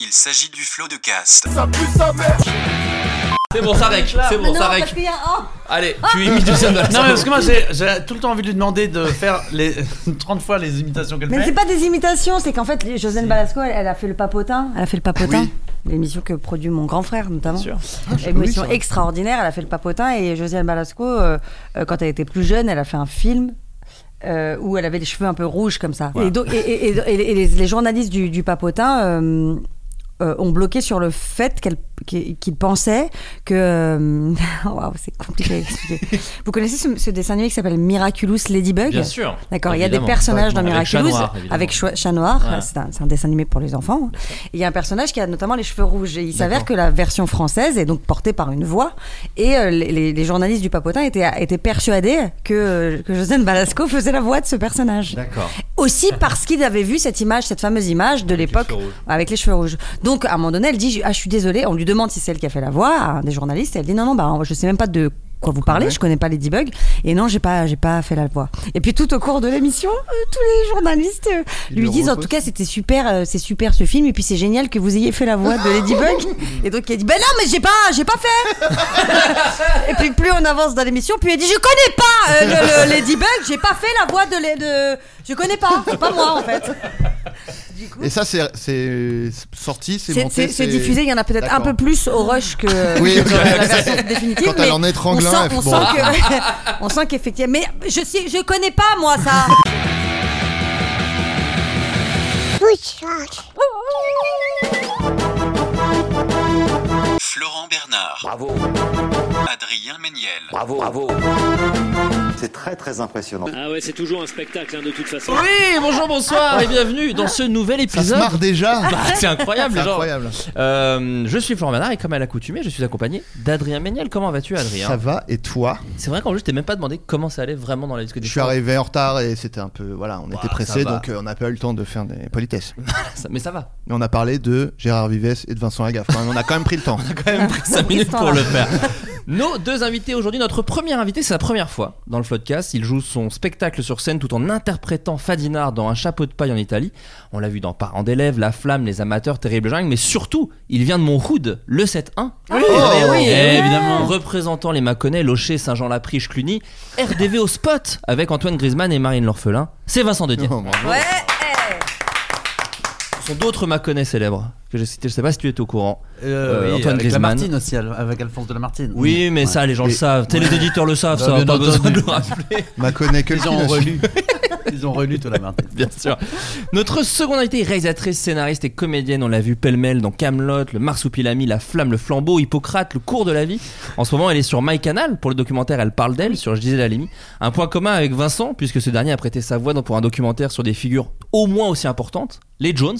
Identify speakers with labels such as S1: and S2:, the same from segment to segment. S1: Il s'agit du flot de cast.
S2: C'est bon, ça rec, c'est bon,
S3: Ah non,
S2: ça
S3: parce
S2: rec.
S3: qu'il y a oh. un.
S2: Allez, tu imites du Sandal.
S4: Non, mais parce que moi j'ai j'ai tout le temps envie de lui demander de faire les 30 fois les imitations qu'elle
S3: Mais c'est
S4: fait.
S3: pas des imitations, c'est qu'en fait, Josiane Balasco, elle, elle a fait le papotin. Elle a fait le papotin.
S4: Oui.
S3: L'émission que produit mon grand frère, notamment.
S4: sûr. Ah,
S3: Émission extraordinaire, elle a fait le papotin. Et Josiane Balasco, euh, euh, quand elle était plus jeune, elle a fait un film. euh, où elle avait les cheveux un peu rouges comme ça. Et, donc- et- et- et- et les, les journalistes du, du papotin euh, euh, ont bloqué sur le fait qu'elle- qu'ils qu'ils pensaient que... euh, Waouh, c'est compliqué à expliquer. Vous connaissez ce, ce dessin animé qui s'appelle Miraculous Ladybug
S2: Bien sûr.
S3: D'accord, il y a des
S2: Évidemment.
S3: personnages dans
S2: Avec
S3: Miraculous
S2: Chat Noir, évidemment.
S3: avec Chou- Chat Noir,
S2: Ouais.
S3: c'est un, c'est un dessin animé pour les enfants. Et Il y a un personnage qui a notamment les cheveux rouges. Et il s'avère que la version française est donc portée par une voix. Et euh, les, les- les journalistes du Papotin étaient, étaient persuadés que, que Josiane Balasco faisait la voix de ce personnage.
S2: D'accord.
S3: Aussi parce qu'ils avaient vu cette image, cette fameuse image de l'époque
S2: cheveux rouges.
S3: avec les cheveux rouges. Donc à un moment donné, elle dit Ah, je suis désolée. On lui demande si c'est elle qui a fait la voix à un des journalistes. Et elle dit Non, non, bah, je sais même pas de quoi vous parlez. Je connais pas Ladybug. Et non, j'ai pas, j'ai pas fait la voix. Et puis tout au cours de l'émission, euh, tous les journalistes euh, lui disent En tout cas, c'était super, euh, c'est super ce film. Et puis c'est génial que vous ayez fait la voix de Ladybug. et donc elle dit Ben non, mais j'ai pas, j'ai pas fait. et puis plus on avance dans l'émission, plus elle dit Je connais pas euh, le, le Ladybug. J'ai pas fait la voix de, la- de- je connais pas. C'est pas moi en fait. Du coup,
S5: Et ça, c'est c'est sorti, c'est
S3: c'est-
S5: monté.
S3: C'est c'est diffusé, il y en a peut-être un
S5: D'accord.
S3: peu plus au rush que
S5: Oui,
S3: que dans
S5: oui,
S3: la
S5: oui.
S3: version définitive.
S5: Quand elle
S3: mais
S5: en étrangle
S3: on
S5: un,
S3: sent,
S5: elle
S3: on
S5: fait,
S3: sent
S5: bon.
S3: que- on sent qu'effectivement. Mais je sais, je connais pas moi ça.
S1: Florent Bernard.
S6: Bravo,
S1: Adrien Méniel.
S6: bravo, bravo.
S7: C'est très très impressionnant.
S8: Ah ouais, c'est toujours un spectacle hein, de toute façon.
S2: Oui, bonjour, bonsoir et bienvenue dans ce nouvel
S5: Ça se
S2: épisode.
S5: marre
S3: Ah,
S5: déjà.
S2: Bah, c'est incroyable,
S5: C'est
S2: les gens.
S5: incroyable.
S2: Euh, je suis Florent Bernard et comme à l'accoutumée, je suis accompagné d'Adrien Méniel. Comment vas-tu, Adrien
S5: Ça va et toi
S2: C'est vrai qu'en plus, je t'ai même pas demandé comment ça allait vraiment dans la discussion.
S5: Je suis arrivé en retard et c'était un peu voilà,
S4: Bah,
S5: on était
S2: ça
S5: pressé
S2: va.
S5: donc euh, on n'a pas eu le temps de faire des politesses.
S2: Mais ça va.
S5: Mais on a parlé de Gérard Vives et de Vincent Lagaffe. Enfin, on a quand même pris le temps.
S2: Quand même pris 5 minutes pour le faire. Nos deux invités aujourd'hui, notre premier invité, c'est la première fois dans le podcast. Il joue son spectacle sur scène tout en interprétant Fadinard dans un chapeau de paille en Italie. On l'a vu dans Parents d'élèves, La Flamme, Les Amateurs, Terrible Jungle, mais surtout, il vient de mon hood, le 7-1.
S3: Oui,
S2: Eh
S3: mais
S2: oui,
S3: oui.
S2: eh, évidemment. Représentant les Mâconnais, Locher, Saint-Jean-Lapriche, Cluny, RDV au spot avec Antoine Griezmann et Marine L'Orphelin. C'est Vincent Dedier.
S5: Oh, bravo.
S3: Ouais.
S2: Ce sont d'autres Mâconnais célèbres que j'ai cités. Je sais pas si tu es au courant. Euh,
S4: oui,
S2: Antoine
S4: avec
S2: Griezmann.
S4: Lamartine aussi, al- avec Alphonse de Lamartine.
S2: Oui, mais ça, les gens le
S5: Et-
S2: savent. Tu sais, Les auditeurs le savent,
S4: Bah,
S2: ça.
S4: bien
S2: Pas besoin de
S4: entendu.
S2: le rappeler,
S5: Ma connaît que le
S4: Ils ont
S5: film aussi.
S4: relu. Ils ont relu de Lamartine.
S2: bien sûr. Notre seconde invitée, réalisatrice, scénariste et comédienne, on l'a vu pêle-mêle dans Camelot, le Marsupilami, la flamme, le flambeau, Hippocrate, le cours de la vie. En ce moment, elle est sur My Canal pour le documentaire. Elle parle d'elle sur Gisèle Halimi. Un point commun avec Vincent, puisque ce dernier a prêté sa voix dans- pour un documentaire sur des figures au moins aussi importantes, les Jones.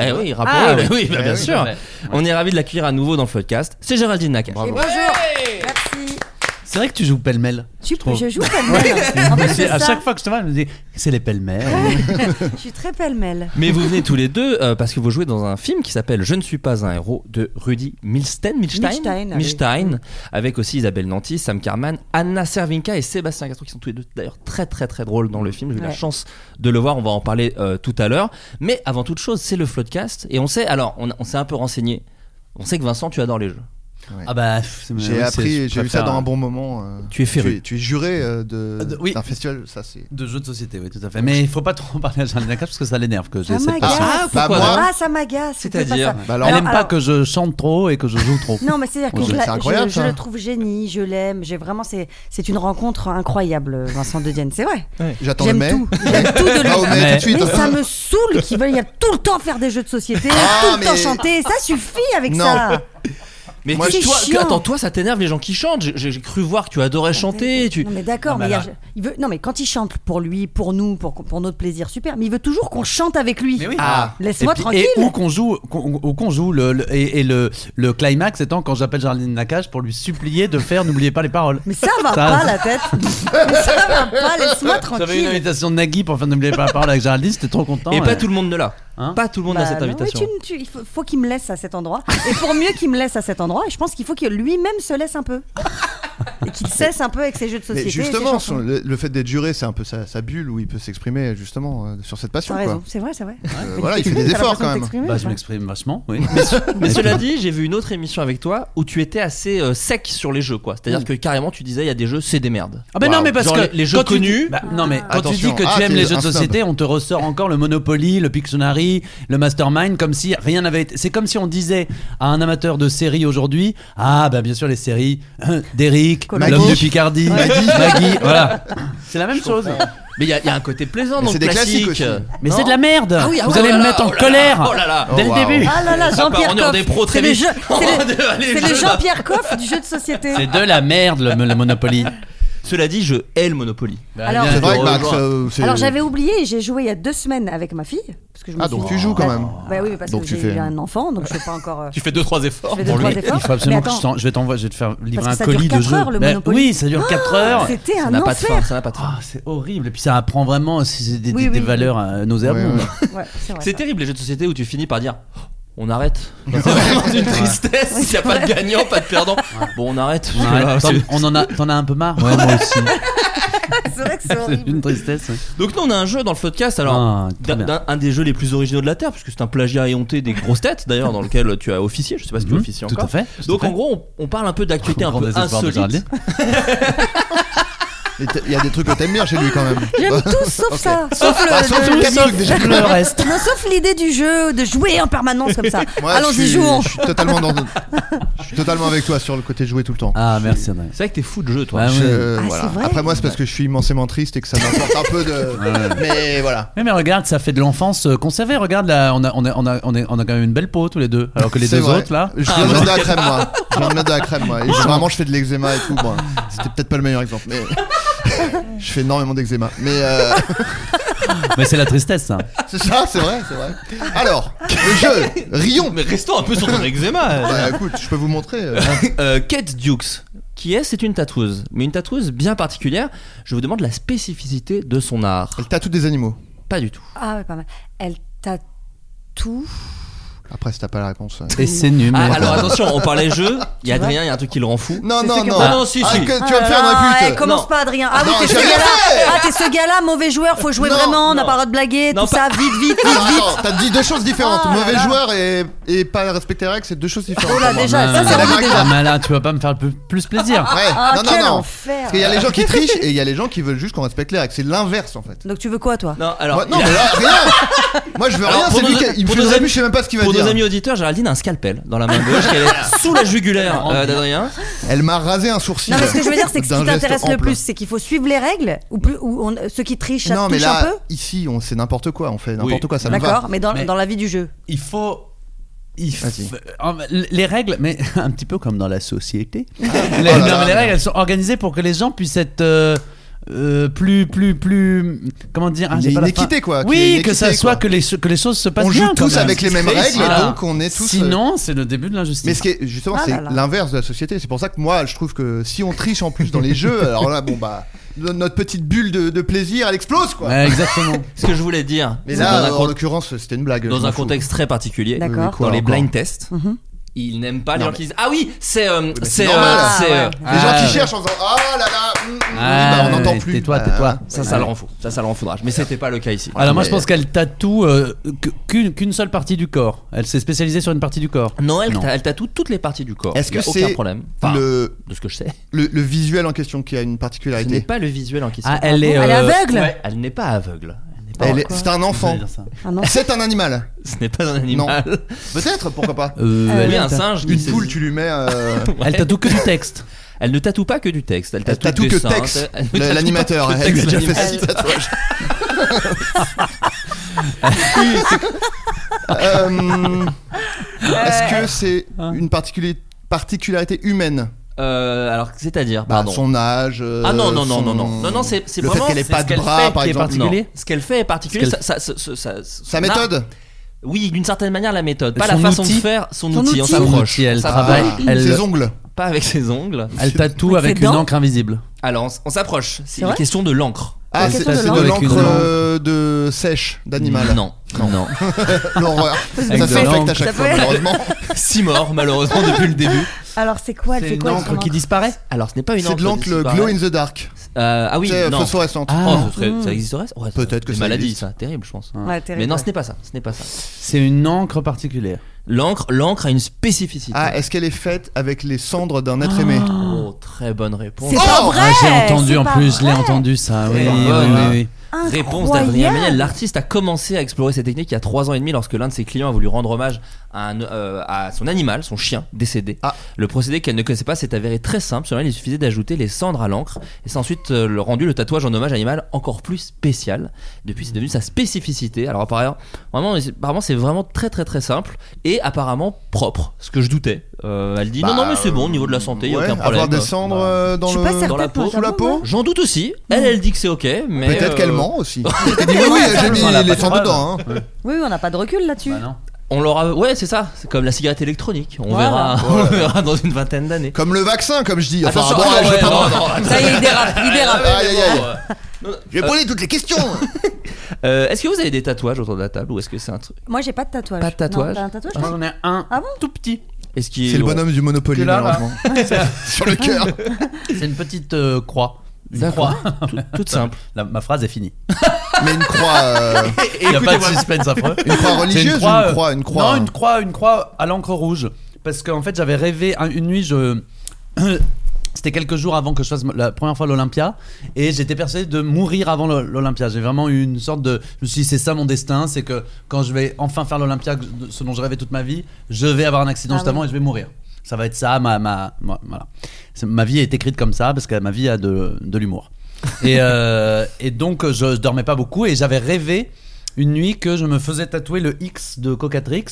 S2: Eh oui, rappelons-le,
S4: Ah,
S2: oui, bah, bien
S5: oui,
S2: sûr.
S4: ouais.
S2: On est ravis de l'accueillir à nouveau dans le podcast. C'est Géraldine Nakache.
S3: Et
S5: Bravo.
S3: bonjour. Merci.
S4: C'est vrai que tu joues pêle-mêle.
S3: Tu,
S4: trouve.
S3: je joue pêle-mêle. En fait, c'est
S4: à
S3: ça.
S4: chaque fois que je te vois, elle me dit c'est les pêle-mêle.
S3: Je suis très pêle-mêle.
S2: Mais vous venez tous les deux euh, parce que vous jouez dans un film qui s'appelle Je ne suis pas un héros de Rudy Milstein, Milstein,
S3: Milstein, ah oui.
S2: Milstein, avec aussi Isabelle Nanty, Sam Carman, Anna Servinka et Sébastien Castro qui sont tous les deux d'ailleurs très très très drôles dans le film. J'ai eu la
S3: Ouais.
S2: chance de le voir, on va en parler euh, tout à l'heure. Mais avant toute chose, c'est le Floodcast et on sait, alors on, on s'est un peu renseigné, on sait que Vincent tu adores les jeux.
S4: Ah bah, pff, c'est-
S5: J'ai
S4: oui, c'est-
S5: appris,
S4: je
S5: j'ai eu ça
S4: préfère-
S5: dans un bon moment. euh,
S2: Tu es féru.
S5: Tu, tu es juré euh, de
S4: Ah, de- oui.
S5: d'un festival, ça c'est.
S4: De jeux de société, oui, tout à fait. Mais il faut pas trop en parler à Jean-Denis parce que ça l'énerve que j'ai
S3: Ça
S4: cette
S3: m'agace.
S4: passion.
S2: Ah,
S5: bah
S2: pourquoi
S5: moi,
S3: Ah, ça m'agace. c'est pas
S2: C'est-à-dire
S3: ça.
S5: bah alors,
S4: Elle aime
S3: Alors-
S4: pas que je chante trop et que je joue trop.
S3: Non, mais c'est-à-dire que
S5: Bon,
S3: je,
S5: c'est
S3: la-
S5: incroyable,
S3: je- je
S5: ça.
S3: le trouve génie, je l'aime, j'ai vraiment c'est c'est une rencontre incroyable, Vincent de Dienne, c'est vrai.
S5: j'attends le
S3: J'aime
S5: mai.
S3: tout, j'aime tout de lui.
S5: Là, au mai,
S4: Mais-
S5: Bah, tout de suite. hein.
S3: Mais ça me saoule qu'ils veulent il y a tout le temps faire des jeux de société,
S5: Ah,
S3: tout le temps
S5: mais-
S3: chanter, ça suffit avec
S5: Non.
S3: ça.
S2: Mais
S3: Moi,
S2: tu-
S3: c'est
S2: toi,
S3: chiant.
S2: attends, toi, ça t'énerve les gens qui chantent. J'ai- J'ai j'ai cru voir que tu adorais chanter. Tu...
S3: Non Ah, mais d'accord,
S5: Ah,
S4: Non,
S5: bah,
S3: mais,
S4: mais
S3: il y a-
S4: alors-
S3: il veut. Non mais quand il chante pour lui, pour nous, pour, pour notre plaisir, super. Mais il veut toujours qu'on chante avec lui.
S4: Mais oui.
S2: Ah.
S3: Laisse-moi
S4: et puis-
S3: tranquille.
S4: Et où qu'on joue, qu'on- où qu'on joue le, le- et, et le, le climax étant quand j'appelle Géraldine Nakache pour lui supplier de faire N'oubliez pas les paroles.
S3: Mais ça va
S4: Ça-
S3: pas la tête. mais ça va pas. Laisse-moi
S4: J'avais une
S3: tranquille.
S4: invitation de Nagui pour faire N'oubliez pas les paroles avec Géraldine, c'était trop content.
S2: Et
S4: Euh,
S2: pas tout le monde ne l'a.
S4: Hein
S2: pas tout le monde
S3: Bah
S2: a cette
S3: non, mais
S2: invitation.
S3: tu- tu- il faut, faut qu'il me laisse à cet endroit. Et pour mieux qu'il me laisse à cet endroit, je pense qu'il faut que lui-même se laisse un peu. Et qu'il cesse un peu avec ses jeux de société.
S5: Mais
S3: et ses
S5: justement,
S3: chansons.
S5: son- le, le fait d'être juré, c'est un peu sa, sa bulle où il peut s'exprimer justement euh, sur cette passion.
S3: T'as
S5: quoi.
S3: raison, c'est vrai, c'est vrai.
S5: Euh,
S3: Mais
S5: voilà, il fait
S3: t'as
S5: des efforts
S3: l'impression
S5: quand
S3: de
S5: même.
S3: t'exprimer,
S4: Bah,
S3: ou
S4: je
S3: pas
S4: m'exprime vachement, oui.
S2: Mais cela dit, j'ai vu une autre émission avec toi où tu étais assez euh, sec sur les jeux, quoi. C'est-à-dire que carrément, tu disais, il y a des jeux, c'est des merdes.
S4: Ah ben non
S2: Waouh.
S4: mais parce
S2: Genre
S4: que
S2: les, les jeux
S4: quand tu
S2: connus.
S4: dis- bah, non mais quand
S5: Attention.
S4: tu dis que
S5: Ah,
S4: tu aimes
S5: t'es
S4: les jeux
S5: un
S4: de
S5: snob.
S4: société, on te ressort encore le Monopoly, le Pictionary, le Mastermind comme si rien n'avait été. C'est comme si on disait à un amateur de séries aujourd'hui, ah bah bien sûr les séries hein, d'Eric,
S3: Colombo.
S4: l'homme de
S5: Maggie.
S4: Picardie,
S5: Maggie.
S4: Maggie, voilà. C'est la même chose.
S2: Mais il y, a- il y a un côté plaisant
S5: Mais
S2: dans
S5: c'est
S2: le
S5: des
S2: classique.
S5: classiques aussi.
S4: Mais
S2: Non
S4: c'est de la merde.
S2: Ah oui, ah
S4: Vous
S2: ouais,
S4: allez
S2: oh
S4: me
S2: là
S4: mettre
S2: là,
S4: en
S2: oh là
S4: colère
S2: là, oh là là.
S4: dès
S5: Oh,
S4: le
S5: waouh.
S4: début.
S3: Ah là là,
S2: Ça part,
S3: Jean-Pierre
S2: on est hors
S3: Coff.
S2: des pros très
S3: c'est le
S2: vite.
S3: jeu- c'est le-
S2: Allez, le
S3: c'est le
S2: jeu, là.
S3: Jean-Pierre Coff du jeu de société.
S4: C'est de la merde le, le Monopoly.
S2: Cela dit, je hais le Monopoly.
S4: Bah,
S3: Alors-
S4: bien,
S5: C'est vrai que
S4: je
S5: Max,
S4: rejoins.
S5: euh, c'est-
S3: Alors j'avais oublié, j'ai joué il y a deux semaines avec ma fille. Parce que je me
S5: Ah,
S3: suis
S5: donc
S3: dit-
S5: tu joues quand
S3: Bah,
S5: même.
S3: Bah oui, parce
S5: Donc
S3: que
S5: tu
S3: j'ai
S5: fais-
S3: j'ai un enfant, donc je ne suis pas encore. euh,
S2: Tu fais deux trois efforts.
S3: Je fais deux, trois efforts.
S4: Il faut absolument
S3: Mais
S4: que je,
S3: attends,
S4: t'en- je vais t'envoyer, je vais te faire livrer
S3: Parce que ça
S4: un
S3: dure
S4: colis de
S3: quatre
S4: jeux.
S3: heures, le
S4: Bah
S3: Monopoly.
S4: oui, ça dure 4 heures.
S3: C'était
S2: Ça
S3: un
S2: n'a pas de fin.
S3: enfer.
S2: Ça n'a pas de fin.
S4: Ah, c'est horrible. Et puis ça apprend vraiment c'est c'est des,
S3: Oui,
S4: des- des
S3: oui.
S4: valeurs euh,
S5: Ouais,
S4: nauséabondes.
S5: ouais.
S3: Ouais, c'est vrai,
S2: Ah, C'est
S3: ça.
S2: terrible les jeux de société où tu finis par dire oh, on arrête. C'est vraiment une tristesse. Il n'y a pas de gagnant, pas de perdant. Bon, on arrête.
S4: On, arrête.
S2: Voilà,
S4: T'en-
S2: c'est-
S4: on en a, t'en as un peu marre. Ouais, moi aussi.
S3: C'est vrai que c'est
S4: c'est
S3: horrible.
S4: une tristesse. ouais.
S2: Donc, nous, on a un jeu dans le podcast. Alors,
S4: Ah, très
S2: d'un-
S4: bien.
S2: d'un- un des jeux les plus originaux de la Terre, puisque c'est un plagiat éhonté des grosses têtes, d'ailleurs, dans lequel tu as officié. Je sais pas si tu
S4: Mhm,
S2: officies
S4: Tout
S2: encore.
S4: à fait. tout
S2: Donc,
S4: à
S2: en
S4: fait.
S2: gros, on, on parle un peu d'actualité un
S4: Grand
S2: peu
S4: désespoir de Charlie.
S2: insolite.
S5: Mais t'as- Il y a des trucs que t'aimes bien chez lui quand même.
S3: J'aime tout sauf
S5: Ok.
S3: ça. Sauf le-
S4: Bah,
S5: Ah, sauf
S3: le-
S5: le catalogue déjà.
S4: Tout le reste.
S3: Non, sauf l'idée du jeu, de jouer en permanence comme ça.
S5: Moi, je
S3: Allons-y,
S5: suis-
S3: jouons.
S5: Je suis totalement dans. Je suis totalement avec toi sur le côté de jouer tout le temps.
S4: Ah merci. Adrien.
S2: C'est vrai que t'es fou de jeu, toi.
S4: Ah,
S5: Je-
S4: ouais.
S5: euh,
S3: Ah, c'est
S5: voilà.
S3: vrai
S5: Après moi c'est parce que je suis immensément triste et que ça m'apporte un peu de. Mais voilà.
S4: Mais, mais regarde, ça fait de l'enfance euh, conservée. Regarde, là, on a, on, a, on, a, on, est- on a quand même une belle peau tous les deux. Alors que les
S5: C'est
S4: deux
S5: vrai.
S4: autres, là.
S5: Je
S2: Ah,
S5: viens de mettre de la crème moi. Je viens de mettre de la crème moi. Et je- vraiment je fais de l'eczéma et tout. Bon, c'était peut-être pas le meilleur exemple mais. Je fais énormément d'eczéma. Mais euh,
S4: Mais c'est la tristesse, ça.
S5: c'est ça, c'est vrai, c'est vrai. Alors, le jeu, Rion.
S2: Mais restons un peu sur ton eczéma.
S5: Bah, écoute, je peux vous montrer. euh,
S2: Euh, Kate Dukes, qui est, c'est une tatoueuse, mais une tatoueuse bien particulière. Je vous demande la spécificité de son art.
S5: Elle tatoue des animaux.
S2: Pas du tout.
S3: Ah ouais, pas mal. Elle tatoue.
S5: Après, si t'as pas la réponse. euh.
S4: Et c'est nul.
S2: Ah,
S4: mais-
S2: alors attention, on parlait jeu. Il y a Adrien, il y a un truc qui le rend fou.
S5: Non,
S3: C'est
S5: non,
S3: ce que-
S5: non.
S2: Ah non, si,
S5: Ah,
S2: si.
S5: que tu vas
S3: Ah
S5: me
S3: là
S5: faire
S3: là,
S5: un
S3: eh,
S5: pute.
S3: commence
S2: Non.
S3: pas, Adrien. Ah oui,
S5: Non,
S3: t'es ce
S5: j'ai rien
S3: gars-là.
S5: fait.
S3: Ah, t'es ce gars-là, mauvais joueur, faut jouer
S5: Non,
S3: vraiment, on n'a
S2: non.
S3: pas le droit de blaguer,
S2: Non,
S3: tout
S2: pas-
S3: ça, vite, vite,
S5: Non,
S3: vite,
S5: non,
S3: Ah, vite.
S5: attends, t'as dit deux choses différentes.
S3: Oh là
S5: Mauvais
S3: là.
S5: joueur et, et pas respecter les règles, c'est deux choses différentes.
S3: Oh là,
S5: pour moi.
S3: déjà, ça,
S4: Non,
S3: c'est
S4: mais-
S3: vraiment déjà.
S4: Ah, mais là, tu vas pas me faire plus- plus plaisir.
S5: Ouais,
S3: Ah,
S5: non, non,
S3: quel
S5: non.
S3: enfer.
S5: Parce qu'il y a les gens qui trichent et il y a les gens qui veulent juste qu'on respecte les règles. C'est l'inverse en fait.
S3: Donc tu veux quoi, toi
S2: Non, alors.
S5: Moi- non,
S2: il a-
S5: mais là, rien. Moi, je veux
S2: Alors,
S5: rien.
S2: pour
S5: C'est lui
S2: nos-
S5: qui. Il me
S2: pour
S5: fait
S2: nos
S5: des
S2: amis-
S5: abus, je sais même pas ce qu'il va
S2: Pour nos
S5: dire.
S2: amis auditeurs, Géraldine a un scalpel dans la main gauche qu'elle est sous la jugulaire euh, d'Adrien.
S5: Elle m'a rasé un sourcil.
S3: Non, mais ce que je veux dire, c'est que ce
S5: d'un
S3: qui
S5: geste
S3: t'intéresse le
S5: ample.
S3: plus, c'est qu'il faut suivre les règles, ou, plus, ou on- ceux qui trichent, ça
S5: Non,
S3: te
S5: mais
S3: touche un
S5: là,
S3: peu
S5: ici, on c'est n'importe quoi. On fait n'importe
S2: Oui.
S5: quoi. Ça me va.
S3: D'accord, mais dans,
S4: Mais-
S3: dans la vie du jeu.
S4: il faut. il f-
S5: Vas-y.
S4: Euh, en- Les règles, mais un petit peu comme dans la société. Les,
S5: Ah, oh là
S4: non,
S5: là,
S4: mais les
S5: non.
S4: règles, elles sont organisées pour que les gens puissent être euh, euh, plus, plus, plus. Comment dire ah,
S5: Il y
S4: j'ai
S5: a
S4: pas
S5: une
S4: la fin.
S5: équité, quoi, qu'il y ait
S4: Oui,
S5: une
S4: que ça
S5: équité,
S4: soit
S5: quoi.
S4: que les, so- que les choses se passent
S5: On joue
S4: bien. quand
S5: tous
S4: même.
S5: avec les mêmes
S4: Voilà.
S5: règles, et donc on est tous. euh,
S4: Sinon, c'est le début de l'injustice.
S5: Mais ce qui est, justement,
S3: Ah
S5: c'est
S3: là là.
S5: l'inverse de la société. C'est pour ça que moi, je trouve que si on triche en plus dans les jeux, alors là, bon bah, no- notre petite bulle de, de plaisir, elle explose quoi.
S4: Ouais, exactement.
S2: Ce que je voulais dire,
S5: Mais
S2: c'est
S5: là, euh,
S2: dans un,
S5: en
S2: con-
S5: l'occurrence, c'était une blague.
S2: dans
S5: je
S2: un
S5: m'en fous.
S2: contexte très particulier,
S3: D'accord.
S5: Oui, oui, quoi,
S2: dans les
S5: encore.
S2: blind tests,
S3: Mhm.
S2: ils n'aiment pas les
S5: Non,
S2: gens
S5: mais-
S2: qui disent Ah oui, c'est. euh,
S5: mais
S2: c'est.
S5: c'est
S2: euh,
S5: normal.
S2: c'est, euh,
S5: Les gens
S4: Ah.
S5: qui cherchent en disant Ah là là, hum, hum,
S4: Ah,
S5: bah, on n'entend
S4: ouais,
S5: plus.
S4: Tais-toi,
S5: Bah,
S4: tais-toi.
S2: Ça, ça le rend fou. Ça, ça le rend foudrage. Mais c'était pas le cas ici.
S4: Alors, moi, je
S5: Mais-
S4: pense qu'elle tatoue euh, que- qu'une qu'une seule partie du corps. Elle s'est spécialisée sur une partie du corps.
S2: Noël,
S4: Non.
S2: elle tatoue toutes les parties du corps.
S5: Est-ce
S2: Il y a
S5: que
S2: aucun
S5: c'est
S2: problème Enfin,
S5: le,
S2: De ce que je sais.
S5: le, le visuel en question qui a une
S2: Ce n'est
S5: particularité
S2: pas le visuel en question.
S4: Ah, elle est.
S3: bon Elle est
S4: euh,
S3: aveugle
S4: ouais.
S2: Elle n'est pas aveugle. Elle n'est pas-
S5: Elle est- C'est un enfant.
S3: Ah non
S5: C'est un animal.
S2: Ce n'est pas un animal.
S5: Peut-être, pourquoi pas.
S4: Euh,
S3: Euh,
S4: elle
S2: Oui,
S4: est
S2: un
S4: ta-
S2: singe.
S5: Une
S2: qui-
S5: poule, tu lui mets. euh,
S4: Elle tatoue que du texte.
S2: Elle ne tatoue pas que du texte. Elle
S5: Elle
S2: tatoue,
S5: tatoue
S2: le
S5: que
S2: dessin, hein,
S5: Tex,
S2: elle ne tatoue pas
S5: le- l'animateur.
S2: que
S5: Elle lui a
S2: Tex,
S5: déjà fait
S2: l'animateur.
S5: six tatouages. Euh, Est-ce que c'est une particularité particularités humaines.
S2: Euh, alors, c'est-à-dire,
S5: Bah,
S2: pardon.
S5: son âge. euh,
S2: Ah non, non, non,
S5: son-
S2: non, non. Non, non, c'est c'est
S5: Le fait
S2: vraiment.
S5: qu'elle ait
S2: c'est
S5: pas
S2: ce
S5: de
S2: qu'elle
S5: bras,
S2: fait
S5: par
S2: qui est
S5: exemple.
S2: particulier. Ce qu'elle fait est particulier.
S4: Ce
S2: Ça, ça- ce- ce- ça- son
S5: Sa
S2: art-
S5: méthode
S2: Oui, d'une certaine manière, la méthode. Pas
S4: Son
S2: la façon
S4: outil.
S2: de faire, son,
S3: Son
S2: outil. On
S3: outil.
S2: s'approche.
S4: Son outil, elle
S2: On
S4: travaille.
S3: Ah,
S2: s'approche.
S4: Elle-
S5: ses ongles.
S2: Pas avec ses ongles.
S4: Elle tatoue
S3: Avec
S4: avec
S3: ses
S4: une
S3: dents.
S4: encre invisible.
S2: Alors, on, s- on s'approche. C'est une
S3: vrai
S2: question de l'encre.
S5: Ah,
S3: La
S5: c'est
S3: question
S5: c'est
S3: de
S5: de
S4: l'encre.
S5: l'encre euh, de sèche d'animal.
S2: Non, non.
S5: L'horreur.
S4: Avec de
S5: Ça s'infecte
S4: l'encre.
S5: à chaque
S3: Ça
S5: fois,
S3: fait-
S5: malheureusement.
S2: Six morts, malheureusement, depuis le début. Ah,
S3: Alors c'est quoi Elle
S4: C'est
S3: fait
S4: une
S3: quoi
S4: encre qui disparaît
S2: Alors, ce n'est pas une
S5: C'est de l'encre le glow in the dark.
S2: Euh, ah oui,
S5: C'est
S2: non.
S5: phosphorescente.
S2: Oh,
S4: Ah,
S2: ce serait-
S3: Mm.
S2: ça existerait ça Ouais, ça-
S5: Peut-être que
S2: des
S5: ça
S2: maladies,
S5: existe.
S2: ça, terrible, je pense.
S3: Ouais,
S2: Mais
S3: terrible.
S2: non, ce n'est pas ça. Ce n'est pas ça.
S4: c'est une encre particulière.
S2: L'encre, l'encre a une spécificité.
S5: Ah, est-ce qu'elle est faite avec les cendres d'un être aimé
S2: Oh, très bonne réponse.
S3: C'est pas
S5: Oh
S3: vrai.
S4: Ah, j'ai entendu
S3: c'est
S4: en
S3: pas
S4: plus, je l'ai
S3: vrai.
S4: entendu ça. Oui,
S2: Ouais.
S4: oui,
S2: Ouais.
S4: oui, oui.
S2: Réponse
S3: Incroyable.
S2: d'Adrien Méniel. L'artiste a commencé à explorer cette technique il y a 3 ans et demi lorsque l'un de ses clients a voulu rendre hommage à, un, euh, à son animal, son chien, décédé.
S5: Ah.
S2: Le procédé qu'elle ne connaissait pas s'est avéré très simple. Selon elle, il suffisait d'ajouter les cendres à l'encre et c'est ensuite euh, le rendu le tatouage en hommage à l'animal encore plus spécial. Depuis, c'est devenu sa spécificité. Alors, apparemment, vraiment, c'est- apparemment, c'est vraiment très très très simple et apparemment propre, ce que je doutais. Euh, elle dit non,
S5: Bah,
S2: non, mais c'est bon, au niveau de la
S5: euh,
S2: santé, il n'y a
S5: ouais,
S2: aucun problème.
S5: Avoir des cendres euh, dans
S3: Je suis
S5: le.
S3: pas certaine.
S2: dans la peau,
S5: sous la peau
S2: J'en doute aussi. Elle, elle dit que c'est ok, mais.
S5: Mm. Peut-être
S2: euh,
S5: qu'elle ment aussi. Elle dit oui, oui,
S4: qu'elle
S5: j'ai
S4: ment. Elle a
S5: mis les
S4: pas
S5: cendres
S4: de
S5: dedans. hein.
S3: Oui, oui, on n'a pas de recul là-dessus.
S4: Bah non.
S2: On l'aura. Ouais, c'est ça. C'est comme la cigarette électronique. On
S3: Voilà.
S2: verra. On verra dans une vingtaine d'années.
S5: Comme le vaccin, comme je dis. Enfin,
S2: Attention,
S5: bon,
S2: ah
S5: je vais
S2: ouais,
S5: pas-
S2: non, non, attends.
S3: Ça y est, il dérape, il dérape.
S5: Aïe, aïe, aïe.
S2: Non, non.
S5: Je vais poser toutes les questions.
S2: Euh, Est-ce que vous avez des tatouages autour de la table ou est-ce que c'est un truc
S3: Moi, j'ai pas de tatouage.
S2: Pas de tatouage.
S3: Non, t'as un tatouage
S4: Moi j'en ai un
S3: Ah bon
S4: tout petit.
S2: Est-ce qu'il
S5: C'est le bonhomme du Monopoly,
S4: Que là, là.
S5: malheureusement. Sur le cœur.
S4: C'est une petite euh, croix. Une
S2: D'accord.
S4: croix.
S2: Tout- Toute simple.
S4: La- ma phrase est finie.
S5: Mais une croix. euh,
S4: Il n'y a pas de suspense affreux.
S5: Une croix
S4: C'est
S5: religieuse ou
S4: euh,
S5: une croix, une croix hein.
S4: Non, une croix, une croix à l'encre rouge. Parce qu'en fait, j'avais rêvé un- une nuit, je. C'était quelques jours avant que je fasse la première fois l'Olympia et j'étais persuadé de mourir avant le- l'Olympia. J'ai vraiment eu une sorte de. Je me suis dit, c'est ça mon destin, c'est que quand je vais enfin faire l'Olympia, ce dont je rêvais toute ma vie, je vais avoir un accident
S3: Ah
S4: juste avant et je vais mourir. Ça va être ça, ma. ma, ma- voilà. C'est- Ma vie est écrite comme ça parce que ma vie a de, de l'humour. Et, euh, et donc, je, je dormais pas beaucoup et j'avais rêvé une nuit que je me faisais tatouer le X de Cocatrix.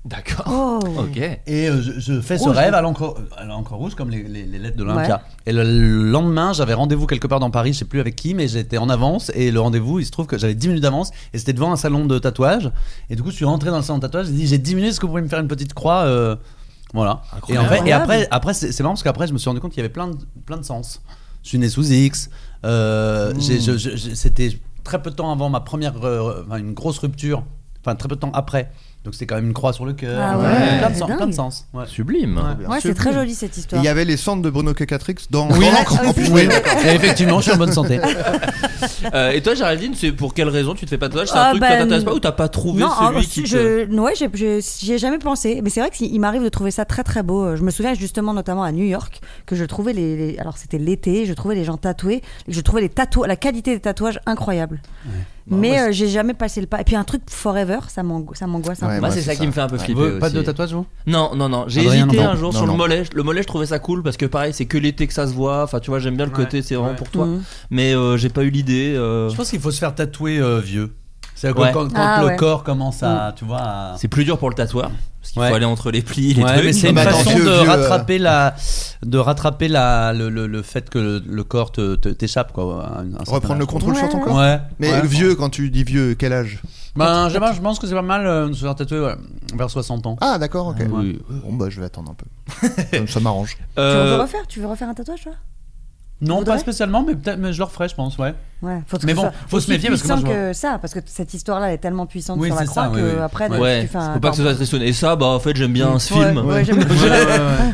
S2: D'accord.
S3: Oh.
S2: Ok.
S4: Et euh, je, je fais ce
S3: Rouge.
S4: rêve à l'encre à l'encre rouge, comme les, les- les lettres de l'Olympia. Et le lendemain, j'avais rendez-vous quelque part dans Paris, je sais plus avec qui, mais j'étais en avance. Et le rendez-vous, il se trouve que j'avais 10 minutes d'avance. Et c'était devant un salon de tatouage. Et du coup, je suis rentré dans le salon de tatouage. J'ai dit J'ai 10 minutes, est-ce que vous pouvez me faire une petite croix euh, Voilà. Et, en fait- et après, après c'est c'est marrant parce qu'après, je me suis rendu compte qu'il y avait plein de, plein de sens. Je suis né sous X. euh, j'ai- je- je- je- C'était très peu de temps avant ma première. euh, enfin, une grosse rupture. Enfin, très peu de temps après. Donc, c'était quand même une croix sur le cœur.
S3: Ah ouais,
S4: plein, de
S3: c'est
S4: sens,
S3: dingue.
S4: plein de sens. Ouais.
S2: Sublime.
S3: Ouais, c'est très joli Ah, cette
S5: Et
S3: histoire.
S5: il y avait les cendres de Bruno Cacatrix dans dans l'encre. en plus.
S4: Oui, et effectivement, je suis en bonne santé.
S2: Euh, et toi, Géraldine, c'est pour quelle raison tu te fais pas de tatouage C'est un
S3: Ah,
S2: truc
S3: bah,
S2: qui t'intéresse
S3: n-
S2: pas ou t'as pas trouvé
S3: non,
S2: celui
S3: en-
S2: qui te-
S3: je, ouais, j'ai- je- j'y ai jamais pensé. Mais c'est vrai qu'il il m'arrive de trouver ça très très beau. Euh, Je me souviens justement notamment à New York que je trouvais les, les- alors c'était l'été, je trouvais les gens tatoués, je trouvais les tatou la qualité des tatouages incroyable. Mais
S2: ouais,
S3: euh, j'ai jamais passé le pas. Et puis un truc forever, ça m'ango- ça m'angoisse un
S5: Ouais,
S3: peu.
S2: Moi,
S5: moi,
S2: c'est
S5: c'est
S2: ça,
S5: ça.
S2: qui me fait un peu flipper.
S4: Vous, Pas
S2: aussi.
S4: de tatouage, vous
S2: Non, non, non. J'ai
S4: Adrien,
S2: hésité
S4: Ah bah non.
S2: un jour
S5: Non,
S2: sur
S5: non.
S2: le mollet. Le mollet, je trouvais ça cool parce que pareil, c'est que l'été que ça se voit. Enfin, tu vois, j'aime bien le
S4: Ouais,
S2: côté, c'est vraiment
S4: ouais.
S2: pour toi.
S3: Mhm.
S2: Mais euh, j'ai pas eu l'idée. euh,
S4: Je pense qu'il faut se faire tatouer euh, vieux. C'est
S2: Ouais.
S4: quand, quand
S3: Ah,
S4: le
S3: ouais.
S4: corps commence à, tu vois, à-
S2: C'est plus dur pour le tatoueur parce qu'il
S4: Ouais.
S2: faut aller entre les plis, les
S4: Ouais,
S2: trucs.
S4: mais c'est une
S5: Bah, attends,
S4: façon
S5: vieux,
S4: de
S5: vieux, euh.
S4: rattraper la, de rattraper la, le, le- le fait que le, le corps te- te- t'échappe quoi. à un- un certain
S5: Reprendre le
S4: âge.
S5: contrôle sur ton
S3: Ouais.
S5: corps.
S4: Ouais.
S5: Mais
S4: ouais.
S5: vieux, quand tu dis vieux, quel âge
S4: Ben, je, sais pas, je pense que c'est pas mal euh, de se faire tatouer ouais, vers 60 ans.
S5: Ah, d'accord, ok.
S4: Oui.
S5: Bon, bah, je vais attendre un peu. Ça- Ça m'arrange.
S3: Tu veux
S2: Euh,
S3: refaire Tu veux refaire un tatouage toi
S4: Non,
S3: Faudrait.
S4: pas spécialement, mais peut-être, mais je le referai, je pense, ouais.
S3: Ouais, faut
S4: Mais bon,
S3: ça-
S4: faut se
S3: aussi
S4: méfier parce que moi,
S3: puissant
S4: je vois-
S3: ça, parce que cette histoire-là est tellement puissante
S4: Oui,
S3: sur la
S4: c'est
S3: croix
S4: ça,
S3: que
S4: oui, oui.
S3: après,
S4: Ouais.
S2: ouais,
S3: tu fais un.
S2: faut pas que ce soit très sonné. Et ça, bah en fait, j'aime bien ce
S3: Ouais,
S2: film.
S3: ouais, j'aime bien.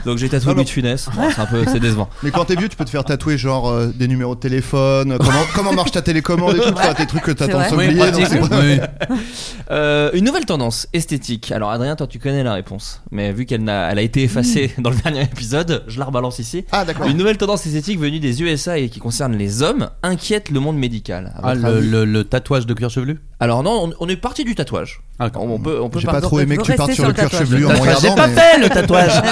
S2: Donc j'ai tatoué
S5: Non, non.
S2: Louis de Funès. Bon, c'est un peu, c'est décevant.
S5: Mais quand t'es vieux, tu peux te faire tatouer genre euh, des numéros de téléphone, euh, comment, comment marche ta télécommande et tout, quoi, des trucs que t'attends
S3: vrai.
S5: sans
S4: Oui,
S5: oublier.
S4: pratique.
S5: donc c'est
S4: Oui.
S5: pas-
S2: Euh, une nouvelle tendance esthétique. Alors Adrien, toi, tu connais la réponse, mais vu qu'elle n'a- elle a été effacée dans le dernier épisode, je la rebalance ici.
S5: Ah, d'accord.
S2: Une nouvelle tendance esthétique venue des USA et qui concerne les hommes inquiète le monde médical. À
S4: Ah,
S2: votre
S4: le,
S2: avis
S4: le- le tatouage de cuir chevelu
S2: Alors non, on, on est parti du tatouage.
S4: Ah,
S2: On, on peut, on peut
S5: J'ai
S2: par-
S5: pas trop aimé que tu
S3: Restez
S5: partes
S3: sur
S5: sur le
S3: le
S5: cuir
S3: tatouage.
S5: chevelu en me
S4: J'ai
S5: regardant.
S4: pas
S5: mais-
S4: fait le tatouage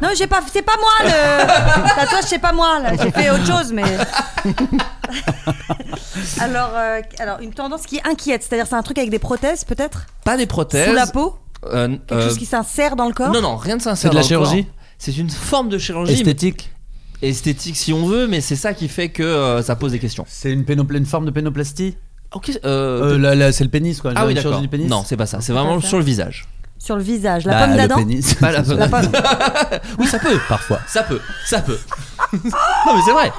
S3: Non, j'ai pas, c'est pas moi le tatouage, c'est pas moi là. J'ai fait autre chose, mais. alors, euh, alors une tendance qui inquiète, c'est-à-dire c'est un truc avec des prothèses peut-être
S2: Pas des prothèses.
S3: sous la peau,
S2: Euh,
S3: quelque
S2: euh,
S3: chose qui s'insère dans le corps.
S2: Non, non, rien de sincère.
S4: C'est de la
S2: dans le corps.
S4: chirurgie
S2: c'est une forme de chirurgie mais-
S4: Esthétique.
S2: esthétique si on veut, mais c'est ça qui fait que euh, ça pose des questions.
S4: C'est une, pénopla- une forme de pénoplastie
S2: Ok. euh,
S4: Euh, là, là, C'est le pénis, quoi.
S2: ah oui
S4: La
S2: d'accord.
S4: chirurgie du pénis
S2: Non, c'est pas ça. C'est vraiment
S3: Pas ça.
S2: sur le visage.
S3: Sur le visage, la
S4: Bah,
S3: pomme
S4: le
S3: d'Adam.
S4: pénis.
S2: Pas la pomme
S3: La pomme.
S2: Oui, ça peut.
S4: Parfois.
S2: Ça peut. Ça peut. non mais c'est vrai.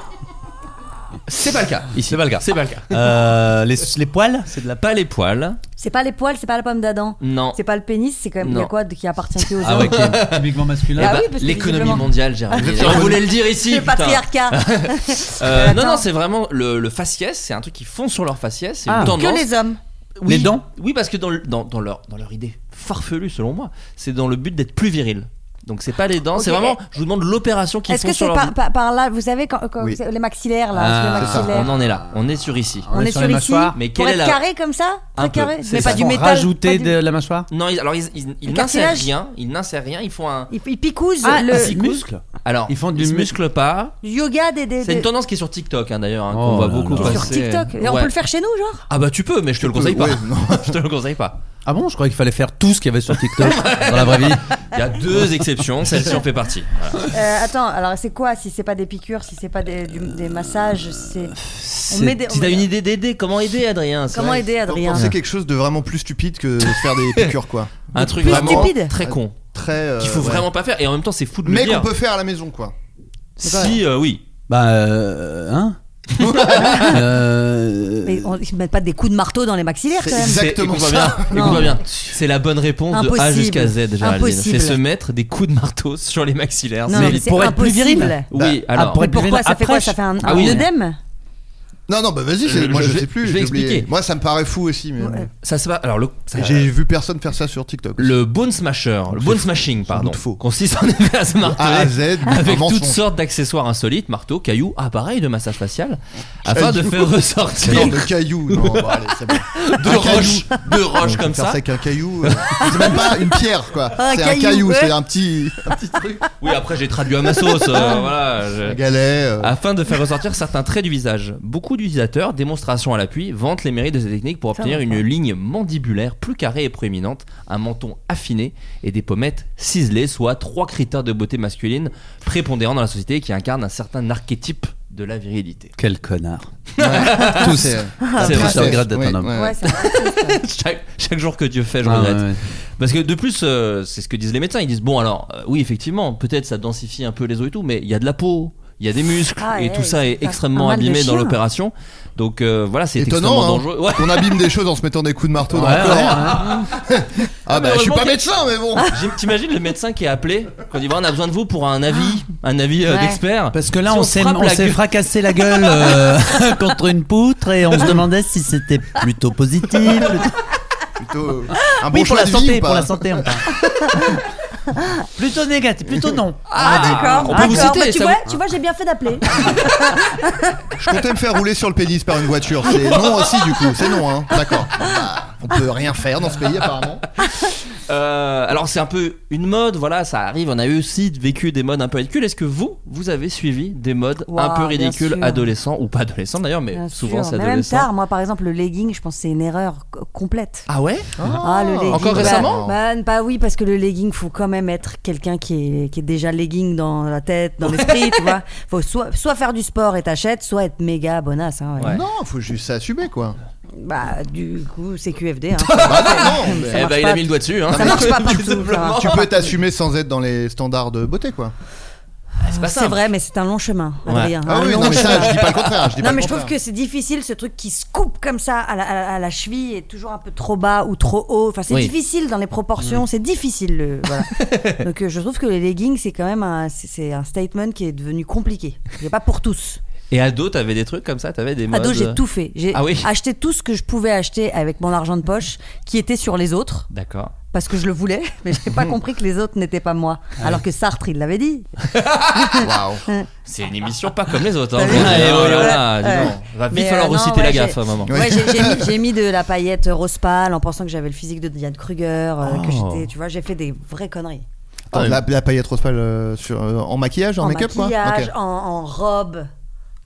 S2: C'est pas le cas. Ici. C'est pas le cas. C'est pas le cas.
S4: Euh, les, les poils C'est de la
S2: Pas les poils.
S3: C'est pas les poils, c'est pas la pomme d'Adam.
S2: Non.
S3: C'est pas le pénis, c'est quand même. Il y a
S2: Non.
S3: quoi de- qui appartient que aux
S4: Ah ouais,
S3: hommes
S4: qui est typiquement
S2: Eh
S4: masculin.
S3: Ah
S2: bah,
S3: oui, parce que
S2: L'économie
S3: visiblement-
S2: mondiale, Jérémy.
S5: Ah,
S2: On voulait le dire ici.
S3: Le
S2: putain.
S3: patriarcat.
S2: Euh, non,
S3: Attends.
S2: non, c'est vraiment le, le faciès. C'est un truc qu'ils font sur leur faciès. C'est une
S4: Ah.
S2: tendance.
S3: Que les hommes.
S2: Oui.
S4: Les dents
S2: Oui, parce que dans, le- dans, dans leur, dans leur idée farfelue, selon moi, c'est dans le but d'être plus viril. Donc c'est pas les dents, c'est
S3: Ok.
S2: vraiment, je vous demande l'opération qu'ils
S3: Est-ce
S2: font
S3: que c'est
S2: sur leur...
S3: par, par- par là Vous savez, quand, quand
S5: Oui.
S3: vous savez, les maxillaires là,
S4: Ah,
S3: sur
S4: c'est ça.
S3: les
S2: On
S3: maxillaires.
S2: en est là, on est sur ici.
S4: On
S3: On
S4: est
S3: est
S4: sur
S3: sur
S4: les
S3: ici.
S4: mâchoires.
S2: Mais
S3: Pour
S2: quelle
S3: être
S2: est la-
S3: carré comme ça
S2: Un
S3: Très
S2: peu,
S3: carré.
S2: c'est
S3: Mais
S2: ça.
S3: pas du
S4: Ils font
S3: métal.
S4: Rajouter
S3: pas du-
S4: de la mâchoire
S2: Non, ils- alors ils, ils, ils
S3: Le
S2: n'insèrent
S3: cartilage
S2: rien, ils n'insèrent rien, ils font un...
S3: Ils, ils picousent
S4: Ah,
S3: le
S4: ils musclent.
S2: Alors,
S4: Ils font du
S2: se
S4: mu-
S2: musclent pas.
S3: le yoga des. des-
S2: C'est une
S3: des-
S2: tendance qui est sur TikTok hein, d'ailleurs, hein,
S4: Oh
S2: qu'on voit
S4: là
S2: beaucoup
S4: là.
S3: qui est sur
S2: passer.
S3: TikTok. Et On
S2: Ouais.
S3: peut le faire chez nous, genre
S2: Ah bah tu peux, mais je te le conseille pas.
S5: Ouais, non.
S2: je te le conseille pas.
S4: Ah bon, je croyais qu'il fallait faire tout ce qu'il y avait sur TikTok dans la vraie vie.
S2: Il y a deux exceptions, celle-ci en fait partie. Voilà.
S3: Euh, Attends, alors c'est quoi si c'est pas des piqûres, si c'est pas des, du- des massages C'est
S4: C'est-
S3: met des-
S2: Si t'as une idée d'aider, comment aider Adrien c'est
S3: comment
S2: vrai.
S3: aider Adrien
S5: Pensez quelque chose de vraiment plus stupide que de faire des piqûres, quoi.
S2: Un truc
S3: Plus
S2: vraiment
S3: stupide.
S2: très con,
S5: Très. euh,
S2: qu'il faut
S5: ouais.
S2: vraiment pas faire, et en même temps c'est fou de le
S5: Mais
S2: dire.
S5: qu'on peut faire à la maison, quoi.
S2: Si, euh, oui.
S4: Bah, euh, hein Euh,
S3: Mais on, ils mettent pas des coups de marteau dans les maxillaires quand
S5: C'est
S3: même.
S5: exactement
S2: écoute-moi
S5: ça.
S2: bien, écoute-moi
S3: Non.
S2: bien. C'est la bonne réponse de A
S3: Impossible.
S2: jusqu'à Z, Géraldine.
S3: Impossible.
S2: C'est se mettre des coups de marteau sur les maxillaires.
S3: Non,
S2: c'est
S3: mais
S2: vite.
S3: c'est impossible.
S2: Oui,
S5: Bah,
S4: Ah,
S2: alors.
S4: pour
S3: Mais
S4: être-
S3: pourquoi ça fait quoi
S4: Après,
S3: Ça fait un,
S2: Ah
S3: un
S2: oui.
S3: œdème
S5: Non, non, bah vas-y, c'est-
S2: Je-
S5: moi
S2: Euh, je
S5: je,
S2: vais-
S5: sais plus.
S2: je vais
S5: j'ai oublié.
S2: expliquer.
S5: Moi ça me paraît fou aussi, mais. bon.
S2: Ça se passe. Alors, le, ça-
S5: J'ai vu personne faire ça sur TikTok.
S2: le bone smasher, le bone smashing, pardon,
S5: doute Ah, faux.
S2: consiste en effet à se
S5: A à
S2: marteler.
S5: Z, mais
S2: Avec
S5: vraiment
S2: toutes
S5: son-
S2: sortes d'accessoires insolites, marteaux, cailloux, appareils de massage facial, afin de
S5: Cailloux.
S2: faire ressortir
S5: Non, de cailloux. Non, bon, allez, c'est bon.
S2: deux
S5: Un caillou.
S2: roches, deux
S5: On
S2: roches
S5: peut
S2: comme
S5: faire
S2: ça.
S5: avec un caillou. euh, c'est même pas une pierre, quoi.
S3: Ah, Un
S5: C'est un
S3: caillou,
S5: caillou,
S3: ouais.
S5: c'est un petit, un petit truc.
S2: Oui, après j'ai traduit à ma sauce. euh, voilà. je-
S5: Ah. Un galet. euh,
S2: Afin de faire ressortir certains traits du visage, beaucoup d'utilisateurs, démonstration à l'appui, vantent les mérites de cette technique pour
S3: Ça
S2: obtenir
S3: va
S2: une
S3: pas.
S2: ligne mandibulaire plus carrée et proéminente, un menton affiné et des pommettes ciselées, soit trois critères de beauté masculine prépondérants dans la société qui incarnent un certain archétype de la virilité.
S4: Quel connard.
S5: tous. C'est
S2: C'est
S4: Tous,
S2: vrai.
S4: je regrette d'être
S5: Ouais,
S4: un homme.
S5: ouais.
S3: Ouais, c'est un peu triste, ouais.
S2: chaque, chaque jour que Dieu fait, je
S4: Ah,
S2: regrette.
S4: ouais.
S2: Parce que de plus, euh, c'est ce que disent les médecins. Ils disent bon, alors euh, oui, effectivement, peut-être ça densifie un peu les os et tout, mais il y a de la peau. Il y a des muscles
S3: Ah,
S2: et
S3: ouais,
S2: tout ça
S3: c'est
S2: est
S3: un-
S2: extrêmement
S3: un mal de
S2: abîmé dans
S3: chien.
S2: l'opération. Donc euh, voilà, c'est
S5: Étonnant,
S2: extrêmement
S5: hein.
S2: dangereux. Ouais.
S5: On abîme des choses en se mettant des coups de marteau dans
S4: Ouais,
S5: le corps.
S4: ouais,
S5: Ah bah je suis
S2: heureusement
S5: pas
S2: qu'il-
S5: médecin, mais bon.
S2: J'im- T'imagines le médecin qui est appelé quand il dit on a besoin de vous pour un avis, un avis euh,
S3: Ouais.
S2: d'expert.
S4: Parce que là,
S2: Si
S4: on
S2: on
S4: s'est
S2: frappe
S4: on
S2: la
S4: s'est
S2: gueule-
S4: fracassé la gueule euh, contre une poutre et on se demandait si c'était plutôt positif.
S5: Plutôt euh, un bon
S4: Oui, pour
S5: choix
S4: la
S5: de vie
S4: santé,
S5: ou pas
S4: pour la santé. on parle. plutôt négatif, plutôt non.
S3: Ah, d'accord.
S2: on peut vous
S3: d'accord.
S2: citer,
S3: Bah, tu,
S2: ça
S3: vois,
S2: vous-
S3: tu vois, j'ai bien fait d'appeler.
S5: Je comptais me faire rouler sur le pénis par une voiture. C'est non aussi du coup. C'est non, hein. D'accord. Bah, on peut rien faire dans ce pays apparemment.
S2: Euh, alors c'est un peu une mode, voilà, ça arrive. On a eu aussi vécu des modes un peu ridicules. Est-ce que vous, vous avez suivi des modes un
S3: Ouah,
S2: peu
S3: bien
S2: ridicules,
S3: sûr.
S2: adolescents ou pas adolescents d'ailleurs, mais
S3: Bien
S2: souvent
S3: sûr.
S2: c'est
S3: Mais même
S2: adolescent.
S3: tard, moi par exemple, le legging, je pense que c'est une erreur co- complète.
S2: Ah ouais
S3: Ah, le legging.
S2: Encore
S3: bah-
S2: récemment
S3: bah, bah oui, parce que le legging, faut quand même être quelqu'un qui est, qui est déjà legging dans la tête, dans l'esprit, tu vois. Faut soit, soit faire du sport et t'achètes, soit être méga bonasse. Hein, ouais.
S2: Ouais.
S5: Non, faut juste s'assumer quoi.
S3: Bah du coup, c'est QFD. Hein.
S5: Bah, non, mais-
S3: Ça
S2: Eh
S3: marche
S2: ben, il
S3: pas.
S2: a mis le doigt dessus. Hein.
S3: Ça marche pas partout,
S2: Tout
S3: ça
S2: simplement.
S3: va.
S5: Tu peux t'assumer sans être dans les standards de beauté, quoi.
S2: Ah, C'est pas
S3: c'est
S2: simple.
S3: vrai, mais c'est un long chemin,
S2: Ouais.
S3: Adrien. hein.
S5: Ah
S3: un
S5: oui,
S3: long
S5: non, mais ça,
S3: chemin.
S5: je dis pas le contraire. Je dis pas
S3: Non, mais
S5: le
S3: je trouve
S5: contraire.
S3: que c'est difficile ce truc qui se coupe comme ça à la, à la- à la cheville et toujours un peu trop bas ou trop haut. Enfin, c'est
S2: Oui.
S3: difficile dans les proportions,
S5: Mm.
S3: c'est difficile. le- voilà. Donc, euh, je trouve que les leggings, c'est quand même un, c'est- c'est un statement qui est devenu compliqué. Il est pas pour tous.
S2: Et ado, t'avais des trucs comme ça, t'avais des modes.
S3: Ado,
S5: bah.
S3: j'ai tout fait. J'ai
S2: Ah oui.
S3: acheté tout ce que je pouvais acheter avec mon argent de poche qui était sur les autres
S2: D'accord.
S3: parce que je le voulais, mais j'ai pas compris que les autres n'étaient pas moi. Alors que Sartre, il l'avait dit.
S5: Waouh.
S2: C'est une émission pas comme les autres. Hein.
S3: T'as vu
S2: Ah, et
S3: Ouais,
S2: voilà,
S3: voilà.
S2: dis
S3: Ouais.
S2: donc. Va vite
S3: Mais, euh,
S2: falloir
S3: non,
S2: reciter
S3: ouais,
S2: la
S3: j'ai-
S2: gaffe à un moment.
S3: Ouais, j'ai- j'ai mis- j'ai mis, de la paillette rose pâle en pensant que j'avais le physique de Diane Kruger, euh, que
S2: Oh.
S3: j'étais, tu vois, j'ai fait des vraies conneries.
S5: Attends, la, la paillette rose pâle euh, sur, euh, en maquillage, en,
S3: en
S5: make-up, quoi.
S3: maquillage,
S5: Ok.
S3: en, en robe.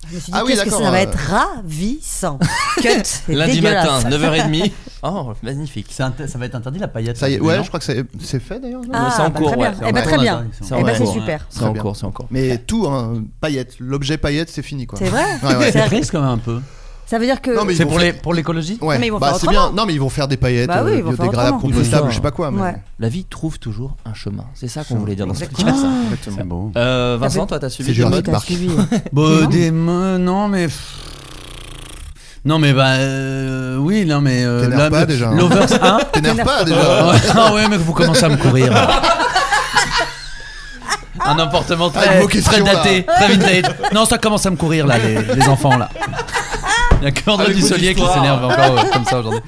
S3: Je me suis dit,
S5: Ah oui,
S3: qu'est-ce que
S5: d'accord,
S3: ça va
S5: euh.
S3: être ravissant. Cut. c'est
S2: Lundi matin,
S3: dégueulasse.
S2: 9h30. Oh, magnifique.
S4: C'est inter- Ça va être interdit la paillette.
S5: Ça y est,
S4: tous les
S5: ouais,
S4: gens.
S5: je crois que c'est c'est fait d'ailleurs. non
S3: Ah,
S2: C'est en
S3: bah,
S2: cours,
S3: très
S2: ouais,
S3: bien.
S2: c'est
S3: Eh
S4: en
S3: ben,
S4: cours.
S3: très bien.
S4: C'est
S2: en
S3: Eh ben, c'est
S2: cours.
S3: super.
S2: C'est en
S5: bien.
S2: cours, c'est en cours.
S5: Mais tout, hein, paillettes, l'objet paillettes, c'est fini quoi.
S3: C'est vrai
S5: Ouais, ouais.
S3: C'est
S4: C'est
S3: vrai.
S4: triste quand même un peu.
S3: Ça veut dire que.
S5: Non, mais ils
S4: C'est
S5: vont
S4: pour
S5: faire-
S4: les- pour l'écologie
S5: Ouais,
S3: Mais ils vont
S5: bah,
S3: faire
S5: c'est
S3: autrement.
S5: bien. Non, mais ils vont faire des paillettes
S3: Bah oui,
S5: euh,
S3: ils vont faire
S5: biodégradables,
S3: autrement.
S5: compostables,
S2: Oui,
S5: je sais pas quoi. mais-
S3: Ouais.
S2: La vie trouve toujours un chemin. C'est ça qu'on voulait dire dans ce
S3: Exactement. Ah.
S2: podcast.
S5: Exactement.
S4: bon.
S2: Euh, Vincent, toi, t'as suivi
S5: C'est
S2: des modes
S5: Jurassic
S3: T'as
S5: Park.
S3: suivi.
S4: Bon,
S3: Non.
S4: Bah, des me- non mais pff. non mais bah euh, oui non mais euh,
S5: T'énerve
S4: là,
S5: pas,
S4: mais-
S5: déjà, hein.
S4: l'overs hein
S5: T'énerves pas déjà
S4: Euh, ouais. ah ouais mais vous commencez à me courir. Un appartement
S5: Avec
S4: très,
S5: vos
S4: très
S5: questions,
S4: daté, très vintage. Non, ça commence à me courir là, les, les enfants là. Il y a que André
S2: Avec vos
S4: Dussolier qui
S2: histoires.
S4: s'énerve encore euh, comme ça aujourd'hui.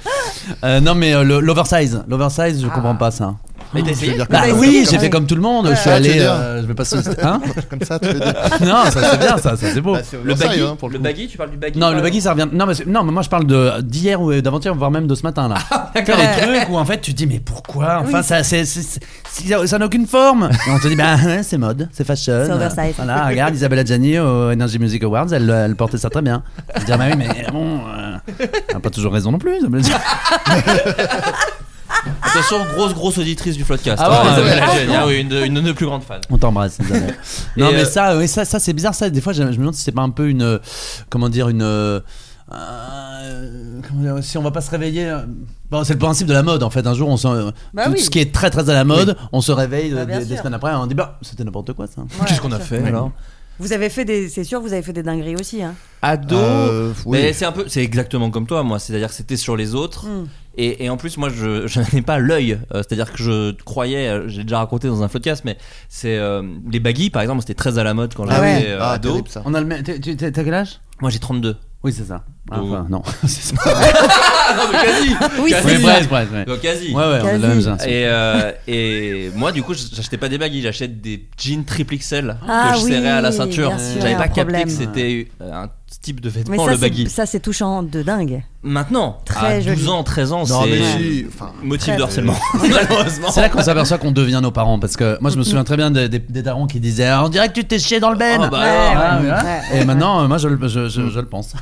S4: Euh, non mais euh, le- l'oversize, l'oversize, je comprends pas ça.
S2: Ah. Mais t'as essayé
S5: dire
S4: Bah,
S5: comme-
S4: oui,
S5: comme-
S4: j'ai fait comme tout le monde. Je suis
S5: Ah, tu
S4: allé,
S5: veux dire.
S4: euh, je vais pas se- hein
S5: Comme ça, tu veux dire.
S4: non, ça c'est bien, ça, ça c'est beau.
S5: Bah,
S3: Ah.
S5: c'est
S2: Le
S5: ça,
S2: baggy,
S5: hein, pour le
S2: le
S5: coup.
S2: baggy, tu parles du baggy
S4: Non,
S2: par
S4: le baggy, ça revient. Non, mais, c'est- non, mais moi je parle de d'hier ou d'avant-hier, voire même de ce matin là. D'accord. Des trucs où en fait tu te dis mais pourquoi Enfin ça, c'est- c'est- c'est- c'est- ça n'a aucune forme. Et on te dit bah hein, c'est mode, c'est fashion.
S3: C'est oversize.
S4: Voilà, regarde Isabella Gianni au Energy Music Awards, elle, elle portait ça très bien. Je te dis bah oui mais bon, euh, elle a pas toujours raison non plus. Isabella Gianni.
S2: exemple. Attention, grosse, grosse auditrice du Floodcast.
S4: Ah bon,
S2: Isabelle
S4: euh,
S2: Adjani, hein, oui, une, de- une de nos plus grandes fans.
S4: On t'embrasse. Isabella. non
S2: Et,
S4: mais
S2: euh,
S4: ça, oui, ça, ça c'est bizarre ça. Des fois je, je me demande si c'est pas un peu une, euh, comment dire une, euh, euh, comment dire, si on va pas se réveiller. euh, Bon, c'est le principe de la mode en fait. Un jour on se, euh,
S3: Bah
S4: tout
S3: oui.
S4: ce qui est très très à la mode, on se réveille euh,
S3: Bah, bien
S4: des, des
S3: sûr.
S4: semaines après et on dit bah c'était n'importe quoi ça.
S3: Ouais, Qu'est-ce qu'on a bien
S4: fait alors
S3: Vous avez fait des. C'est sûr, vous avez fait des dingueries aussi. Hein.
S2: Ado.
S5: Euh, oui.
S2: Mais c'est un peu, c'est exactement comme toi, moi. C'est-à-dire que c'était sur les autres.
S3: Mm.
S2: Et, et en plus, moi, je, je n'ai pas l'œil. Euh, c'est-à-dire que je croyais, euh, j'ai déjà raconté dans un podcast, mais c'est euh, les baggy, par exemple, c'était très à la mode quand
S3: Ah ouais.
S2: j'avais euh,
S5: Ah,
S2: ado.
S5: terrible ça.
S4: On a le même- t'es- t'es- T'as quel âge
S2: Moi, j'ai 32.
S4: Oui c'est ça. Ah,
S2: Oh.
S4: enfin, non. c'est ça.
S2: Ah non, mais quasi.
S3: Oui,
S2: Quasi.
S4: Oui,
S3: c'est
S2: ça.
S4: bref, bref, ouais.
S2: Donc, quasi.
S4: Ouais ouais on a
S3: Quasi.
S4: le même âge.
S2: Et, euh, et moi, du coup, j'achetais pas des baggy, j'achète des jeans triple XL
S3: Ah
S2: que je
S3: oui,
S2: serrais à la ceinture.
S3: bien sûr,
S2: J'avais pas
S3: un
S2: capté
S3: problème.
S2: que c'était euh, un type de
S3: Mais
S2: vêtement,
S3: ça,
S2: le
S3: c'est-
S2: baggy.
S3: ça, c'est touchant de dingue.
S2: Maintenant,
S3: Très
S2: à 12
S3: joli.
S2: ans, 13 ans,
S5: Non, Ah, mais
S2: c'est
S5: si. Enfin,
S2: motif
S3: Très-
S2: de harcèlement, malheureusement.
S4: C'est là qu'on s'aperçoit qu'on devient nos parents parce que moi je me souviens très bien des, des, des darons qui disaient Ah, on dirait que tu t'es chié dans le ben.
S2: Oh, bah,
S3: Ouais,
S4: Ah,
S3: ouais,
S4: voilà.
S3: ouais.
S4: Et maintenant euh, moi je, le- je, je, je le pense.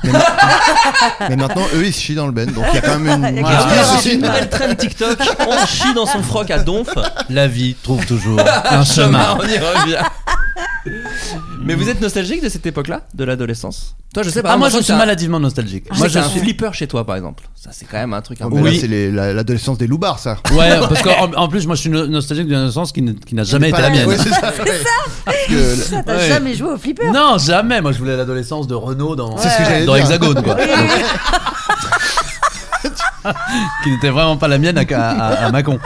S5: mais maintenant, eux, ils se chient dans le ben, donc il y a quand même une.
S3: Il y a
S4: Ah,
S2: Voilà,
S4: ouais.
S2: c'est une nouvelle trend TikTok. On chie dans son froc à donf.
S4: La vie trouve toujours un
S2: Chemin,
S4: chemin.
S2: on y revient. Mais vous êtes nostalgique de cette époque-là, de l'adolescence Toi, je sais pas.
S4: Ah moi
S2: je
S4: je suis maladivement nostalgique.
S3: Ah,
S2: Moi,
S4: Moi
S2: j'ai
S4: je
S2: un
S4: suis
S2: flipper chez toi, par exemple. Ça, c'est quand même un truc. un
S5: Oh,
S2: peu-
S5: mais là,
S4: Oui.
S5: c'est les- la- l'adolescence des loupards, ça.
S4: Ouais, parce qu'en en plus, moi je suis no- nostalgique d'un sens qui, ne- qui n'a jamais été
S5: Pas
S4: la mienne.
S5: Ouais, c'est ça. ouais. Parce que la-
S3: Ça, t'as
S4: Ouais.
S3: jamais joué au flipper.
S4: Non, jamais. Moi, je voulais l'adolescence de Renault dans,
S5: C'est ce que j'allais
S4: dans
S5: dire.
S4: Hexagone, quoi. qui n'était vraiment pas la mienne à, à- à Macon.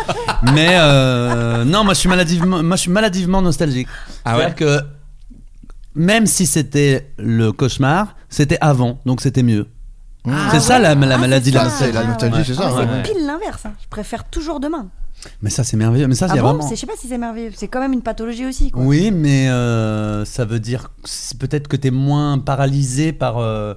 S4: Mais euh, non, moi, je suis maladivement, moi, je suis maladivement nostalgique.
S2: Ah ouais
S4: C'est-à-dire que même si c'était le cauchemar, c'était avant, donc c'était mieux. c'est
S3: Ah
S4: ça la, la
S3: Ah,
S4: maladie de
S3: c'est ça.
S4: la
S5: hmm. c'est la
S4: nostalgie.
S5: nostalgie,
S4: Ouais.
S5: c'est
S3: Ah,
S5: ça.
S3: mais
S5: ouais.
S3: c'est pile l'inverse. hein. Je préfère toujours demain.
S4: Mais ça, c'est merveilleux. Mais ça,
S3: Ah
S4: c'est
S3: bon
S4: vraiment.
S3: C'est- Je sais pas si c'est merveilleux. C'est quand même une pathologie aussi. Quoi.
S4: Oui, mais euh, ça veut dire que c'est- peut-être que t'es moins paralysé par, euh,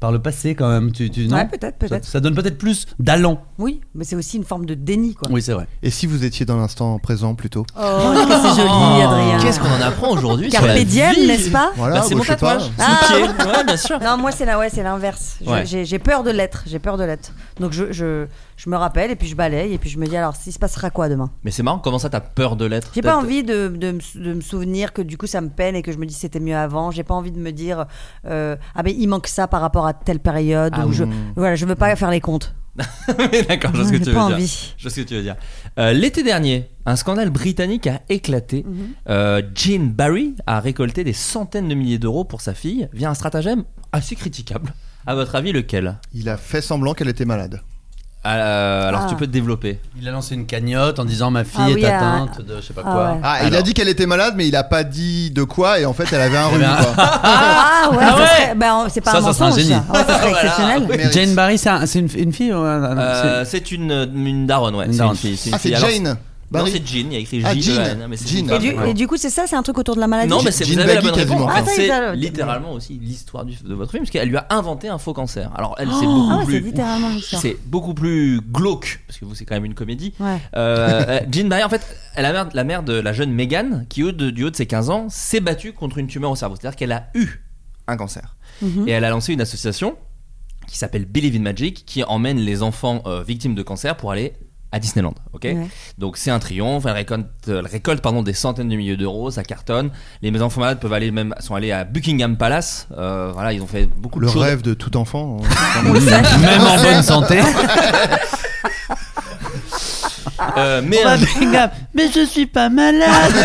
S4: par le passé quand même. Tu, tu, non
S3: Ouais, peut-être, peut-être.
S4: Ça, ça donne peut-être plus d'allant.
S3: Oui, mais c'est aussi une forme de déni, quoi.
S4: Oui, c'est vrai.
S5: Et si vous étiez dans l'instant présent plutôt
S3: Oh, que c'est joli, Adrien.
S2: Qu'est-ce qu'on en apprend aujourd'hui sur la
S3: Carpe diem,
S2: vie
S3: n'est-ce pas
S5: Voilà,
S2: Bah, c'est mon
S5: moi, je sais pas.
S2: tatouage. Sous
S3: Ah.
S2: le pied. Ouais, bien sûr.
S3: Non, moi c'est la, ouais, c'est l'inverse. Je-
S2: Ouais.
S3: J'ai j'ai peur de l'être, j'ai peur de l'être. Donc je, je, je me rappelle et puis je balaye et puis je me dis alors il se passera quoi demain
S2: Mais c'est marrant, comment ça t'as peur de l'être
S3: J'ai pas
S2: T'as-
S3: envie de, de, me sou- de me souvenir que du coup ça me peine et que je me dis c'était mieux avant. J'ai pas envie de me dire euh, ah ben il manque ça par rapport à telle période.
S2: Ah
S3: ou
S2: oui.
S3: je, voilà, je veux pas faire les comptes.
S2: Oui, D'accord, Ah, je vois ce que
S3: J'ai
S2: tu veux
S3: pas
S2: dire.
S3: envie.
S2: Je vois ce que tu veux dire. Euh, L'été dernier, un scandale britannique a éclaté. Euh, Jean Barry a récolté des centaines de milliers d'euros pour sa fille via un stratagème assez critiquable. À votre avis, lequel
S5: Il a fait semblant qu'elle était malade.
S2: Euh, Alors,
S3: Ah.
S2: tu peux te développer.
S4: Il a lancé une cagnotte en disant ma fille
S3: Ah
S4: est
S3: oui,
S4: atteinte de je sais pas
S3: ah
S4: quoi.
S3: ouais.
S5: Ah, il a dit qu'elle était malade, mais il a pas dit de quoi, et en fait, elle avait un
S4: ben,
S5: rhume. quoi.
S3: Ah, ouais,
S4: Ah
S3: ça
S4: ouais
S3: serait- ben, on- c'est pas
S4: Ça,
S3: un
S4: ça serait un
S3: mensonge.
S4: génie.
S3: ça. Ouais, ça serait
S2: Voilà.
S3: exceptionnel.
S5: Mérite.
S4: Jane Barry, c'est un- c'est une, une fille ou un- un-
S2: Euh,
S4: Ah, c'est-
S2: c'est une, une daronne, ouais.
S4: Une
S2: c'est
S4: daronne.
S2: une fille. c'est une
S5: Ah,
S2: fille.
S5: c'est
S2: Alors,
S5: Jane
S2: Non,
S5: Barry.
S2: c'est Jean, il y a écrit
S5: Ah,
S2: J.
S5: Jean.
S2: mais c'est
S5: Jean.
S2: une
S3: Et
S2: femme.
S3: du, et du coup c'est ça, c'est un truc autour de la maladie.
S2: Non, mais c'est
S5: Jean
S2: vous avez la
S5: Baggy
S2: bonne réponse.
S5: quasiment.
S3: Ah, ça y est, ça,
S2: c'est
S3: le-
S2: littéralement aussi l'histoire du- de votre film, parce qu'elle lui a inventé un faux cancer. Alors, elle, c'est
S3: Ah
S2: beaucoup
S3: ouais, c'est
S2: plus.
S3: littéralement ça.
S2: C'est beaucoup plus glauque, parce que vous, c'est quand même une comédie.
S3: Ouais.
S2: Euh, euh, Jean Barry, en fait, elle a mère- la mère de la jeune Megan, qui, au- de- du haut de ses 15 ans, s'est battue contre une tumeur au cerveau. C'est-à-dire qu'elle a eu un cancer.
S3: Mhm.
S2: Et elle a lancé une association qui s'appelle Believe in Magic qui emmène les enfants euh, victimes de cancer pour aller à Disneyland. Ok.
S3: Ouais.
S2: Donc c'est un triomphe. Elle récolte, elle récolte pardon, des centaines de milliers d'euros. Ça cartonne. Les mes enfants malades peuvent aller même sont allés à Buckingham Palace. Euh, voilà, ils ont fait beaucoup de
S5: Le
S2: choses.
S5: rêve de tout enfant. Ah,
S4: Même en bonne santé.
S2: Euh, mais
S6: On va à
S2: un-
S6: Buckingham. Mais je suis pas malade.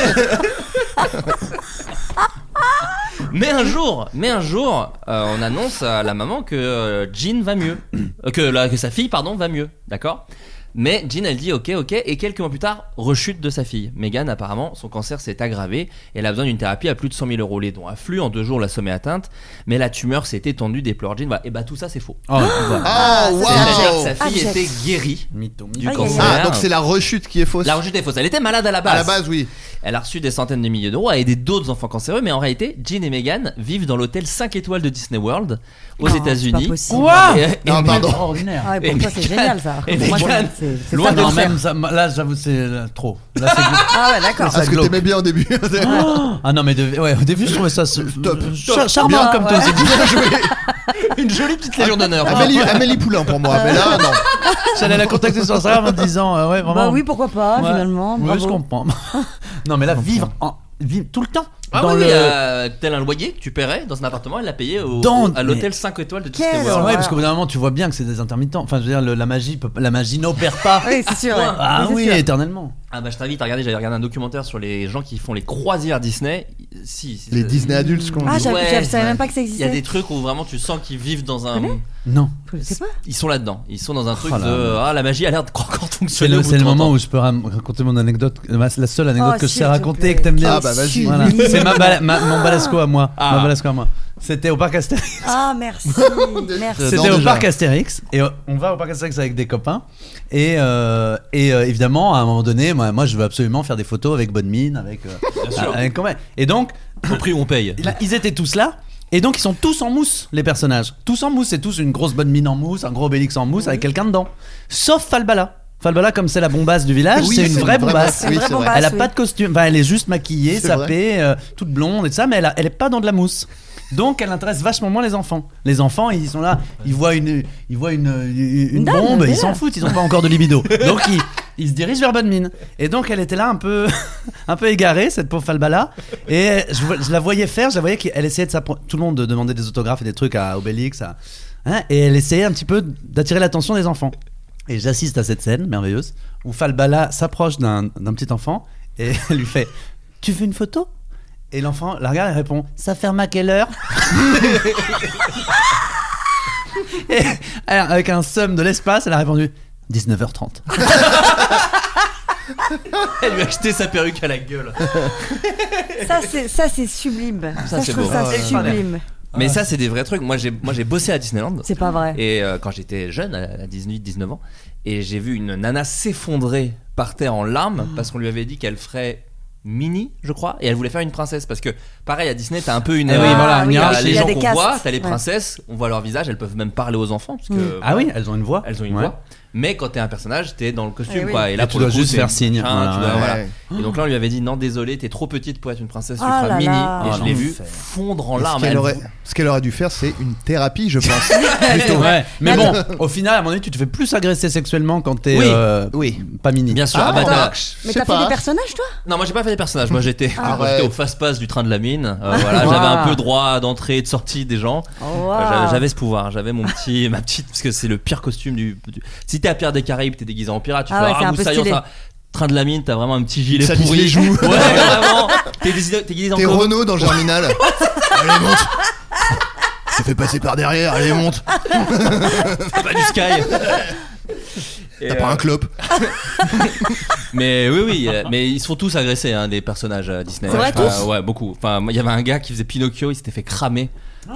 S2: Mais un jour, mais un jour, euh, on annonce à la maman que euh, Jean va mieux, Euh, que, la- que sa fille, pardon, va mieux, d'accord Mais Jean, elle dit ok, ok, et quelques mois plus tard, rechute de sa fille. Megan, apparemment, son cancer s'est aggravé et elle a besoin d'une thérapie à plus de 100 000 euros. Les dons affluent, en deux jours, la somme est atteinte, mais la tumeur s'est étendue, déplore Jean. Voilà. Et bah tout ça, c'est faux.
S4: Oh, voilà.
S5: Ah,
S3: wow.
S2: C'est-à-dire que
S5: waouh
S2: sa fille
S3: Abject.
S2: était guérie
S4: Mytho, mytho.
S2: du
S3: Aïe, aïe,
S2: cancer.
S3: aïe.
S5: Ah, donc c'est la rechute qui est fausse.
S2: La rechute est fausse. Elle était malade à la base.
S5: À la base, oui.
S2: Elle a reçu des centaines de milliers d'euros, a aidé d'autres enfants cancéreux, mais en réalité, Jean et Meghan vivent dans l'hôtel 5 étoiles de Disney World aux
S3: Non,
S2: États-Unis.
S3: c'est pas possible.
S2: Et- et-
S5: Non, pardon.
S4: Extraordinaire.
S3: Ah ouais, pour
S2: Et
S3: toi, c'est
S2: Meghan-
S3: génial ça.
S2: et
S3: Pour moi,
S2: Meghan-
S3: c'est- c'est- c'est
S2: loin
S3: ça
S4: Loin
S3: que
S4: de
S3: je
S4: même,
S3: l'aime.
S4: ça, là j'avoue c'est euh, trop. Là, c'est
S3: Ah ouais, d'accord.
S4: Ça
S5: Parce que
S4: glauque.
S5: t'aimais bien au début.
S4: Ah non, mais de- ouais, au début, je trouvais ça ce-
S5: Top,
S4: euh,
S5: top.
S4: char- charmant
S5: Bien.
S4: comme toi. c'est bien joué.
S2: Une jolie petite légion d'honneur.
S5: Amélie, Amélie Poulain pour moi. Mais là, non.
S4: J'allais la contacter sur Instagram en me disant, euh, ouais, vraiment.
S3: Bah oui, pourquoi pas
S4: Ouais.
S3: finalement.
S4: Ouais,
S3: bravo.
S4: je comprends. non, mais là, vivre, en, vivre tout le temps
S2: Ah
S4: dans
S2: oui,
S4: le.
S2: euh, tel un loyer que tu paierais dans un appartement, elle l'a payé au,
S4: Dans-
S2: au- à l'hôtel
S4: mais-
S2: 5 étoiles de Disney
S3: Quelle
S4: Ouais,
S2: World.
S3: horreur.
S4: parce qu'au bout d'un moment, tu vois bien que c'est des intermittents. Enfin, je veux dire, le- la magie, peut- la magie n'opère pas.
S3: Oui, c'est sûr. ouais.
S4: Ah
S3: c'est
S4: oui,
S3: sûr.
S4: éternellement.
S2: Ah bah je t'invite à regarder, j'avais regardé un documentaire sur les gens qui font les croisières Disney. Si, si,
S5: Les
S2: ça-
S5: Disney adultes, qu'on
S3: Ah,
S5: dit.
S3: j'avais-
S2: Ouais,
S3: je savais
S2: ouais.
S3: même pas que ça
S2: Il y a
S3: existait.
S2: des trucs où vraiment tu sens qu'ils vivent dans un.
S4: Non.
S3: Je sais pas.
S2: Ils sont là-dedans. Ils sont dans un truc
S4: Oh là
S2: de. Ah, la magie a l'air de encore
S4: C'est
S2: fonctionner.
S4: le,
S2: au bout
S4: c'est
S2: de
S4: le
S2: 30 ans.
S4: moment où je peux ram- raconter mon anecdote, euh, la seule anecdote
S3: Oh,
S4: que je
S3: s'il
S4: sais
S3: te
S4: raconter
S3: plaît.
S4: et que t'aimes bien.
S5: Ah, bah, vas-y.
S4: Voilà. C'est ma, bala- ma- mon balasco à moi.
S2: Ah.
S4: Ma balasco à moi. C'était au parc Astérix.
S3: Ah merci, merci.
S4: C'était
S5: Non,
S4: au
S5: déjà.
S4: parc Astérix et euh, on va au parc Astérix avec des copains et, euh, et euh, évidemment à un moment donné moi, moi, je veux absolument faire des photos avec bonne mine avec, euh,
S2: sûr.
S4: avec comment- et donc
S2: Au prix où on paye.
S4: là, ils étaient tous là et donc ils sont tous en mousse les personnages tous en mousse c'est tous une grosse bonne mine en mousse un gros Bélix en mousse avec quelqu'un dedans sauf Falbala Falbala comme c'est la bombasse du village
S5: Oui,
S4: c'est une vraie bombasse
S3: C'est une
S5: Oui,
S3: vraie
S5: c'est vrai.
S3: bombasse.
S4: elle a
S3: oui.
S4: pas de costume, enfin, elle est juste maquillée,
S5: C'est
S4: sapée, euh, toute blonde et tout ça, mais elle, a- elle est pas dans de la mousse. Donc elle intéresse vachement moins les enfants. Les enfants, ils sont là, ils voient une, ils voient une, une,
S3: Une dame,
S4: bombe,
S3: déjà.
S4: ils s'en foutent, ils ont pas encore de libido. Donc ils, ils se dirigent vers bonne mine. Et donc elle était là un peu, un peu égarée cette pauvre Falbala. Et je, vo- je la voyais faire, je la voyais qu'elle essayait de s'appro- tout le monde de demander des autographes et des trucs à Obélix, à- hein, et elle essayait un petit peu d'attirer l'attention des enfants. Et j'assiste à cette scène merveilleuse où Falbala s'approche d'un d'un petit enfant et lui fait Tu veux une photo Et l'enfant la regarde et répond Ça ferme à quelle heure Et alors, avec un somme de l'espace, elle a répondu 19h30.
S2: Elle lui a acheté sa perruque à la gueule.
S3: Ça c'est ça c'est sublime. Ça,
S2: c'est
S3: je trouve
S2: beau.
S3: ça
S2: Ah, ouais.
S3: sublime.
S2: Mais ça, c'est des vrais trucs. Moi, j'ai, moi, j'ai bossé à Disneyland.
S3: Ah. C'est pas vrai.
S2: Et euh, quand j'étais jeune, à 18, 19 ans, et j'ai vu une nana s'effondrer par terre en
S3: Ah.
S2: larmes parce qu'on lui avait dit qu'elle ferait Mini, je crois, et elle voulait faire une princesse parce que, pareil, à Disney, t'as un peu une.
S4: Ah oui,
S2: euh,
S4: voilà, une
S2: t'as
S4: hiérarchie.
S2: les
S4: Il y a
S2: gens
S3: des
S2: qu'on
S3: castes.
S2: voit, t'as les
S3: Ouais. Hmm.
S2: princesses, on voit leur visage, elles peuvent même parler aux enfants parce que.
S4: Ah oui, elles ont une voix
S2: Elles ont une
S4: Ouais.
S2: voix, mais quand t'es un personnage, t'es dans le costume,
S3: Eh oui.
S2: quoi. Et là,
S4: Et tu
S2: pour
S4: dois
S2: le coup,
S4: juste
S2: c'est-
S4: faire signe.
S2: Ah, tu
S4: Voilà.
S2: dois- voilà.
S5: Ouais.
S2: Et donc là, on lui avait dit non, désolé, t'es trop petite pour être une princesse, tu
S3: Ah
S2: feras
S3: là
S2: mini.
S3: là.
S2: Et
S4: Ah,
S2: je l'ai vue
S4: l'enfer.
S2: fondre en
S5: Et
S2: larmes.
S5: Ce qu'elle
S2: Elle-
S5: aurait, ce qu'elle aurait dû faire, c'est une thérapie, je pense. Plutôt.
S4: Ouais.
S3: Mais
S4: Mais bon, au final, à mon avis, tu te fais plus agresser sexuellement quand t'es
S2: Oui.
S4: euh,
S5: Oui.
S4: pas mini.
S2: Bien sûr,
S5: Ah,
S2: ah bah,
S5: attends.
S2: t'as-
S5: Je
S3: Mais
S5: sais
S3: t'as fait
S5: pas.
S3: des personnages toi
S2: Non, moi j'ai pas fait des personnages. Moi j'étais
S3: Ah.
S2: moi, j'étais
S5: ouais.
S2: au fast pass du train de la mine. Euh, voilà, j'avais un peu droit d'entrée et de sortie des gens. Euh,
S3: Ah.
S2: j'avais- J'avais ce pouvoir. J'avais mon petit, ma petite, parce que c'est le pire costume du. du- Si t'es à Pierre des Caraïbes, t'es déguisé en pirate. Tu
S3: Ah
S2: fais
S3: ouais, c'est un peu
S2: broussaillon,
S3: stylé.
S2: ça. Train de la mine, t'as vraiment un petit gilet
S5: Ça lisse
S2: pourri.
S5: les joues.
S2: Ouais, vraiment. T'es déguisé, t'es déguisé en
S5: T'es
S2: cow-
S5: Renault dans Germinal. Allez, monte. T'es fait passer par derrière, allez, monte.
S2: pas du sky. Et,
S5: T'as pas
S2: euh,
S5: un clope.
S2: Mais oui, oui, euh, mais ils se font tous agresser, hein, des personnages à Disney.
S3: C'est vrai,
S2: Euh,
S3: tous
S2: Ouais, beaucoup. Enfin, moi, il y avait un gars qui faisait Pinocchio, il s'était fait cramer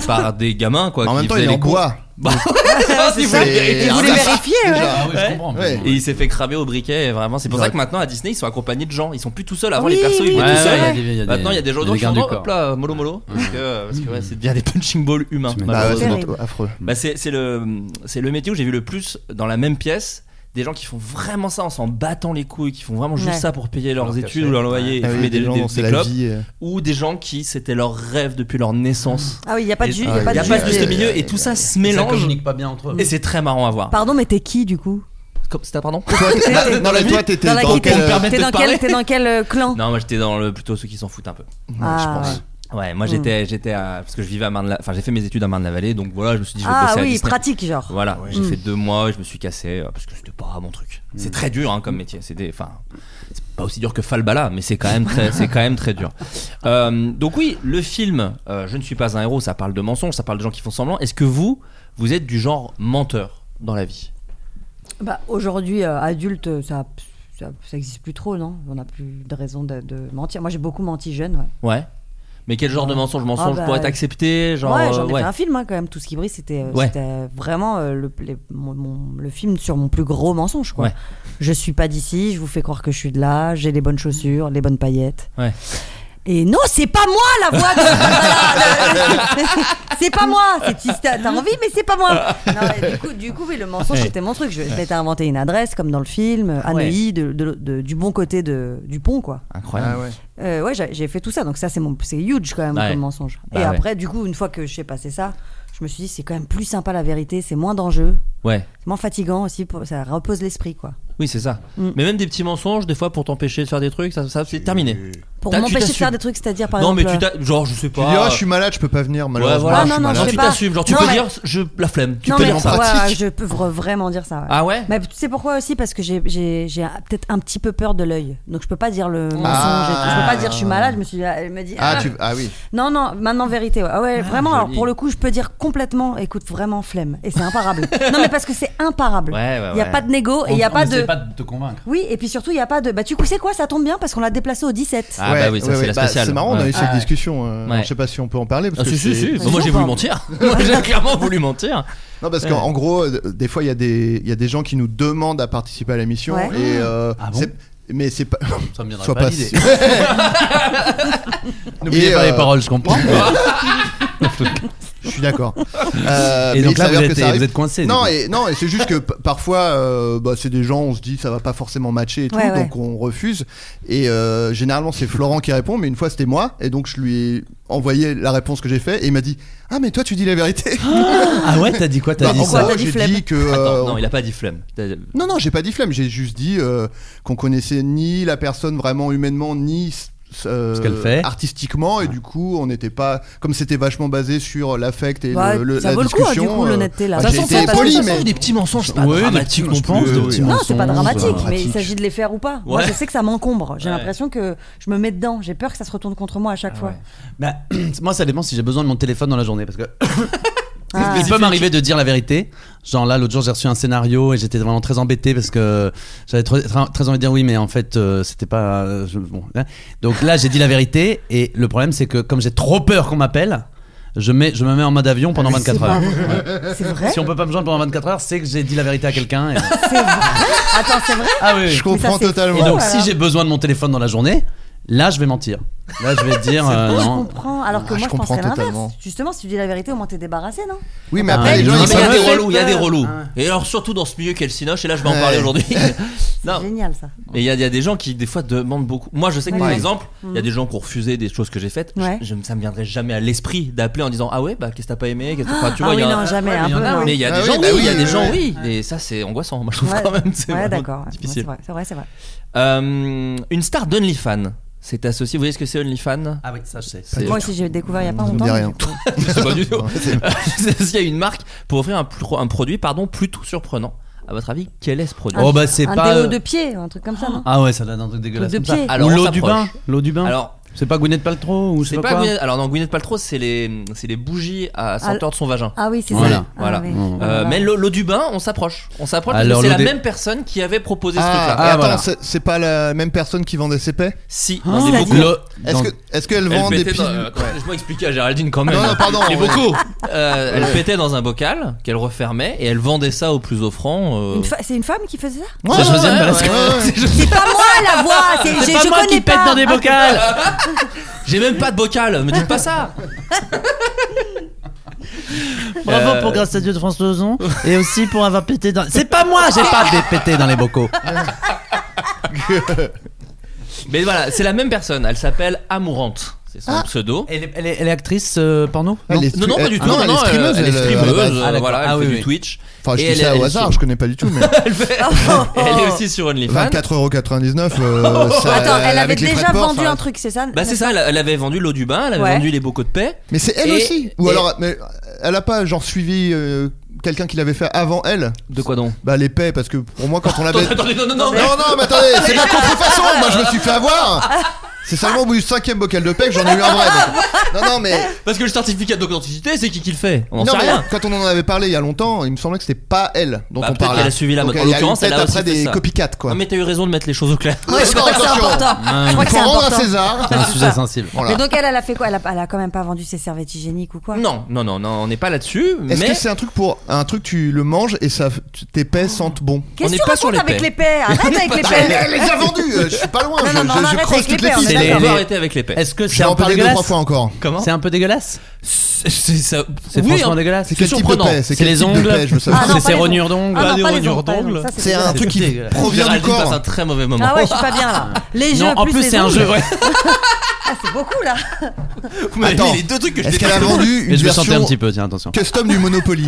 S2: par des gamins, quoi.
S5: En
S2: qui
S5: même temps,
S2: faisaient
S5: il est
S2: les
S5: en
S2: cons.
S5: bois.
S2: Bah,
S3: c'est
S2: il
S3: ça.
S2: voulait vérité.
S3: Ils voulaient
S5: Ah, ça,
S3: vérifier, euh, ouais.
S5: déjà.
S4: Ah oui, je
S2: Ouais.
S4: comprends.
S5: Ouais.
S2: Et il s'est fait cramer au briquet, et vraiment. C'est pour
S4: Ils
S2: ça
S4: auraient-
S2: que maintenant à Disney, ils sont accompagnés de gens. Ils sont plus tout seuls. Avant,
S3: Oui,
S2: les persos, ils
S3: oui,
S2: vont
S3: oui,
S2: tout
S3: c'est
S2: seuls.
S3: vrai.
S4: Il y a des-
S2: Maintenant, il y a des gens
S4: il y a des
S2: d'autres qui
S4: gardes
S2: sont
S4: du
S2: dans-
S4: corps.
S2: hop là, mollo mollo. Parce que, euh, parce que ouais, c'est bien des punching balls humains,
S4: Tu m'étonnes.
S5: Bah ouais,
S2: malheureusement.
S5: c'est affreux.
S2: Bah, c'est c'est le, c'est le métier où j'ai vu le plus dans la même pièce des gens qui font vraiment ça en s'en battant les couilles, qui font vraiment juste
S3: Ouais.
S2: ça pour payer leurs
S4: Leur
S2: études
S4: cachet.
S2: ou leur loyer et
S5: Ah oui,
S2: fumer
S5: des, gens dont c'est la
S2: clopes.
S5: vie. euh.
S2: ou des gens qui c'était leur rêve depuis leur naissance.
S3: Ah oui, il n'y a pas de
S2: Et-
S3: ju- y
S5: Ah,
S3: a
S5: il
S3: pas
S2: Il
S3: de
S2: n'y a
S5: du-
S2: pas
S3: ju-
S2: de juste
S5: euh,
S2: milieu et tout ça se
S4: Ça
S2: mélange
S4: communique pas bien entre eux.
S2: et c'est très marrant à voir.
S3: Pardon, mais t'es qui du coup
S2: Comme- C'était pardon
S5: Toi, t'es-
S3: Dans
S5: non, mais toi, t'étais
S3: Dans la
S5: dans
S3: qui-
S5: quel.
S2: Pour me permettre
S3: T'es
S2: de
S3: dans
S2: te
S3: quel
S2: parler.
S3: t'es dans quel euh, clan
S2: Non, moi j'étais dans le plutôt ceux qui s'en foutent un peu.
S3: Ah,
S5: pense.
S3: ouais.
S2: Ouais, moi j'étais j'étais à- parce que je vivais à Marne, enfin j'ai fait mes études à Marne-la-Vallée donc voilà, je me suis dit je vais
S3: Ah
S2: bosser à
S3: oui,
S2: Disney.
S3: pratique genre.
S2: Voilà, j'ai
S3: Mm.
S2: fait deux mois et je me suis cassé euh, parce que c'était pas mon truc.
S5: Mm.
S2: C'est très dur hein, comme métier. C'est des, enfin, c'est pas aussi dur que Falbala, mais c'est quand même très, c'est quand même très dur. Euh, donc oui, le film, euh, je ne suis pas un héros. Ça parle de mensonges, ça parle de gens qui font semblant. Est-ce que vous, vous êtes du genre menteur dans la vie
S3: Bah, aujourd'hui, euh, adulte, ça, ça, ça existe plus trop, non On n'a plus de raison de, de mentir. Moi, j'ai beaucoup menti jeune. Ouais,
S2: Ouais. Mais quel genre de mensonge, mensonge
S3: bah,
S2: pour être accepté, genre
S3: Ouais,
S2: euh,
S3: j'en ai
S2: ouais.
S3: fait un film hein, quand même. Tout ce qui brille, c'était euh,
S2: Ouais.
S3: c'était vraiment euh, le, les- mon- mon- le film sur mon plus gros mensonge. Quoi.
S2: Ouais.
S3: Je suis pas d'ici, je vous fais croire que je suis de là, j'ai les bonnes chaussures, les bonnes paillettes.
S2: Ouais.
S3: Et non, c'est pas moi la voix de. Voilà, la- c'est pas moi. C'est si t'as t'as envie, mais c'est pas moi. Non, mais du coup, du coup, oui, le mensonge
S2: Ouais.
S3: c'était mon truc. Je, je m'étais inventé une adresse comme dans le film, à
S2: Ouais.
S3: Neuilly, de- de- de- du bon côté de, du pont, quoi.
S2: Incroyable.
S5: Ah ouais.
S3: Euh, ouais, j'ai j'ai fait tout ça, donc ça c'est mon, c'est huge quand même
S2: Ouais.
S3: comme mensonge.
S2: Bah
S3: et
S2: ouais.
S3: après, du coup, une fois que je sais passé ça, je me suis dit c'est quand même plus sympa la vérité, c'est moins dangereux,
S2: Ouais.
S3: c'est moins fatigant aussi, pour- ça repose l'esprit quoi.
S2: Oui, c'est ça.
S3: Mm.
S2: Mais même des petits mensonges, des fois, pour t'empêcher de faire des trucs, ça, ça c'est terminé.
S3: Pour
S2: T'as- tu
S3: m'empêcher de
S2: t'assumes.
S3: faire des trucs, c'est-à-dire par
S2: non, mais
S3: exemple. euh,
S2: tu t'as. Genre, je sais
S5: Tu
S2: pas.
S5: dis, ah, je suis malade, je peux pas venir,
S2: Ouais,
S5: malheureusement.
S2: voilà.
S3: Ah, non,
S5: je suis
S3: non,
S5: malade.
S3: je sais
S2: tu
S3: pas.
S2: t'assumes. Genre, tu
S3: Non,
S2: peux
S3: mais-
S2: dire, je la flemme. Tu
S3: euh, non,
S2: peux
S3: mais
S2: dire
S3: ouais,
S2: ça.
S3: ouais, je peux vra- vraiment dire ça. ouais.
S2: Ah ouais
S3: Mais tu sais pourquoi aussi Parce que j'ai j'ai- j'ai un- peut-être un petit peu peur de l'œil. Donc je peux pas dire le mensonge. et tout. Je peux pas dire je suis malade. Je me suis dit, elle me dit.
S5: Ah,
S3: ah.
S5: tu... ah oui.
S3: Non, non, maintenant vérité. Ouais, Ah ouais vraiment, alors
S2: joli.
S3: pour le coup, je peux dire complètement, écoute, vraiment flemme. Et c'est imparable. non, mais parce que c'est imparable.
S2: Ouais, ouais,
S3: Il n'y a
S2: ouais.
S3: pas de négo et il
S4: On-
S3: n'y a
S4: on
S3: pas
S4: essaie
S3: de.
S4: pas de te convaincre.
S3: Oui, et puis surtout, il n'y a pas de. Bah, tu sais quoi, ça tombe bien parce qu'on l'a déplacé au 17.
S2: Ah
S5: Ouais,
S2: bah oui, ça
S5: ouais,
S2: c'est
S5: ouais,
S2: la
S5: bah,
S2: spéciale.
S5: C'est marrant, on a
S2: Ouais.
S5: eu cette discussion. euh,
S2: Ouais.
S5: Je sais pas si on peut en parler. Parce
S2: Ah, si,
S5: que
S2: si,
S5: c'est-
S2: si.
S3: c'est
S2: Moi j'ai
S3: sûr,
S2: voulu
S3: pas.
S2: mentir. Moi j'ai clairement voulu mentir.
S5: Non, parce
S2: Ouais.
S5: qu'en en gros, euh, des fois, il y, a des- il y a des gens qui nous demandent à participer à l'émission.
S3: Ouais.
S5: Et, euh,
S4: Ah bon
S5: c'est- mais c'est pas.
S4: Ça me viendrait
S5: Sois
S4: pas
S5: pas.
S4: l'idée.
S5: Et,
S4: N'oubliez pas
S5: euh,
S4: les paroles, je comprends.
S2: bah.
S5: Je suis d'accord. Euh,
S4: et
S5: mais
S4: donc
S5: il
S4: là, vous
S5: s'avère que
S4: êtes,
S5: ça arrive.
S4: vous êtes coincé.
S5: Non, et, non, et c'est juste que p- parfois, euh, bah, c'est des gens, on se dit, ça va pas forcément matcher et tout,
S3: Ouais, ouais.
S5: donc on refuse. Et euh, généralement, c'est Florent qui répond, mais une fois, c'était moi, et donc je lui ai envoyé la réponse que j'ai faite, et il m'a dit, ah, mais toi, tu dis la vérité.
S4: Ah ouais, t'as dit quoi T'as
S5: Bah,
S4: dit
S5: en
S4: ça
S5: gros,
S3: T'as dit
S5: j'ai
S3: flemme.
S5: dit que. euh,
S2: Attends, non, il a pas dit flemme. T'as-
S5: non, non, j'ai pas dit flemme, j'ai juste dit euh, qu'on connaissait ni la personne vraiment humainement, ni. euh,
S4: Ce qu'elle fait.
S5: artistiquement et du coup on n'était pas comme c'était vachement basé sur l'affect et
S3: Ouais,
S5: le, le-
S3: ça
S5: la
S3: vaut le coup, hein,
S5: discussion
S3: du coup,
S5: euh,
S3: l'honnêteté, là.
S5: bah,
S3: Ça
S5: j'ai
S3: s'en
S5: été
S3: fait pas
S5: poli
S3: tout
S5: mais
S2: des petits mensonges, c'est pas
S4: Ouais, des
S2: dramatique,
S4: petits
S2: je pense.
S4: mensonges,
S2: de
S4: oui,
S2: petits
S4: oui.
S3: Non,
S2: mensonges.
S3: c'est pas
S4: mensonge,
S3: dramatique,
S4: voilà.
S3: mais il s'agit de les faire ou pas. Moi,
S2: Ouais.
S3: je sais que ça m'encombre. J'ai
S2: Ouais.
S3: l'impression que je me mets dedans. J'ai peur que ça se retourne contre moi à chaque
S2: Ah
S3: fois.
S2: ouais.
S4: Bah, moi, ça dépend si j'ai besoin de mon téléphone dans la journée. Parce que
S3: Ah.
S4: il peut m'arriver de dire la vérité. Genre là, l'autre jour, j'ai reçu un scénario et j'étais vraiment très embêté parce que j'avais très, très- très envie de dire oui, mais en fait, euh, c'était pas. euh, je- bon, hein. Donc là, j'ai dit la vérité et le problème, c'est que comme j'ai trop peur qu'on m'appelle, je, mets, je me mets en mode avion
S3: Ah,
S4: pendant 24 heures.
S3: C'est vrai
S4: Si on peut pas me joindre pendant 24 heures, c'est que j'ai dit la vérité à quelqu'un. et-
S3: C'est vrai Attends, c'est vrai
S4: Ah oui, oui.
S5: je comprends
S3: c'est
S5: totalement
S4: Et
S3: alors.
S4: donc, si j'ai besoin de mon téléphone dans la journée, là, je vais mentir. Là, je vais dire euh,
S3: Je
S4: non.
S3: comprends, alors que
S5: Ah,
S3: moi
S5: je
S3: je, pense
S5: comprends
S3: penserais l'inverse.
S5: totalement.
S3: Justement, si tu dis la vérité, au moins t'es débarrassé, non
S5: Oui, mais
S4: Ah,
S5: après,
S4: il
S5: les gens,
S4: y en
S2: Non,
S4: a
S5: ils
S2: mais il y a
S5: savent.
S2: des
S4: Ça me fait
S2: relous, il y a des
S4: peur.
S2: relous.
S4: Ah
S2: Et alors surtout dans ce milieu qu'est le cinoche, et là je vais en
S5: Ouais.
S2: parler aujourd'hui.
S3: C'est
S2: Non,
S3: génial ça.
S2: mais il y, a- il y a des gens qui des fois demandent beaucoup. Moi je sais que
S3: Ouais.
S2: par
S3: Ouais.
S2: exemple, il y a des gens qui ont refusé des choses que j'ai faites.
S3: Ouais.
S2: Je, je- ça me viendrait jamais à l'esprit d'appeler en disant Ah ouais, bah qu'est-ce que t'as pas aimé qu'est-ce que- enfin, tu
S3: ah
S2: vois, il
S3: oui,
S2: y a un-
S3: non, jamais, un
S4: il y en
S3: peu.
S4: a,
S3: hein.
S2: Mais il y a
S5: Ah
S2: des
S5: oui,
S2: gens,
S5: bah
S2: oui,
S5: oui,
S2: il y a des
S5: oui,
S2: gens,
S5: oui.
S2: oui. Et ça, c'est angoissant, moi, je trouve
S3: Ouais.
S2: quand même. C'est
S3: Ouais,
S2: vraiment
S3: d'accord. ouais, C'est
S2: difficile.
S3: vrai, c'est vrai, c'est vrai.
S2: Euh, une star d'OnlyFans s'est associée. Vous voyez ce que c'est OnlyFans
S4: Ah oui, ça, je sais.
S2: C'est-
S3: Moi aussi, j'ai découvert il y a pas
S5: Ça me
S3: longtemps.
S5: dit
S3: mais-
S5: rien.
S2: C'est pas du tout.
S5: Non, c'est-
S2: C'est- Il y a une marque pour offrir un, pro- un produit pardon, plutôt surprenant. À votre avis, quel est ce produit
S4: Oh, bah, c'est
S3: un
S4: pas.
S3: déo de pied, un truc comme ça, non
S4: Ah ouais, ça donne un truc dégueulasse.
S3: de
S4: comme ça.
S3: pied.
S2: Alors,
S4: Ou
S2: on
S4: l'eau du bain.
S2: s'approche.
S4: L'eau du bain.
S2: Alors,
S4: c'est pas Gwyneth Paltrow ou je sais
S2: c'est
S4: pas,
S2: pas
S4: quoi.
S2: Gwyneth- Alors, non, Gwyneth Paltrow, c'est les, c'est les bougies à senteur de son vagin.
S3: Ah oui, c'est
S4: Voilà,
S3: ça. Ah
S2: voilà.
S3: oui.
S4: Mm.
S2: Euh,
S3: Voilà.
S2: mais l'eau l'eau du bain, on s'approche. On s'approche parce que
S4: Alors,
S2: c'est
S4: l'eau
S2: la
S4: des-
S2: même personne qui avait proposé ce
S5: Ah,
S2: truc-là.
S5: et attends,
S4: voilà.
S5: c'est- c'est pas la même personne qui vend des CP
S2: Si,
S4: Ah,
S2: c'est
S3: c'est
S2: beaucoup.
S3: dit-
S4: L'eau-
S5: Est-ce
S4: dans-
S5: que est-ce qu'elle
S2: Elle
S5: vend des
S2: pétait dans-
S5: pilules
S2: euh, attends, Laisse-moi expliquer à Géraldine quand même.
S5: Non, non, pardon.
S2: Les
S5: ouais.
S2: bocaux. Euh, Elle pétait dans un bocal qu'elle refermait et elle vendait ça au plus offrant. euh,
S3: Une fa- C'est une femme qui faisait ça
S5: Ouais,
S4: C'est
S5: ouais,
S4: Josiane
S5: ouais,
S4: Balasco.
S5: ouais, ouais.
S3: C'est pas moi la voix C'est j'ai-
S4: pas
S3: je
S4: moi
S3: connais
S4: qui pète
S3: pas.
S4: dans des bocals.
S2: J'ai même pas de bocal, me dites pas ça
S6: Bravo
S2: Euh,
S6: pour grâce à Dieu de François Ozon et aussi pour avoir pété dans. C'est pas moi, j'ai pas des pété dans les bocaux.
S2: Mais voilà, c'est la même personne. Elle s'appelle Amourante. C'est
S5: Ah.
S2: son pseudo.
S4: Elle est, elle est- elle est actrice euh, porno
S5: Elle est
S2: Non, non,
S5: stri-
S2: pas du
S5: ah
S2: tout.
S5: non, elle est streameuse,
S2: elle est
S5: elle, euh, à la base.
S2: streameuse.
S4: Ah,
S2: euh,
S4: d'accord.
S2: Voilà,
S4: Ah,
S2: elle
S4: oui,
S2: fait
S4: oui.
S2: du Twitch.
S5: Enfin, je
S2: Et
S5: dis
S2: elle
S5: ça
S2: est-
S5: au
S2: elle est
S5: hasard,
S2: sur-
S5: je connais pas du tout, mais
S2: Elle fait- elle est aussi sur OnlyFans.
S5: 24,99€. euh, ça,
S3: Oh, Attends, elle avait
S5: avec les frais
S3: déjà
S5: de port,
S3: vendu
S5: ça
S3: un truc, c'est ça
S2: Bah c'est ça, elle, elle avait vendu l'eau du bain, elle avait
S3: Ouais.
S2: vendu les bocaux de paix.
S5: Mais c'est elle
S2: Et-
S5: aussi Ou
S2: et-
S5: alors, mais elle a pas genre suivi euh, quelqu'un qui l'avait fait avant elle
S2: De quoi donc
S5: Bah les paix, parce que pour moi quand on l'avait...
S2: Attendez, attendez, non, non, non,
S5: Non, non, mais attendez, c'est de la contrefaçon Moi je me suis fait avoir C'est seulement au bout du cinquième bocal de paix que j'en ai eu un vrai. donc. Non, non, mais...
S2: Parce que le certificat d'authenticité, c'est qui qui le fait On en
S5: non,
S2: sait
S5: mais
S2: rien.
S5: quand on en avait parlé il y a longtemps, il me semblait que c'était pas elle dont
S2: Bah,
S5: on
S2: peut-être
S5: parlait.
S2: qu'elle a suivi la
S5: Donc,
S2: mode. En
S5: il y a eu
S2: l'occurrence, elle a
S5: peut-être
S2: aussi
S5: après
S2: fait
S5: des
S2: ça.
S5: copycats, quoi.
S2: Non mais t'as eu raison de mettre les choses au clair.
S3: Ouais, je
S5: Non,
S3: crois que c'est
S5: attention.
S3: important. Je crois
S5: Il
S3: que
S5: faut
S3: c'est
S5: rendre à
S3: important.
S5: César.
S4: Ah, C'est un sujet sensible.
S5: Voilà.
S3: Mais donc elle, elle a fait quoi elle a, elle a quand même pas vendu ses serviettes hygiéniques ou quoi
S2: Non, non, non, non, on n'est pas là-dessus.
S5: Est-ce
S2: Mais
S5: que c'est un truc pour un truc tu le manges et ça tu- tes paix sentent bon
S3: Qu'est-ce
S2: On
S3: que
S2: n'est
S3: tu
S2: pas sur
S3: racontes
S2: l'épée.
S3: avec l'épée Arrête avec
S5: Elle,
S3: l'épée
S5: elle les a vendus, euh, je suis pas loin,
S3: Non,
S5: je,
S3: non, mais
S5: je-
S3: on
S5: je
S3: arrête
S5: creuse
S3: avec
S5: toutes
S3: les
S5: les
S3: paires, on
S5: pistes.
S3: est
S2: c'est les...
S3: d'accord.
S4: les-
S2: on peut arrêter avec les paix.
S4: Est-ce que
S5: Je
S4: c'est
S5: vais
S4: un
S5: en
S4: peu
S5: parler deux trois
S4: dégueulasse
S5: fois encore.
S2: Comment
S4: C'est un peu dégueulasse
S2: C'est ça-
S4: C'est
S2: oui,
S4: franchement
S2: hein.
S4: dégueulasse.
S5: C'est quel type de
S2: surprenant.
S5: paix
S4: C'est les
S5: type de
S4: ongles.
S5: paix, je veux
S3: Ah,
S5: savoir.
S3: non,
S4: c'est
S3: pas
S4: ses
S3: les
S4: renures
S3: ongles.
S4: d'ongles.
S3: Ah
S2: des
S3: non, pas les
S2: rognures
S3: ongles, par exemple.
S2: d'ongles.
S3: Ça,
S5: C'est un
S3: dégueulasse.
S5: truc qui
S4: dégueulasse.
S5: provient du
S2: Géraldine passe un
S5: corps.
S2: très mauvais moment.
S3: Ah ouais, je suis pas bien là. Les jeux
S4: Non, en
S3: plus
S4: plus
S3: les
S4: c'est un
S3: ongles.
S4: jeu. ouais.
S3: Ah, c'est beaucoup là.
S2: Vous m'avez
S5: Attends.
S2: mis les deux trucs que je
S5: Est-ce qu'elle a
S2: déteste.
S5: vendu
S4: Mais
S5: une
S4: je vais chanter un
S5: version
S4: petit peu, tiens, attention.
S5: custom du Monopoly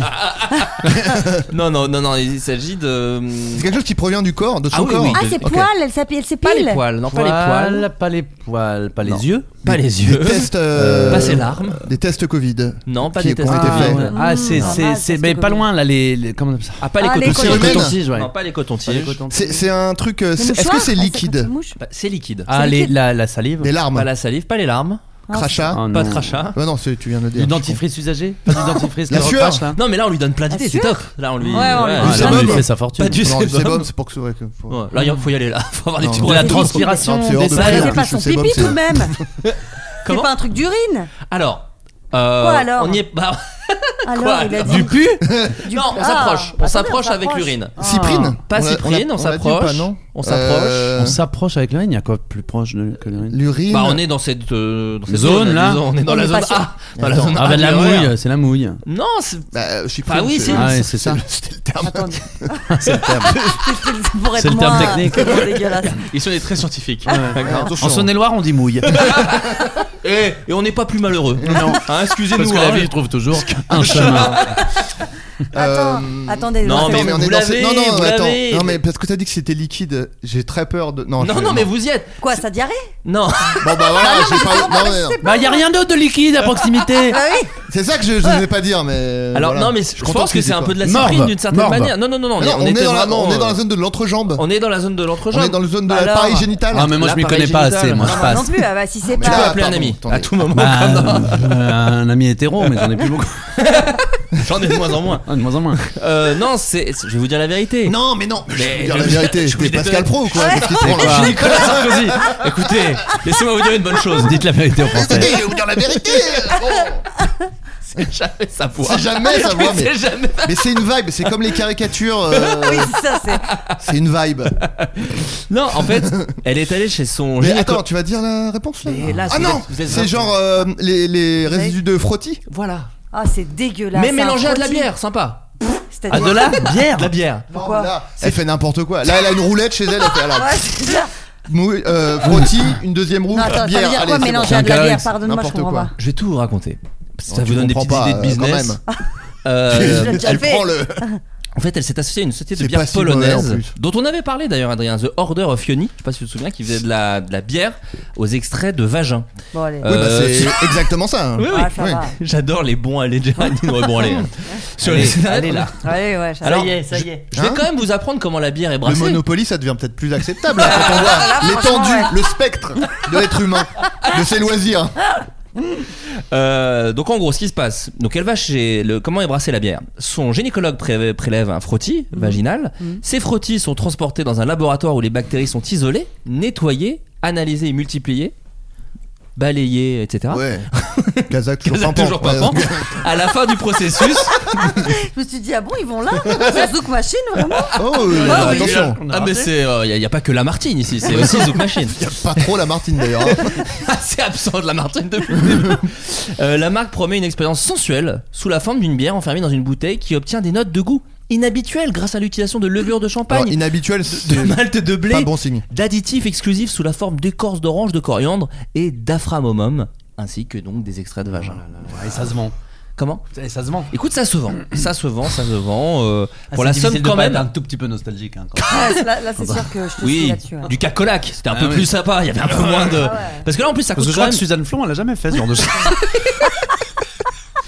S2: Non, non, non, non, il s'agit de.
S5: C'est quelque chose qui provient du corps, de
S2: Ah
S5: son
S2: oui,
S5: corps.
S2: oui.
S3: Ah,
S2: de-
S3: c'est
S5: ok.
S3: poils, elle s'appelle, elle s'épile.
S2: Pas les poils, non, pas les poils.
S4: Pas les poils, pas
S2: Non.
S4: les yeux.
S2: Pas les yeux.
S5: Des tests euh,
S2: Pas ses larmes.
S5: Des tests Covid.
S2: Non, pas
S5: Qui-
S2: des
S5: qui ont
S2: tests.
S5: été
S4: Ah,
S5: faits.
S4: ouais.
S3: Normal,
S4: Ah, c'est, c'est,
S3: ça,
S4: c'est-
S3: c'est
S4: mais pas
S3: connu.
S4: loin là, les, les- comment on appelle ça
S2: Ah, pas
S3: Ah,
S2: les
S3: les
S2: coton-tiges.
S5: coton-tiges.
S4: Coton-tiges, ouais.
S2: Non, pas les coton-tiges.
S5: C'est c'est un truc euh,
S3: Les
S5: c'est- Est-ce que
S3: mouchoirs,
S5: c'est
S3: ah,
S5: liquide
S3: comme une mouche.
S2: Bah, C'est liquide.
S4: Ah, les, la, la salive.
S5: Des larmes,
S2: Pas la salive, pas les larmes,
S5: crachat.
S4: Oh, non.
S2: pas de crachat.
S5: Ah non, c'est- tu viens de le dire.
S4: Du dentifrice usagé Pas du dentifrice,
S5: La
S4: le
S5: sueur.
S4: repache, là
S2: Non, mais là, on lui donne plein d'idées,
S3: Ah,
S2: c'est
S3: sûr.
S2: top. Là, on lui.
S3: Ouais, on lui
S4: Ah,
S5: Du
S4: là, on lui
S5: sébum.
S4: fait sa fortune.
S2: Pas du
S5: Non, le
S2: sébum.
S5: sébum, c'est pour que c'est vrai que. faut-
S2: Ouais, Là, il faut y aller là. Faut avoir des
S5: Non,
S2: petites
S5: non,
S4: De la
S2: blagues.
S4: transpiration,
S5: Non, c'est hors
S4: des
S5: de
S3: Bah,
S5: prix,
S4: selles.
S5: là.
S3: c'est pas
S5: plus,
S3: son
S5: c'est bon,
S3: pipi
S5: c'est-
S3: tout de même. C'est
S2: Comment
S3: pas un truc d'urine.
S2: Alors. euh,
S3: Quoi, alors
S2: on y est bah,
S3: Alors, il a
S2: alors
S3: dit.
S2: Du pu
S3: Du-
S2: Non, on
S3: Ah,
S2: s'approche. On
S3: attendez,
S2: s'approche
S3: on
S2: avec
S3: s'approche.
S2: l'urine.
S5: Cyprine
S3: Ah.
S2: Pas
S5: On l'a- on l'a-
S2: Cyprine, on
S5: on l'a dit ou
S2: s'approche.
S5: pas, non
S2: On s'approche.
S5: Euh,
S4: On s'approche avec l'urine, il y a quoi de plus proche de- que l'urine
S5: L'urine.
S2: Bah, on est dans cette, euh, dans cette
S4: Zone, là.
S2: disons, On est dans
S3: On
S2: la
S3: est
S2: zone
S3: pas sûr.
S2: A. Dans la zone
S4: Ah,
S2: A
S4: bah de
S2: de
S4: la
S2: l'erreur.
S4: mouille, c'est la mouille.
S2: Non, c'est-
S5: Bah, je suis
S2: Bah oui, c'est-
S4: Ah ouais, c'est ça.
S5: C'était le terme.
S3: Attendez,
S5: C'est le terme.
S3: pour
S4: C'est
S3: être
S4: le terme
S3: moins
S4: technique.
S3: moins dégueulasse.
S2: ils sont des très scientifiques.
S4: En Saône-et-Loire, on dit mouille.
S2: Et, Eh, et on n'est pas plus malheureux.
S4: Non.
S2: Hein, excusez-nous.
S4: Parce que la
S2: hein.
S4: vie, je trouve toujours un chemin.
S3: Attends, attendez.
S2: Non,
S3: attendez.
S5: Attends, mais on
S2: vous
S5: est dans
S2: l'avez,
S5: cette- Non, non,
S2: vous
S5: attends.
S2: l'avez.
S5: Non, mais parce que t'as dit que c'était liquide, j'ai très peur de. Non,
S2: Non,
S5: je-
S2: non, mais vous y êtes.
S3: Quoi, sa diarrhée
S2: Non.
S5: Bon, bah voilà, j'ai pas. non, mais-
S4: bah, y a rien d'autre de liquide à proximité.
S3: Bah oui,
S5: C'est ça que je je vais pas dire, mais.
S2: Alors
S5: voilà.
S2: non, mais je,
S5: suis content
S2: pense que
S5: tu
S2: c'est
S5: dis
S2: un
S5: pas.
S2: peu de la
S4: Morve,
S2: cyprine d'une certaine
S4: morve.
S2: manière. Non, non, non, non.
S5: Non, on,
S2: était
S5: est dans la,
S2: vraiment,
S5: on est dans
S2: euh,
S5: la zone de l'entrejambe.
S2: On est dans la zone de l'entrejambe.
S5: On est dans la zone de
S3: Alors-
S5: l'appareil génital.
S4: Ah, mais moi, je m'y
S2: L'appareil
S4: connais pas
S2: génital,
S4: assez, moi, je
S2: moi,
S3: non
S4: passe.
S3: plus. Ah bah, si c'est
S5: Mais
S2: Tu peux
S5: là-
S3: pas.
S2: appeler un
S5: pardon,
S2: ami
S5: attendez.
S2: à tout moment.
S4: Bah, euh, un ami hétéro, mais j'en ai plus beaucoup.
S2: J'en ai de moins en moins.
S4: Ah, de moins en moins.
S2: Euh, non, c'est. c'est- Je vais vous dire la vérité.
S5: Non, mais non, mais je vais
S2: Mais-
S5: vous dire la
S2: je-
S5: vérité.
S2: je
S5: Je
S2: voulais
S5: Pascal
S2: te-
S5: Pro ou quoi Qu'est-ce qu'il se prend, là
S4: Quoi
S2: Nicolas Sarkozy. Écoutez, laissez-moi vous dire une bonne chose.
S4: Dites la vérité aux
S5: Attendez,
S4: Français.
S5: je vais vous dire la vérité. Bon,
S2: C'est jamais sa voix.
S5: c'est jamais ça voix, mais,
S2: C'est jamais.
S5: mais c'est une vibe. C'est comme les caricatures. euh,
S3: Oui, c'est ça, c'est.
S5: c'est une vibe.
S2: Non, en fait, elle est allée chez son.
S5: Mais
S2: gynéco-
S5: attends, tu vas dire la réponse là
S2: Mais là,
S5: Ah
S2: vous
S5: non,
S2: êtes- vous êtes
S5: c'est
S2: vingt-
S5: genre euh, les, les résidus de frottis.
S2: Voilà.
S3: Ah, c'est dégueulasse.
S2: Mais
S3: c'est
S2: mélangé
S3: un
S2: à de la
S3: frottis.
S2: bière, sympa.
S4: Ah,
S3: C'est-à-dire.
S4: de la bière
S2: De la bière.
S3: Pourquoi
S5: Oh Là, elle fait n'importe quoi. Là, elle a une roulette chez elle. Elle fait alors
S3: Ouais, c'est ça.
S5: mouille, euh, frottis, une deuxième roue,
S3: Non, attends, ça
S5: bière.
S3: veut dire
S5: allez,
S3: quoi
S5: c'est bon.
S3: mélanger à de la
S4: Calme,
S3: bière Pardonne-moi, je
S5: n'importe
S3: comprends
S5: quoi.
S3: pas.
S2: Je vais tout vous raconter.
S5: Non,
S2: Ça
S5: tu
S2: vous donne des petites
S5: comprends pas,
S2: idées de
S5: euh, quand
S2: business.
S5: même.
S2: Euh,
S3: déjà
S5: elle
S3: fait.
S5: prend le.
S2: En fait, elle s'est associée à une société de
S5: C'est
S2: bière
S5: pas si mauvais, en
S2: polonaise
S5: plus.
S2: dont on avait parlé d'ailleurs, Adrien, The Order of Yoni. Je sais pas si tu te souviens, qui faisait de la, de la bière aux extraits de vagin.
S3: Bon, allez.
S2: Euh,
S5: Oui, bah, c'est exactement ça. hein.
S2: Oui, oui.
S3: Ah, ça
S5: oui.
S3: va.
S2: J'adore les bons allez déjà. Ils nous bon allez. hein. Sur
S4: Allez,
S2: les scénarios.
S4: allez, là.
S3: Allez, ouais, ça
S2: Alors,
S3: y est.
S2: ça y est. Je vais
S5: Hein
S2: quand même vous apprendre comment la bière est
S5: Le
S2: brassée.
S5: Monopoly, ça devient peut-être plus acceptable hein, quand
S3: là,
S5: on voit l'étendue,
S3: franchement,
S5: le spectre de l'être humain, de ses loisirs.
S2: Euh, donc en gros, ce qui se passe, donc elle va chez le comment est brassée la bière. Son gynécologue pré- prélève un frottis vaginal. Ces frottis sont transportés dans un laboratoire où les bactéries sont isolées, nettoyées, analysées et multipliées, balayées, etc.
S5: Ouais. Kazakh toujours
S2: Ah. Kazakh
S5: pimpant.
S2: toujours
S5: Ouais,
S2: pimpant. à la fin du processus.
S3: Je me suis dit, ah bon, ils vont là La Zouk Machine, vraiment
S5: Oh, euh,
S2: Ah oui.
S5: attention.
S2: Ah, mais c'est. Il n'y a, pas que la Martine ici, c'est aussi Zouk Machine.
S5: Pas trop la Martine d'ailleurs. hein.
S2: Ah, c'est absent de la Martine depuis le début. Euh, la marque promet une expérience sensuelle sous la forme d'une bière enfermée dans une bouteille qui obtient des notes de goût inhabituelles grâce à l'utilisation de levures de
S5: Alors,
S2: champagne,
S5: inhabituel,
S2: de
S5: c'est
S2: malte de blé,
S5: pas bon signe.
S2: d'additifs exclusifs sous la forme d'écorce d'orange, de coriandre et d'aframomum, ainsi que donc des extraits de
S4: Oh
S2: vagin.
S4: Et ça se vend.
S2: Comment
S4: Et ça se vend.
S2: Écoute, ça se vend, ça se vend, ça se vend. euh,
S4: Ah,
S2: pour la somme quand
S4: Être un
S2: même.
S4: tout petit peu nostalgique. hein, quand-
S3: Ouais, Là, là, c'est sûr que je
S2: Ah
S3: te suis
S2: bah. Oui,
S3: là-dessus. hein.
S2: du cacolac, c'était un
S4: Ah
S2: peu
S4: oui.
S2: plus sympa, il y avait un peu moins
S3: Ah
S2: de. Parce que là en plus ça
S4: Parce
S2: coûte
S4: que je
S2: quand
S4: crois que
S2: même-
S4: Suzanne Flon, elle a jamais fait ce genre de choses.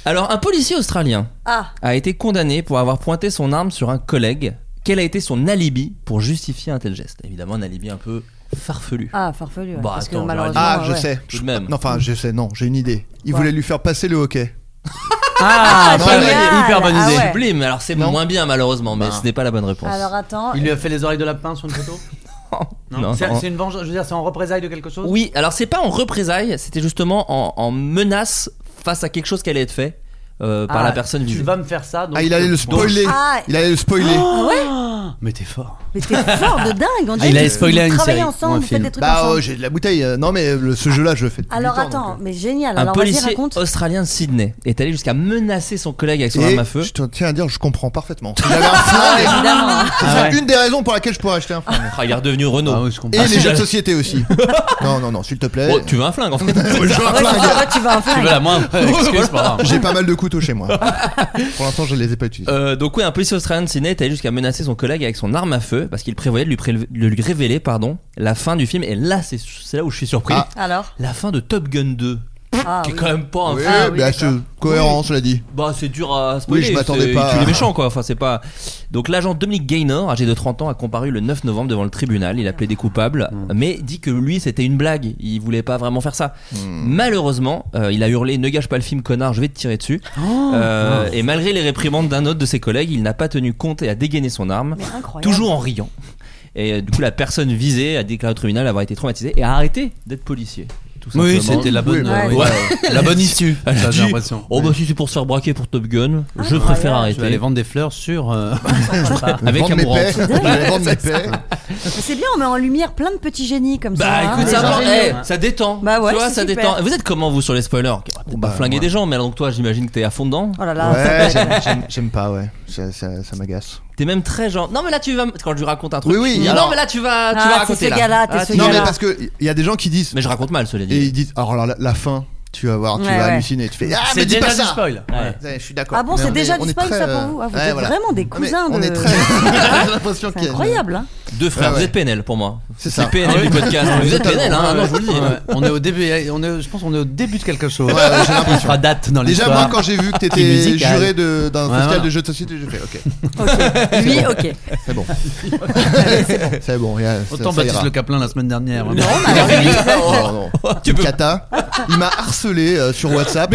S2: Alors un policier australien
S3: Ah,
S2: a été condamné pour avoir pointé son arme sur un collègue. Quel a été son alibi pour justifier un tel geste Évidemment, un alibi un peu farfelu.
S3: ah farfelu. ouais,
S2: Bah,
S3: parce que
S2: attends, j'aurais
S3: malheureusement.
S5: Ah, je
S3: ouais.
S5: sais.
S2: Tout de même.
S5: Non, enfin, je sais, non, j'ai une idée. Il
S3: Quoi
S5: voulait lui faire passer le hockey.
S2: Ah,
S3: génial
S2: hyper bonne
S3: Ah
S2: idée.
S3: ouais.
S2: Sublime. Alors c'est
S5: Non.
S2: moins bien malheureusement, mais
S4: Bah.
S2: ce n'est pas la bonne réponse.
S3: Alors attends.
S4: Il lui a fait les oreilles de lapin sur une photo
S2: Non, non.
S4: C'est c'est une vengeance, je veux dire, c'est en représailles de quelque chose
S2: Oui, alors c'est pas en représailles, c'était justement en, en menace face à quelque chose qui allait être fait euh, par
S4: Ah,
S2: la personne
S4: Tu
S2: visée.
S4: vas me faire ça. donc-
S5: Ah, il allait le
S4: donc- Oh,
S5: spoiler.
S3: Ah,
S5: Il allait le spoiler.
S4: Mais t'es fort.
S3: mais t'es fort de dingue. On dit,
S4: il a
S3: vous-
S4: spoilé
S3: vous
S4: une
S3: travaillez
S4: série ou un
S3: ensemble, vous faites
S4: film.
S3: des trucs
S5: Bah, oh,
S3: ensemble.
S5: j'ai de la bouteille. euh, Non, mais le- ce jeu-là, je le fais. depuis
S3: Alors
S5: longtemps,
S3: attends,
S5: donc,
S3: mais génial.
S2: Un
S3: Alors vas-y,
S2: policier
S3: raconte.
S2: australien de Sydney est allé jusqu'à menacer son collègue avec son
S5: euh.
S2: arme
S5: Et
S2: à feu.
S5: Je te- tiens à dire, je comprends parfaitement. Si j'avais un flingue,
S3: Évidemment. hein.
S5: c'est
S4: Ah ouais.
S5: une des raisons pour laquelle je pourrais acheter un flingue.
S2: Ah, il est redevenu Renault.
S4: Ah oui, je comprends.
S5: Et
S2: Ah,
S5: les
S2: si
S5: jeux de
S2: j'avais-
S5: société aussi. non, non, non, s'il te plaît.
S2: Oh, tu veux un flingue en fait
S3: Ouais, tu vas- ouais, tu vas en
S4: Tu veux
S3: faire.
S4: la moindre excuse pas grave.
S5: J'ai pas mal de couteaux chez moi. Pour l'instant, je les ai pas utilisés.
S2: Euh, donc oui, un policier australien de Sydney est allé jusqu'à menacer son collègue avec son arme à feu parce qu'il prévoyait de lui, prélever- de lui révéler pardon, la fin du film. Et là, c'est c'est là où je suis surpris.
S5: Ah.
S3: Alors
S2: La fin de Top Gun 2,
S3: Ah,
S2: qui est
S3: oui.
S2: quand même pas un
S5: oui,
S2: film-
S3: oui,
S5: bah,
S3: d'accord.
S5: c'est cohérent, cela dit.
S2: Bah, c'est dur à spoiler.
S5: Oui, je m'attendais
S2: c'est-
S5: pas
S2: Il tue
S5: à-
S2: les méchants, quoi. Enfin, c'est pas. Donc, l'agent Dominique Gaynor, âgé de 30 ans, a comparu le 9 novembre devant le tribunal. Il a plaidé coupable,
S4: Hmm.
S2: mais dit que lui, c'était une blague. Il voulait pas vraiment faire ça.
S4: Hmm.
S2: Malheureusement, euh, il a hurlé Ne gâche pas le film, connard, je vais te tirer dessus.
S4: Oh.
S2: Euh, et malgré les réprimandes d'un autre de ses collègues, il n'a pas tenu compte et a dégainé son arme,
S3: Mais incroyable.
S2: toujours en riant. Et euh, du coup, la personne visée a déclaré au tribunal avoir été traumatisée et a arrêté d'être policier. Tout
S4: Oui,
S2: simplement.
S4: c'était la bonne,
S3: Oui, bah,
S4: euh,
S3: oui.
S4: ouais, la bonne
S2: Elle
S4: issue.
S2: Elle a
S4: Ça,
S2: dit,
S4: J'ai l'impression.
S2: Oh bah si c'est pour se faire braquer pour Top Gun, je
S3: Incroyable.
S2: préfère
S4: Je vais aller
S2: arrêter.
S4: vendre des fleurs sur. euh,
S2: Avec
S5: vendre mes
S2: Amourante.
S5: paix. Je vais vendre mes paix.
S3: Mais C'est bien, on met en lumière plein de petits génies comme ça.
S2: Bah
S3: hein,
S2: écoute,
S3: des
S2: ça,
S3: gens
S2: prend-
S3: géniaux.
S2: eh, ça détend.
S3: Bah ouais,
S2: tu vois,
S3: c'est
S2: ça
S3: super.
S2: détend. Et Vous êtes comment vous sur les spoilers On va peut-être
S5: Bah,
S2: pas flinguer
S5: moi.
S2: des gens, mais donc toi, j'imagine que t'es à fond dedans.
S3: Oh là là.
S5: Ouais,
S3: ça peut
S5: j'aime-
S3: être-
S5: j'aime- j'aime pas, ouais. Ça, ça, ça m'agace.
S2: T'es même très genre. Non mais là, tu vas. Quand je lui raconte un truc.
S5: Oui, oui,
S2: tu dis,
S5: alors-
S2: Non mais là, tu vas, tu vas
S3: Ah, c'est
S2: raconter.
S3: ce gars-là, t'es
S2: Ah,
S3: ce
S2: tu-
S5: Non, mais
S3: gars-là.
S5: parce que il y a des gens qui disent.
S2: Mais je raconte mal, cela
S5: Et
S2: dit.
S5: ils disent, oh, alors la, la fin, tu vas voir, tu
S3: Ouais,
S5: vas
S3: ouais.
S5: halluciner. Tu fais, ah, mais
S4: C'est
S5: dis
S4: déjà
S5: pas
S4: du
S5: ça
S4: spoil.
S2: Ouais.
S5: Ouais, Je suis d'accord.
S3: Ah bon,
S5: Mais on
S3: c'est
S5: est-
S3: déjà
S5: on
S3: du
S5: est
S3: spoil
S5: très,
S3: ça
S5: euh,
S3: pour vous Ah, Vous
S5: ouais,
S3: êtes
S5: voilà.
S3: vraiment des
S5: Non, mais
S3: cousins
S5: On est
S3: de-
S5: très. J'ai l'impression qu'il y
S3: C'est
S5: a une-
S3: incroyable, hein
S2: Deux frères,
S5: Ouais,
S2: vous
S5: ouais.
S2: êtes PNL pour moi.
S5: C'est
S2: C'est
S5: ça.
S2: PNL du podcast. Vous êtes PNL, hein Non, je vous le dis.
S4: Ouais. On est au début, on est, je pense qu'on est au début de quelque chose.
S5: Ouais, ouais, j'ai
S4: On
S5: l'impression.
S4: fera date dans
S5: Déjà,
S4: l'histoire.
S5: moi, quand j'ai vu que
S4: Qui
S5: t'étais
S4: musicale.
S5: juré de- d'un
S4: Ouais,
S5: festival
S4: voilà.
S5: de jeux de société, j'ai fait, ok,
S3: Lui, ok.
S5: c'est bon. c'est bon, il y a- ça-
S4: Autant
S5: ça
S4: Baptiste
S5: ira.
S4: Le Caplin la semaine dernière.
S3: Non,
S4: vraiment.
S3: mais alors,
S5: Non, non.
S2: Tu peux.
S5: Kata, il m'a harcelé euh, sur WhatsApp.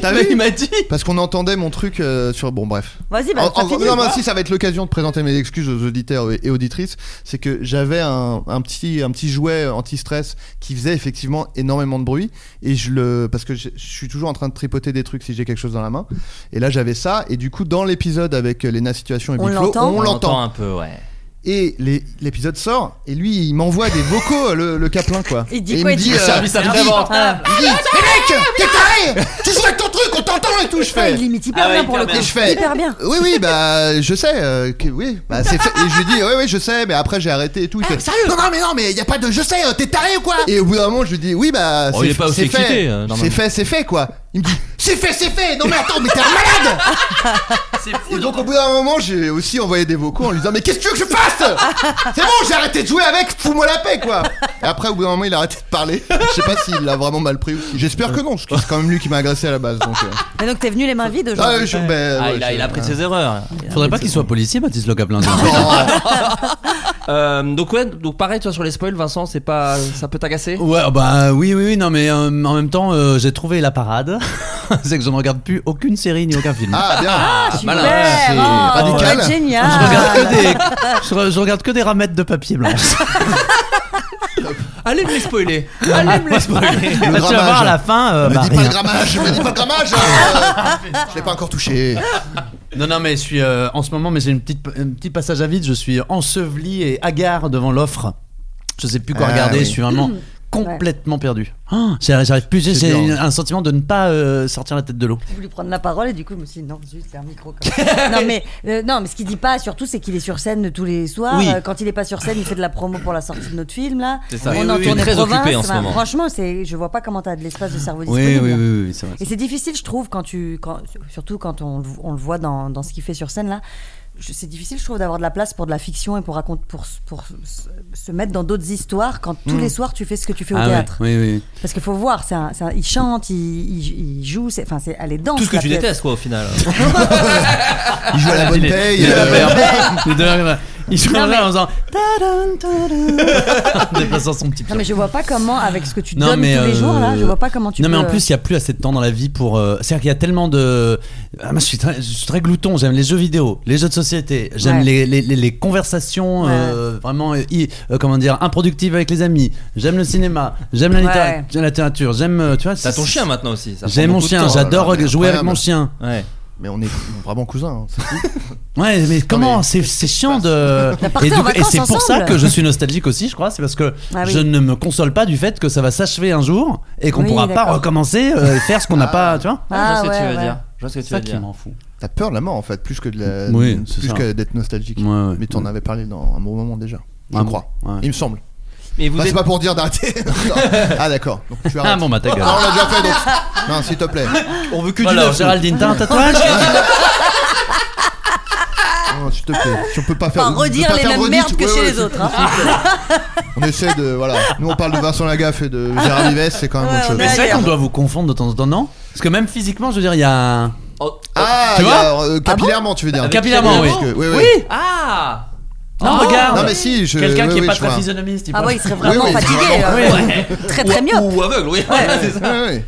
S5: T'as
S2: Il
S5: vu
S2: m'a dit.
S5: Parce qu'on entendait mon truc euh, sur. Bon, bref.
S3: Vas-y, bah,
S5: En-
S3: ça
S5: en-
S3: finit.
S5: non, mais si ça va être l'occasion de présenter mes excuses aux auditeurs et, et auditrices, c'est que j'avais un, un petit un petit jouet anti-stress qui faisait effectivement énormément de bruit et je le parce que je, je suis toujours en train de tripoter des trucs si j'ai quelque chose dans la main et là j'avais ça et du coup dans l'épisode avec Lena Situation et
S3: On
S5: Big Flo,
S3: l'entend
S5: on l'entend
S2: un peu, ouais.
S5: et les- l'épisode sort et lui il m'envoie des vocaux le, le caplin quoi.
S3: Il dit
S5: Et
S3: quoi,
S5: me
S3: il
S5: dit,
S3: dit
S5: euh,
S2: Service après-vente.
S3: Ah,
S5: il dit, Eh mec, t'es taré, tu joues avec ton truc, on t'entend et tout, je
S3: putain,
S5: fais.
S3: il limite hyper
S2: Ah ouais,
S3: bien pour
S2: hyper
S3: le
S2: bien.
S3: coup.
S5: Et je fais-
S3: Hyper bien.
S5: Oui, oui, bah, je sais. euh, que, oui, bah, c'est fait. Et je lui dis, oui, oui, je sais, mais après, j'ai arrêté et tout. Il
S3: Ah,
S5: fait, non, non, mais non, mais y a pas de, je sais, euh, t'es taré ou quoi Et au bout d'un moment, je lui dis, oui, bah,
S2: Oh,
S5: c'est
S2: il est pas aussi
S5: c'est fait.
S2: excité, euh, normalement.
S5: C'est fait, c'est fait, quoi. Il me dit, c'est fait, c'est fait. Non, mais attends, mais t'es un malade. Et donc, au bout d'un moment, j'ai aussi envoyé des vocaux en lui disant, mais qu'est-ce que tu veux que je fasse C'est bon, j'ai arrêté de jouer avec, fous-moi la paix, quoi. Et après, au bout d'un moment, il a arrêté de parler. Je sais pas s'il l'a vraiment mal pris ou si- J'espère que non, parce que c'est quand même lui qui m'a agressé à la base. Donc, euh.
S3: Et donc, t'es venu les mains vides
S5: Ah,
S3: aujourd'hui.
S5: je- ben,
S2: Ah,
S5: ouais,
S2: il a,
S5: je-
S2: il a pris ses erreurs.
S4: Faudrait pas qu'il soit policier, Baptiste Le Caplin.
S2: Euh, donc ouais, donc pareil, tu vois sur les spoils, Vincent, c'est pas, ça peut t'agacer.
S4: Ouais, bah oui, oui, oui, non, mais euh, en même temps, euh, j'ai trouvé la parade. c'est que je ne regarde plus aucune série ni aucun film.
S5: Ah, bien.
S3: Super,
S2: malin, hein, Ah,
S3: oh,
S5: radical.
S3: ouais, génial.
S4: Je regarde, que des, je, re- je regarde que des ramettes de papier blanc.
S2: Allez me les spoiler.
S3: Ah,
S2: Allez me les spoiler.
S6: Bah, tu vas
S5: grammage.
S6: voir à la fin. euh,
S5: Me
S6: bah,
S5: dis pas
S6: rien.
S5: le grammage, me dis pas le grammage. hein. Je l'ai pas encore touché.
S4: Non, non, mais je suis euh, en ce moment, mais j'ai une petite, un petit passage à vide. Je suis enseveli et hagard devant l'offre. Je sais plus quoi
S5: Ah,
S4: regarder.
S5: oui.
S4: Je suis vraiment complètement perdu. Ah, j'arrive j'arrive plus. j'ai-
S5: C'est
S4: J'ai
S5: dur.
S4: un sentiment de ne pas euh, sortir la tête de l'eau.
S3: J'ai voulu prendre la parole et du coup, je me suis dit, non, zut, c'est un micro. quand même. non, mais, euh, non, mais ce qu'il dit pas, surtout, c'est qu'il est sur scène tous les soirs.
S4: Oui.
S3: Euh, quand il est pas sur scène, il fait de la promo pour la sortie de notre film, là.
S2: C'est ça.
S3: On
S2: Oui,
S3: en
S2: oui,
S3: tournée
S2: oui. Très
S3: province.
S2: occupé en ce
S3: Enfin,
S2: moment.
S3: Franchement, c'est, je vois pas comment t'as de l'espace de cerveau disponible.
S4: oui, c'est vrai.
S3: Et c'est difficile, je trouve, quand tu, quand, surtout quand on, le- on le voit dans, dans ce qu'il fait sur scène là. Je- C'est difficile, je trouve, d'avoir de la place pour de la fiction et pour raconter, pour, s- pour s- se mettre dans d'autres histoires quand tous les soirs tu fais ce que tu fais au théâtre.
S4: Ah oui, oui.
S3: Parce qu'il faut voir, c'est un- c'est un- il chante, il, il- il joue, c'est, enfin, c'est, elle est danse.
S2: Tout ce que
S3: la
S2: tu
S3: pièce.
S2: détestes, quoi, au final.
S5: Il joue à la bonne
S4: Ah, Il est-
S5: paye.
S4: il est
S5: euh,
S4: derrière- il est derrière- Il se
S3: Non, mais-
S4: là en faisant. tadam, tadam En déplaçant son petit pied.
S3: Non, mais je vois pas comment, avec ce que tu
S4: Non,
S3: donnes
S4: mais,
S3: tous les
S4: euh,
S3: jours là, je vois pas comment tu
S4: non mais
S3: peux- euh,
S4: en plus il y a plus assez de temps dans la vie pour euh, c'est-à-dire qu'il y a tellement de Ah, moi, je suis très, je suis très glouton j'aime les jeux vidéo les jeux de société j'aime
S3: Ouais.
S4: les, les, les- les conversations
S3: Ouais.
S4: euh, vraiment euh, i- euh, comment dire improductives avec les amis j'aime le cinéma j'aime la, littéra-
S3: Ouais.
S4: la littérature j'aime euh, tu vois
S2: T'as
S4: c'est-
S2: ton chien maintenant aussi. ça
S4: j'aime
S2: prend
S4: mon
S2: beaucoup de
S4: chien
S2: temps.
S4: j'adore
S5: là là, mais
S4: jouer avec
S5: incroyable.
S4: mon chien
S2: Ouais.
S5: Mais on est vraiment cousins. hein, c'est tout.
S4: Ouais, mais comment
S5: mais-
S4: C'est c'est chiant de.
S3: partez
S4: Et,
S3: en
S4: du coup- et
S3: vacances
S4: c'est pour ça
S3: ensemble.
S4: que je suis nostalgique aussi, je crois. C'est parce que
S3: Ah oui.
S4: je ne me console pas du fait que ça va s'achever un jour et qu'on
S3: Oui,
S4: pourra pas
S3: d'accord.
S4: recommencer euh, et faire ce qu'on n'a pas, tu vois.
S2: Ah,
S3: Ah,
S2: je vois ce que
S3: ouais,
S2: tu veux
S3: ouais.
S2: dire. Je vois ce que
S4: C'est
S2: tu
S4: ça
S2: veux
S4: qui
S2: dire.
S4: m'en fout.
S5: T'as peur de la mort en fait, plus que de la,
S4: Oui, c'est
S5: plus
S4: ça.
S5: que d'être nostalgique.
S4: Ouais, ouais.
S5: Mais t'en avais parlé dans un bon moment déjà. Je
S4: Ouais.
S5: crois.
S4: Ouais.
S5: Il me semble.
S2: Mais vous
S5: Bah,
S2: êtes
S5: C'est pas pour dire d'arrêter. Non. ah d'accord. Donc tu
S4: Ah
S5: arrêtes.
S4: bon, bah ta gueule.
S5: Non, on l'a déjà fait donc. Non, s'il te plaît.
S4: On veut que
S2: du neuf, nous.
S4: Géraldine, t'as un tatouage
S5: Non, s'il te plaît. Si on peut pas faire.
S3: Enfin,
S5: de- de
S3: redire
S5: pas
S3: les
S5: faire
S3: mêmes
S5: redite,
S3: merdes que
S5: ouais,
S3: chez
S5: ouais,
S3: les autres. hein.
S5: On essaie de voilà. Nous on parle de Vincent Lagaffe et de Gérard Vives, c'est quand même
S3: Ouais,
S5: autre
S3: on
S5: chose.
S4: Mais c'est vrai
S3: Merde.
S4: qu'on doit vous confondre de temps en temps, non Parce que même physiquement, je veux dire, il y a. un-
S2: Oh.
S5: Ah,
S4: Tu
S5: il y a,
S4: vois
S5: euh, capillairement tu veux dire.
S4: Capillairement, oui.
S5: parce que- oui, oui.
S4: Oui
S2: Ah
S4: Non,
S2: Oh.
S4: regarde
S5: Non mais si, je.
S4: Quelqu'un
S5: oui,
S4: qui
S5: oui,
S4: est pas
S5: je vois.
S4: très physionomiste, il
S3: Ah
S4: pense-
S3: ouais, il serait vraiment
S5: Oui, oui,
S3: fatigué. euh,
S2: Ouais.
S3: Très très
S2: Ou-
S3: myope.
S2: Ou aveugle, oui. c'est ça.
S5: Ouais, ouais.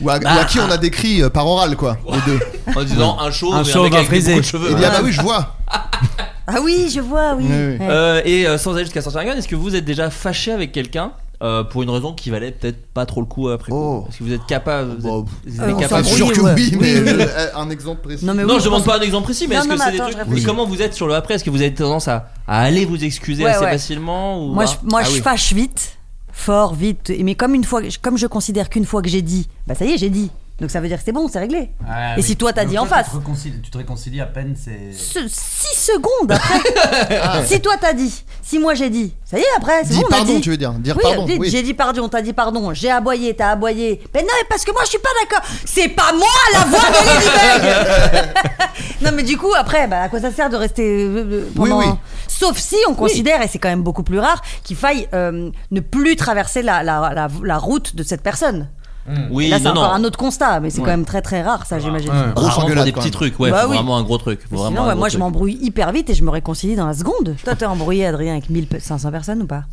S5: Ou à, ou à qui on a décrit euh, par oral quoi, les deux.
S2: En disant un chauve,
S4: Un
S2: et
S4: chauve,
S2: mec
S4: un
S2: avec
S4: frisé.
S2: beaucoup de cheveux.
S5: Il dit ah bah oui je vois.
S3: Ah oui, je vois, oui.
S5: Oui, oui.
S3: Ouais.
S2: Euh, et euh, sans aller jusqu'à sortir un gun, est-ce que vous êtes déjà fâché avec quelqu'un euh, pour une raison qui valait peut-être pas trop le coup euh, après
S5: Oh.
S2: coup Est-ce que vous êtes capable vous êtes-
S5: Bon,
S2: vous êtes
S3: euh, on
S2: capable-
S3: s'en
S5: Enfin,
S3: Embrouillé,
S5: sûr que
S3: ouais.
S5: oui, mais
S3: Oui, oui.
S5: je- un exemple précis.
S3: Non, mais
S2: non,
S3: oui,
S2: je demande
S3: pense-
S2: pas un exemple précis, mais
S3: Non,
S2: est-ce
S3: non,
S2: que
S3: mais
S2: c'est des
S3: attends,
S2: trucs
S3: je réfléchis.
S2: Comment vous êtes sur le après Est-ce que vous avez tendance à, à aller vous excuser
S3: Ouais,
S2: assez
S3: ouais.
S2: facilement ou
S3: Moi,
S2: pas
S3: je, moi, je
S2: Ah oui.
S3: fâche vite, fort, vite. Et Mais comme une fois, comme je considère qu'une fois que j'ai dit, bah ça y est, j'ai dit. Donc ça veut dire que c'est bon, c'est réglé.
S4: Ah,
S3: Et si toi, t'as
S4: Donc
S3: dit en face
S4: Tu te réconcilies, tu te réconcilies à peine, c'est.
S3: Ce- Six secondes après. si toi t'as dit, si moi j'ai dit, ça y est après, c'est
S5: Ah. Dis
S3: bon, on a
S5: pardon
S3: dit.
S5: tu veux dire. Dire
S3: Oui,
S5: pardon.
S3: vite,
S5: oui.
S3: j'ai dit pardon, t'as dit pardon, j'ai aboyé, t'as aboyé. Mais non, mais parce que moi je suis pas d'accord. C'est pas moi la voix de Ladybug Non, mais du coup, après, bah, à quoi ça sert de rester euh, euh,
S5: Oui,
S3: pendant.
S5: oui.
S3: Sauf si on considère, et c'est quand même beaucoup plus rare, qu'il faille euh, ne plus traverser la, la, la, la route de cette personne.
S2: Mm. Oui,
S3: Et là, c'est
S2: non, non.
S3: encore un autre constat, mais c'est
S2: Ouais.
S3: quand même très très rare, ça, j'imagine.
S5: Ouais. Grosse
S2: Rarement pour
S5: engueulade,
S2: des
S5: quand
S2: petits
S5: même.
S2: trucs, ouais,
S3: Bah
S2: faut
S3: oui.
S2: vraiment un gros truc. faut
S3: Mais
S2: vraiment
S3: Sinon,
S2: un
S3: ouais,
S2: gros
S3: moi je
S2: truc.
S3: m'embrouille hyper vite et je me réconcilie dans la seconde. Toi, t'es embrouillé, Adrien, avec 1500 personnes ou pas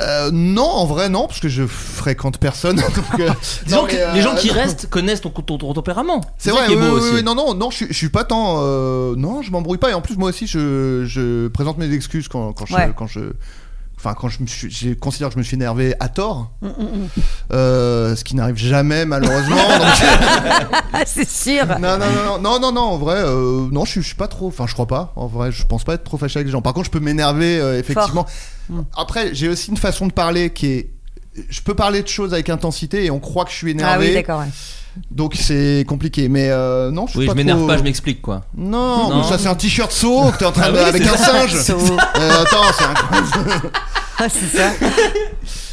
S5: Euh, non, en vrai, non, parce que je fréquente personne. donc, euh,
S2: Disons
S5: non,
S2: que
S5: mais, euh,
S2: les gens qui restent connaissent ton, ton- ton tempérament.
S5: C'est
S2: ça
S5: vrai,
S2: qui est
S5: oui,
S2: beau
S5: oui,
S2: aussi.
S5: oui, non, non, non, je, suis- je suis pas tant. euh, non, je m'embrouille pas. Et en plus, moi aussi, je, je présente mes excuses quand, quand je.
S3: Ouais.
S5: Quand je Enfin, quand je, me suis, je considère que je me suis énervé à tort,
S3: Mm,
S5: Euh, ce qui n'arrive jamais malheureusement. donc-
S3: Ah, c'est sûr
S5: non, non, non, non, non, non, non, en vrai, euh, non, je, suis- je suis pas trop. Enfin, je crois pas. En vrai, je pense pas être trop fâché avec les gens. Par contre, je peux m'énerver, euh, effectivement. Après, j'ai aussi une façon de parler qui est. Je peux parler de choses avec intensité et on croit que je suis énervé.
S3: Ah oui, d'accord, ouais.
S5: donc c'est compliqué. Mais euh, non, je suis
S2: Oui,
S5: pas
S2: je m'énerve
S5: trop-
S2: pas, je m'explique quoi.
S5: Non,
S2: Non.
S5: mais ça c'est un t-shirt saut que t'es en train
S2: Ah
S5: de.
S2: oui,
S5: bah avec
S2: c'est
S5: un
S2: ça.
S5: singe.
S3: So-
S5: Euh, attends, c'est incroyable.
S3: Ah, c'est ça.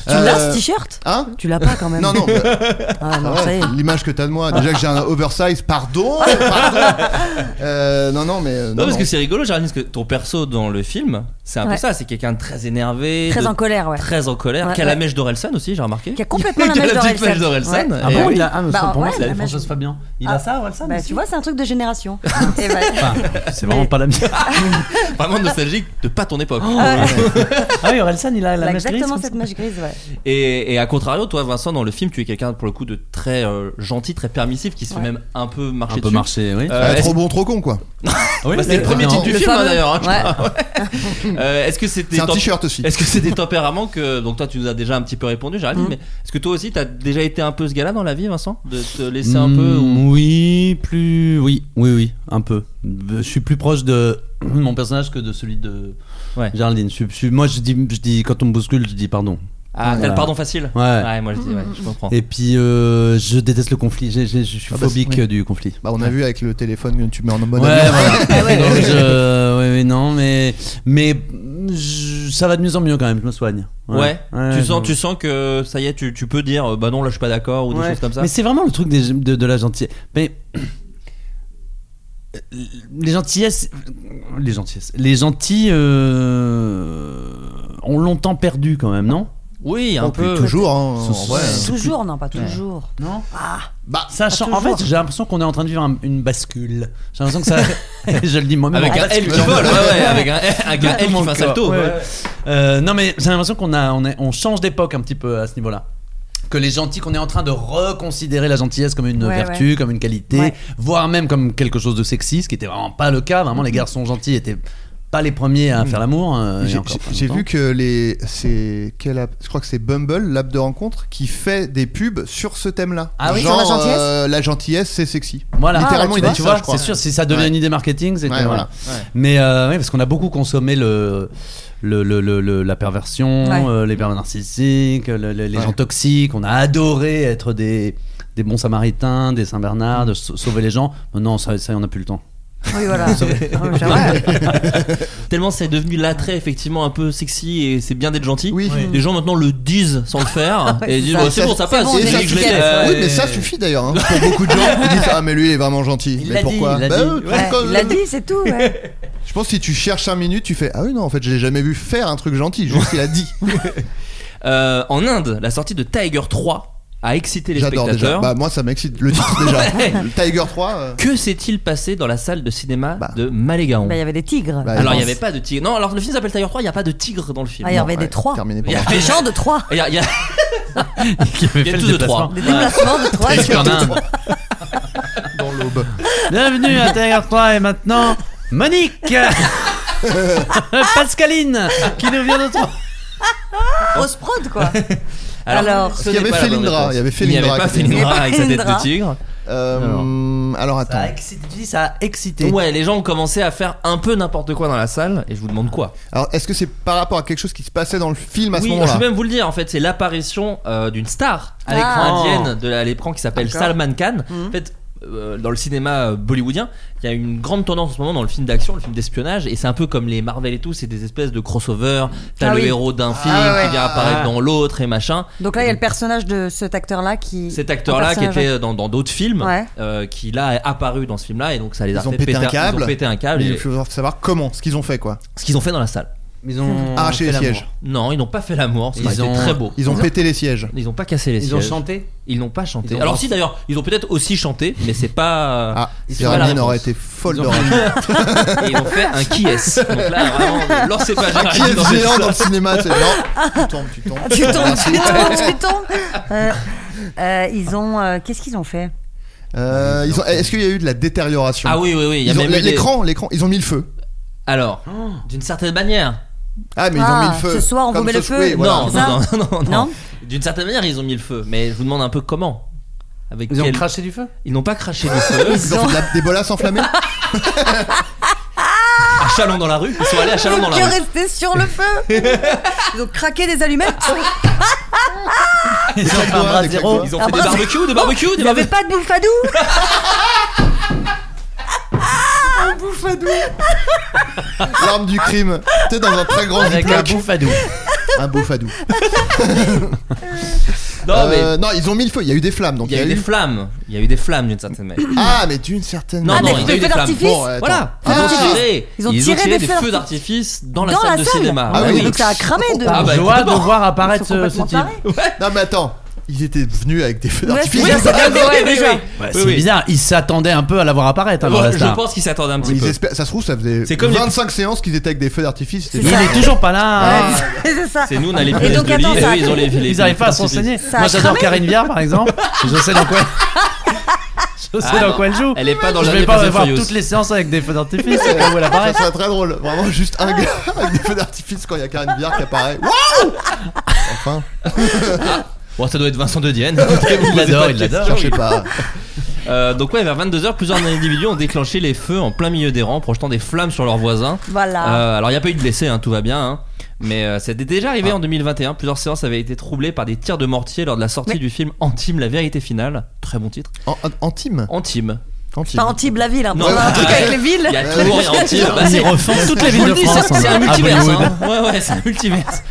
S3: Tu
S5: Euh,
S3: l'as ce t-shirt
S5: Hein
S3: Tu l'as pas quand même
S5: Non, non, bah,
S3: Ah, non,
S5: ouais,
S3: ça y est.
S5: l'image que t'as de moi. Déjà que j'ai un oversize, pardon, pardon. Euh, non, non, mais. euh,
S2: Non,
S5: non,
S2: parce
S5: non.
S2: que c'est rigolo, Géraldine, parce que ton perso dans le film, c'est un peu
S3: Ouais.
S2: ça, c'est quelqu'un de très énervé,
S3: Très
S2: de-
S3: en colère, ouais.
S2: très en colère,
S3: Ouais,
S2: qui a la
S3: ouais.
S2: mèche d'Orelsan aussi, j'ai remarqué.
S3: Qui a complètement la
S2: Qui a
S3: mèche
S2: la petite
S3: d'Orelsan.
S2: mèche d'Orelsan.
S3: Ouais.
S4: Ah
S2: Et
S4: bon,
S2: oui.
S4: il a. Ah, mais
S3: Bah,
S4: pour moi,
S3: ouais,
S4: c'est la
S3: la magie.
S4: Françoise Fabien. Il
S3: Ah.
S4: a ça, Walsan
S3: Bah,
S4: aussi
S3: tu vois, c'est un truc de génération. Et bah,
S4: C'est vraiment pas la mienne.
S2: Vraiment nostalgique de pas ton époque.
S3: Oh,
S4: Ah oui, Orelsan, il a la
S3: elle a
S4: mèche grise,
S3: Bah, exactement
S4: comme ça.
S3: cette mèche grise, ouais.
S2: Et, et à contrario, toi, Vincent, dans le film, tu es quelqu'un pour le coup de très euh, gentil, très permissif, qui se fait
S3: Ouais.
S2: même un peu marcher
S4: Un peu
S2: dessus.
S4: marché, oui.
S2: Euh, est-ce-
S5: trop bon, trop con quoi.
S4: Ah Oui,
S2: bah, c'est le
S4: mais-
S2: premier
S4: non.
S2: titre du
S3: Le
S2: film hein,
S3: fameux.
S2: d'ailleurs. hein, je
S3: Ouais.
S2: crois. Ouais. Euh, Est-ce que c'était
S5: C'est un t-shirt aussi.
S2: Est-ce que c'est des tempéraments que. Donc toi, tu nous as déjà un petit peu répondu, Géraldine, mais est-ce que toi aussi, t'as déjà été un peu ce gars-là dans la vie, Vincent De te laisser un peu. ou-
S4: Mm, Oui, plus. Oui, oui, oui, un peu. Je suis plus proche de mon personnage que de celui de
S2: Ouais.
S4: Geraldine. Je suis- je suis- moi, je dis, je dis, quand on me bouscule, je dis pardon.
S2: Ah, t'as
S4: Voilà.
S2: le pardon facile
S4: Ouais.
S2: moi je dis, ouais, je comprends.
S4: Et puis, euh, je déteste le conflit. J'ai- j'ai- je suis
S5: Ah bah,
S4: phobique
S5: oui.
S4: euh, du conflit.
S5: Bah, on a vu avec le téléphone que tu mets en mode
S4: Ouais,
S5: avion.
S4: voilà. Donc, je- ouais, ouais, non, mais, mais je- ça va de mieux en mieux quand même. Je me soigne.
S2: Ouais. tu, sens,
S4: je-
S2: tu sens que ça y est, tu, tu peux dire euh, bah non, là je suis pas d'accord ou des
S4: Ouais.
S2: choses comme ça.
S4: Mais c'est vraiment le truc des- de, de la gentillesse. Mais les gentillesses, les gentillesses, les gentils euh, ont longtemps perdu quand même, non
S2: Oui, un
S5: Oh, puis
S2: peu.
S5: Toujours, hein, en
S4: Ce-
S5: vrai.
S4: ce-
S3: Toujours, non, pas toujours. Ah,
S4: Non.
S2: Ah,
S5: Bah,
S4: Ça change- En fait, j'ai l'impression qu'on est en train de vivre un- une bascule. J'ai l'impression que ça. je le dis moi-même.
S2: Avec
S4: en
S2: un L qui
S4: basculant.
S2: vole, ouais, ouais, avec un, avec un L Ah, qui
S4: Mon
S2: fait un
S4: corps,
S2: salto.
S4: ouais.
S2: ouais.
S4: Euh, non, mais j'ai l'impression qu'on a, on est- on change d'époque un petit peu à ce niveau-là. Que les gentils, qu'on est en train de reconsidérer la gentillesse comme une
S3: Ouais,
S4: vertu, comme une qualité,
S3: Ouais.
S4: voire même comme quelque chose de sexy, ce qui était vraiment pas le cas. Vraiment,
S5: Mm-hmm.
S4: les garçons gentils étaient pas les premiers à faire l'amour. euh, il y a
S5: J'ai-
S4: encore
S5: j'ai-
S4: pas
S5: J'ai
S4: longtemps.
S5: vu que les c'est quelle app- je crois que c'est Bumble l'app de rencontre qui fait des pubs sur ce thème-là.
S4: Ah oui,
S5: Genre
S3: sur la gentillesse
S5: euh, la gentillesse c'est sexy.
S4: Voilà,
S5: Littéralement,
S4: Ah,
S5: il
S4: bah,
S5: dit
S4: tu
S5: ça,
S4: vois,
S5: je crois.
S4: c'est sûr, si ça devient
S5: Ouais.
S4: une idée marketing, c'est
S5: Ouais, voilà.
S4: Mais euh, ouais, parce qu'on a beaucoup consommé le, le, le- le- le- la perversion,
S3: Ouais.
S4: euh, les pervers narcissiques, le- le- les
S5: Ouais.
S4: gens toxiques. On a adoré être des, des bons samaritains, des Saint-Bernard, de sau- sauver les gens. Maintenant, ça, ça on n'a plus le temps.
S3: Oui, voilà. Non,
S5: Ah,
S3: mais c'est vrai.
S2: Tellement c'est devenu l'attrait effectivement un peu sexy et c'est bien d'être gentil.
S5: Oui. Oui.
S2: Les gens maintenant le disent sans le faire et ils disent
S4: Ah,
S3: ça.
S4: Oh,
S2: bah, c'est bon, ça
S3: C'est
S2: passe. j'ai
S3: bon,
S5: Et
S3: j'ai
S2: dit
S5: ça
S2: que je
S5: suffit.
S2: l'étais.
S5: Oui,
S2: Ouais.
S5: mais ça suffit d'ailleurs hein, pour beaucoup de gens qui disent ah mais lui il est vraiment gentil.
S4: Il
S5: mais
S4: l'a dit,
S5: pourquoi
S4: il l'a
S5: Bah,
S4: dit.
S5: euh,
S3: Ouais,
S5: comme-
S3: il l'a dit, c'est tout. ouais.
S5: Je pense que si tu cherches un minute, tu fais ah oui non en fait je l'ai jamais vu faire un truc gentil. Juste il a dit.
S2: Euh, en Inde, la sortie de Tiger 3 a excité les
S5: J'adore déjà.
S2: spectateurs.
S5: Bah moi ça m'excite le titre déjà. Le Tiger 3. euh,
S2: Que s'est-il passé dans la salle de cinéma
S5: Bah.
S2: de Malégaon
S3: Bah, Il y avait des tigres.
S5: Bah,
S2: Alors il
S5: pense-
S2: n'y avait pas de tigre. Non, alors le film s'appelle Tiger 3, il n'y a pas de tigre dans le film.
S3: Ah, il y
S5: non,
S3: avait
S5: ouais,
S3: des trois.
S5: Terminé.
S2: Il y
S5: pardon.
S2: avait-
S3: Des gens de trois.
S2: Il y a, il y a- il y a
S4: fait le
S2: tous de
S4: déplacement.
S2: trois.
S3: Des déplacements de trois.
S4: Presque en Inde.
S5: Dans l'aube.
S6: Bienvenue à Terre 3 et maintenant
S4: Monique
S6: Pascaline qui nous vient de toi.
S3: Grosse prod, quoi. Alors,
S2: ce
S5: Il y
S2: n'est
S5: avait
S2: pas la bonne
S5: Felindra,
S2: réponse.
S5: il y avait
S2: Il n'y avait
S5: Felindra
S2: pas
S5: à côté.
S2: Felindra avec sa tête
S3: Felindra.
S2: de tigre.
S5: Euh, alors
S4: ça a
S5: attends.
S4: excité, Tu dis, ça a excité.
S2: Ouais, les gens ont commencé à faire un peu n'importe quoi dans la salle et je vous demande quoi.
S5: Alors est-ce que c'est par rapport à quelque chose qui se passait dans le film à ce
S2: oui, je
S5: moment-là
S2: vais même vous le dire en fait, c'est l'apparition euh, d'une star à l'écran
S3: Ah.
S2: indienne de la- à l'écran qui s'appelle
S3: D'accord.
S2: Salman Khan.
S3: Mhm.
S2: En fait, euh, dans le cinéma euh, bollywoodien, il y a une grande tendance en ce moment dans le film d'action, le film d'espionnage, et c'est un peu comme les Marvel et tout, c'est des espèces de crossover. T'as
S3: Ah
S2: le
S3: oui.
S2: héros d'un film
S3: ouais, ouais.
S2: qui vient apparaître
S4: Ah.
S2: dans l'autre et machin.
S3: Donc là, il y a le personnage de cet acteur-là qui.
S2: Cet acteur-là qui
S3: personnage,
S2: était dans dans d'autres films,
S3: Ouais.
S2: euh, qui là est apparu dans ce film-là, et donc ça les a
S5: Ils ont
S2: fait
S5: pété un
S2: péter
S5: câble.
S2: ils ont pété un câble.
S5: Mais
S2: et-
S5: Il faut savoir comment, ce qu'ils ont fait quoi.
S2: Ce qu'ils ont fait dans la salle.
S4: Ils ont fait
S5: Arracher les
S4: l'amour.
S5: sièges.
S2: Non, ils n'ont pas fait l'amour.
S4: Ils
S2: C'était
S4: ont-
S2: très beau.
S5: Ils ont pété les sièges.
S2: Ils n'ont pas cassé les
S4: Ils ont
S2: sièges.
S4: chanté.
S2: Ils n'ont pas chanté.
S4: Ils ont
S2: Alors
S4: dansé.
S2: si d'ailleurs, ils ont peut-être aussi chanté, mais c'est pas.
S5: Ah,
S2: c'est pas la
S5: Géraldine
S2: réponse.
S5: aurait été folle
S4: Ils ont
S5: de
S4: fait-
S2: Et ils ont fait un qui est. Donc là, vraiment, lancez pas
S5: Qui
S2: Géraldine dans
S5: est
S2: cette
S5: géant
S2: salle.
S5: dans le cinéma c'est- Non, tu tombes, tu tombes.
S3: euh, Tu tombes,
S5: Merci.
S3: tu tombes, tu tombes. Euh, euh, ils ont. euh, Qu'est-ce qu'ils ont fait
S5: Euh, ils ont- Est-ce qu'il y a eu de la détérioration
S2: Ah oui, oui, oui. Il y a
S5: Ils ont-
S2: même eu des-
S5: L'écran, l'écran, ils ont mis le feu.
S2: Alors, d'une certaine manière.
S5: Ah mais ils
S3: Ah,
S5: ont mis le feu.
S3: ce soir, on vous
S5: Comme
S3: met
S5: ce-
S3: le feu.
S5: oui, voilà.
S2: Non,
S3: C'est
S2: non, non, non, non,
S3: Non
S2: D'une certaine manière, ils ont mis le feu. Mais je vous demande un peu comment. Avec
S4: Ils ont
S2: quel-
S4: craché du feu
S2: Ils n'ont pas craché du feu.
S5: Ils ont fait de la- des bolas enflammées
S2: à Chalon dans la rue. Ils sont allés à Chalon dans
S3: Donc,
S2: la
S3: ils
S2: rue.
S3: restaient sur le feu. Ils ont craqué des allumettes.
S4: Ils ont fait un
S5: doigts,
S4: bras
S5: des
S4: zéro.
S5: claques
S2: Ils ont fait des barbecues, des barbecues, des
S3: Il n'y avait
S2: barbecues.
S3: pas de bouffadou. Ah,
S2: Ah,
S5: L'arme du crime. T'es dans un très grand
S4: Avec un
S5: ziploc.
S4: bouffadou.
S5: Un beau fadou.
S2: Non, mais.
S5: Euh, non, ils ont mis le feu. Il y a eu des flammes. Donc
S2: Il y a eu des flammes. Il y a eu des flammes d'une certaine manière.
S5: Ah, mais d'une certaine.
S2: Non,
S3: Ah,
S2: non,
S3: des
S2: il y a eu
S3: feux
S2: des flammes.
S3: d'artifice.
S5: Bon, euh,
S2: Voilà, ils
S5: Attends.
S2: ont,
S5: Ah.
S2: tiré,
S3: Ils ont tiré des
S2: des
S3: feux
S2: feux d'artifice dans la
S3: Dans
S2: salle
S3: la
S2: de
S3: salle.
S2: cinéma.
S5: Ah
S2: Ouais,
S5: oui.
S2: ouais.
S3: Donc ça a cramé de.
S2: Ah bah, euh,
S4: Joie de
S2: complètement.
S4: voir apparaître
S3: Ils sont
S4: ce, ce
S3: complètement
S4: type.
S3: tarés.
S5: Non, mais attends. ils étaient venus avec des feux
S3: Ouais,
S5: d'artifice.
S3: c'est-
S5: Ils-
S3: Ah, ouais, déjà.
S4: Ouais,
S2: Oui,
S4: Euh, c'est
S2: oui.
S4: bizarre, ils s'attendaient un peu à l'avoir apparaître hein, alors
S2: Bon,
S4: la
S2: je
S4: star.
S2: pense qu'il s'attendait un petit
S5: ils
S2: peu.
S5: espèrent- ça se trouve, ça faisait
S2: C'est comme les-
S5: 25 séances qu'ils étaient avec des feux d'artifice.
S3: C'est
S5: c'était-
S4: Il
S3: ça.
S4: est toujours pas là. hein.
S3: Ouais, c'est ça.
S2: Ah. C'est nous, on a les
S3: Et
S2: punaises
S3: donc,
S2: de
S3: attends,
S2: lit,
S3: ça
S2: et
S3: a-
S2: eux, Eh ils ont les les-
S4: Ils
S2: les
S4: arrivent pas à
S2: feux d'artifice.
S4: s'enseigner.
S3: Ça a
S4: Moi j'adore Karine Viard par exemple. Je sais dans quoi. Je sais
S2: Ah,
S4: dans
S2: non.
S4: quoi elle joue.
S2: Elle est pas dans
S4: Je
S2: la
S4: vais
S2: Fast
S4: pas
S2: and
S4: voir
S2: Furious.
S4: toutes les séances avec des feux d'artifice.
S5: C'est-
S4: où elle apparaît.
S5: Ça serait très drôle, vraiment juste un gars avec des feux d'artifice quand il y a Karine Viard qui apparaît. Waouh Enfin,
S2: Bon, ça doit être Vincent de Dienne.
S4: Il l'adore, il l'adore.
S5: cherchez pas.
S2: Euh, donc ouais, vers 22h, plusieurs individus ont déclenché les feux en plein milieu des rangs, projetant des flammes sur leurs voisins.
S3: Voilà.
S2: Euh, alors il n'y a pas eu de blessés, hein, tout va bien. hein. Mais euh, c'était déjà arrivé en 2021. Plusieurs séances avaient été troublées par des tirs de mortier lors de la sortie
S3: Mais-
S2: du film Antime, la vérité finale. Très bon titre.
S5: En, en- Antime
S2: Antime.
S5: Antime.
S3: Pas Antibes, la ville, hein,
S2: Non. Ah,
S3: on a un truc avec les villes.
S2: Il y a toujours un Antime. Bah, c'est-
S6: Ils refont toutes
S2: Je
S6: les
S2: vous
S6: villes
S2: le
S6: de
S2: dis,
S6: France.
S2: c'est- c'est
S6: hein, à
S2: un multiverse.
S6: Bollywood.
S2: hein. Ouais, ouais, c'est un multiverse.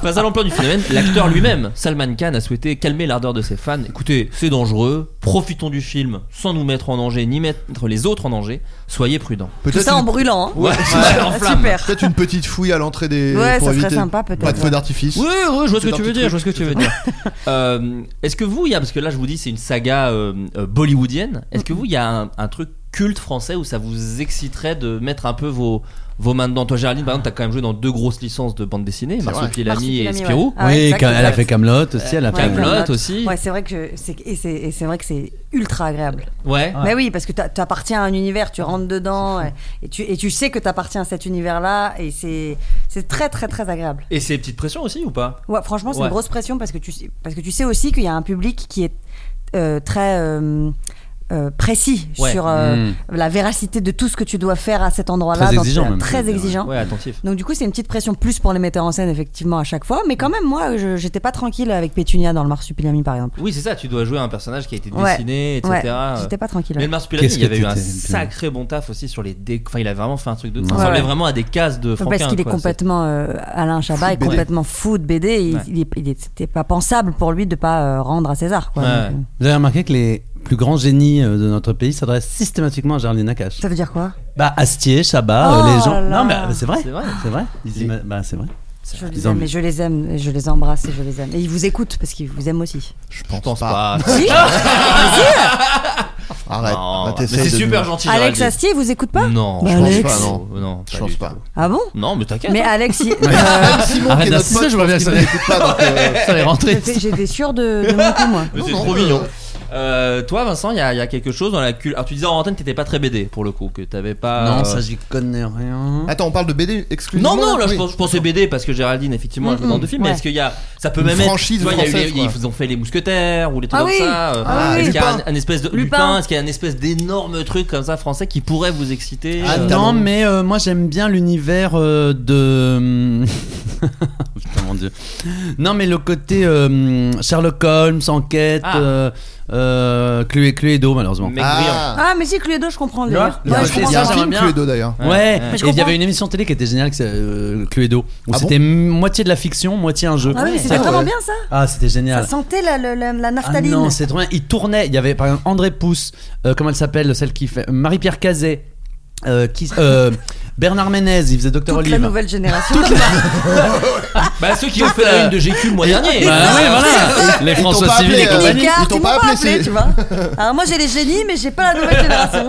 S2: Face à l'ampleur du phénomène, l'acteur lui-même, Salman Khan, a souhaité calmer l'ardeur de ses fans. Écoutez, c'est dangereux, profitons du film sans nous mettre en danger, ni mettre les autres en danger, soyez prudents.
S3: Tout
S5: Peut-être
S3: ça en
S5: une,
S3: brûlant. hein.
S2: Ouais, en
S3: Ah,
S2: flamme.
S3: Super.
S5: peut-être une petite fouille à l'entrée des.
S3: Ouais,
S5: pour
S3: ça serait
S5: éviter-
S3: sympa, peut-être,
S5: Pas de feux
S3: ouais.
S5: d'artifice.
S2: Oui, oui, oui, je vois ce
S5: C'est
S2: que tu
S5: un
S2: veux
S5: petit
S2: dire, je vois
S5: truc,
S2: ce que tu veux dire. Euh, Est-ce que vous, il y a, parce que là je vous dis c'est une saga euh, euh, bollywoodienne, est-ce que vous, il y a un, un truc culte français où ça vous exciterait de mettre un peu vos, vos mains dedans Toi, Géraldine, par exemple, t'as quand même joué dans deux grosses licences de bande dessinée,
S5: vrai.
S2: Marsupilami et
S3: Marsupilami, ouais.
S2: Spirou.
S3: Ah ouais,
S4: oui,
S3: exact,
S4: quand- elle a
S3: exact.
S4: fait Camelot aussi, elle a fait.
S2: Kaamelott.
S3: Kaamelott.
S2: aussi.
S3: Ouais, c'est vrai que c'est et c'est et c'est vrai que c'est ultra agréable.
S2: Ouais.
S5: Ah.
S3: Bah oui, parce que t'a- t'appartiens à un univers, tu rentres dedans et, et tu et tu sais que t'appartiens à cet univers-là et c'est c'est très très très agréable.
S2: Et c'est petite pression aussi ou pas
S3: Ouais, franchement, c'est
S2: Ouais.
S3: une grosse pression parce que tu sais- parce que tu sais aussi qu'il y a un public qui est euh, très euh, euh, précis
S2: Ouais.
S3: sur euh,
S2: Hmm.
S4: Mm.
S3: la véracité de tout ce que tu dois faire à cet endroit-là.
S4: Très
S3: dans-
S4: exigeant, même, je veux
S3: Très
S4: dire.
S3: exigeant.
S2: Ouais, attentif.
S3: Donc du coup, c'est une petite pression plus pour les metteurs en scène effectivement à chaque fois, mais quand même moi, je- j'étais pas tranquille avec Pétunia dans le Marsupilami par exemple.
S2: Oui, c'est ça, tu dois jouer un personnage qui a été
S3: Ouais.
S2: dessiné, etc.
S3: Ouais,
S2: Euh,
S3: j'étais pas tranquille.
S2: Mais le Marsupilami,
S4: Qu'est-ce
S2: il y
S4: que
S2: avait eu un
S4: t'étais,
S2: sacré bon taf aussi sur les dé... Enfin, il a vraiment fait un truc de. Ça
S3: Ouais,
S2: ressemblait
S3: ouais.
S2: vraiment à des cases de Franquin.
S3: Parce qu'il est
S2: quoi.
S3: complètement euh, Alain Chabat est
S5: BD.
S3: complètement fou de BD. et Il,
S2: Ouais.
S3: il est- il est- c'était pas pensable pour lui de pas euh, rendre à César. Quoi.
S2: Ouais.
S3: Donc, euh,
S4: Vous avez remarqué que les plus grands génies euh, de notre pays s'adressent systématiquement à Géraldine Nakache.
S3: ça veut dire quoi
S4: Bah Astier, Chabat,
S3: Oh
S4: euh, les gens.
S3: là là.
S4: Non mais euh, c'est vrai.
S2: C'est vrai.
S4: C'est vrai. Ils ima- Bah c'est vrai.
S3: Je
S4: Ils
S3: les
S4: ont-
S3: aime, mais je les aime, et je les embrasse et je les aime. Et ils vous écoutent parce qu'ils vous aiment aussi.
S2: Je pense, pas.
S3: Si
S4: Ah,
S5: Arrête.
S2: Non.
S5: bah,
S2: Mais
S5: t'essayes
S2: c'est
S5: de
S2: super
S5: nous-
S2: gentil.
S3: Alex
S2: Géraldine.
S3: Astier, il vous écoute pas
S4: Mm.
S2: Non,
S3: Bah,
S2: je pense
S3: Alex.
S2: pas, non. non
S5: Je
S2: pas
S5: pense
S2: du
S5: pas.
S2: tout.
S3: Ah bon
S2: Non, mais t'inquiète.
S3: Mais Alex, il-
S5: Même Simon qui
S4: Arrête
S5: est notre
S4: d'insister,
S5: pote,
S4: je vois bien
S5: il
S4: ça.
S5: n'écoute pas. donc, euh,
S4: Ça les rend triste.
S3: j'étais sûre de, de mon coup moi.
S2: Mais c'est
S5: non,
S2: trop
S5: euh,
S2: mignon. Euh, toi, Vincent, il y, a il y a quelque chose dans la culture. Alors, tu disais en antenne que t'étais pas très BD pour le coup, que t'avais pas. euh,
S4: Non, ça j'y connais rien.
S5: Attends, on parle de BD exclusivement.
S2: Non, non, là je,
S5: Oui.
S2: pense- je pensais BD parce que Géraldine, effectivement, elle joue dans deux films, mais
S3: Mm, ouais.
S2: est-ce qu'il y a. Ça peut
S5: Une
S2: même
S5: franchise
S2: être. tu vois, il y a eu
S5: française,
S2: les-
S5: quoi.
S2: ils ont fait Les Mousquetaires ou les trucs
S3: Ah
S2: comme
S3: oui.
S2: ça. euh,
S5: Ah oui,
S2: est-ce qu'il y a un,
S5: Lupin.
S2: un espèce de.
S3: Lupin.
S2: Est-ce qu'il y a un espèce d'énorme truc comme ça français qui pourrait vous exciter
S4: Ah
S2: euh,
S4: non, mais euh, moi j'aime bien l'univers euh, de. Putain, mon dieu. Non, mais le côté euh, Sherlock Holmes, enquête,
S2: Ah.
S4: euh, euh, Cluedo, Cluedo, malheureusement.
S2: Maigrir.
S5: Ah,
S3: Ah, mais si, Cluedo, je comprends le
S4: Tu vois
S3: délire.
S5: Il y a
S4: Ouais,
S5: un
S4: je
S5: il y a un
S4: comprends.
S5: film
S4: J'aimerais bien.
S5: Cluedo d'ailleurs.
S4: Ouais,
S2: Mais
S3: je
S4: et il y
S3: comprends.
S4: avait une émission de télé qui était géniale, c'est euh, Cluedo, où
S5: Ah
S4: c'était m- moitié de la fiction, moitié un jeu.
S3: Ah oui, mais c'était
S5: Ah ouais.
S3: vraiment bien ça.
S4: Ah, c'était génial.
S3: Ça sentait la, la, la- la
S4: Ah
S3: naphtaline.
S4: non, c'est trop bien. Il tournait. Il y avait par exemple André Pousse, euh, comment elle s'appelle, celle qui fait Marie-Pierre Cazet, euh, qui, euh, Bernard Ménez, il faisait Docteur
S3: Toute la
S4: Olive.
S3: nouvelle génération.
S2: Bah, ceux qui ont fait la une de GQ le mois dernier.
S4: Bah oui, voilà. Les
S5: Ils t'ont
S4: François
S5: pas
S4: Civil
S5: appelé,
S4: et
S5: euh,
S4: compagnie.
S3: Picard,
S5: Ils t'ont
S3: ils m'ont
S5: pas
S3: pas
S5: appelé,
S3: appelé,
S5: c'est-
S3: tu vois. Alors moi j'ai les génies, mais j'ai pas la nouvelle génération.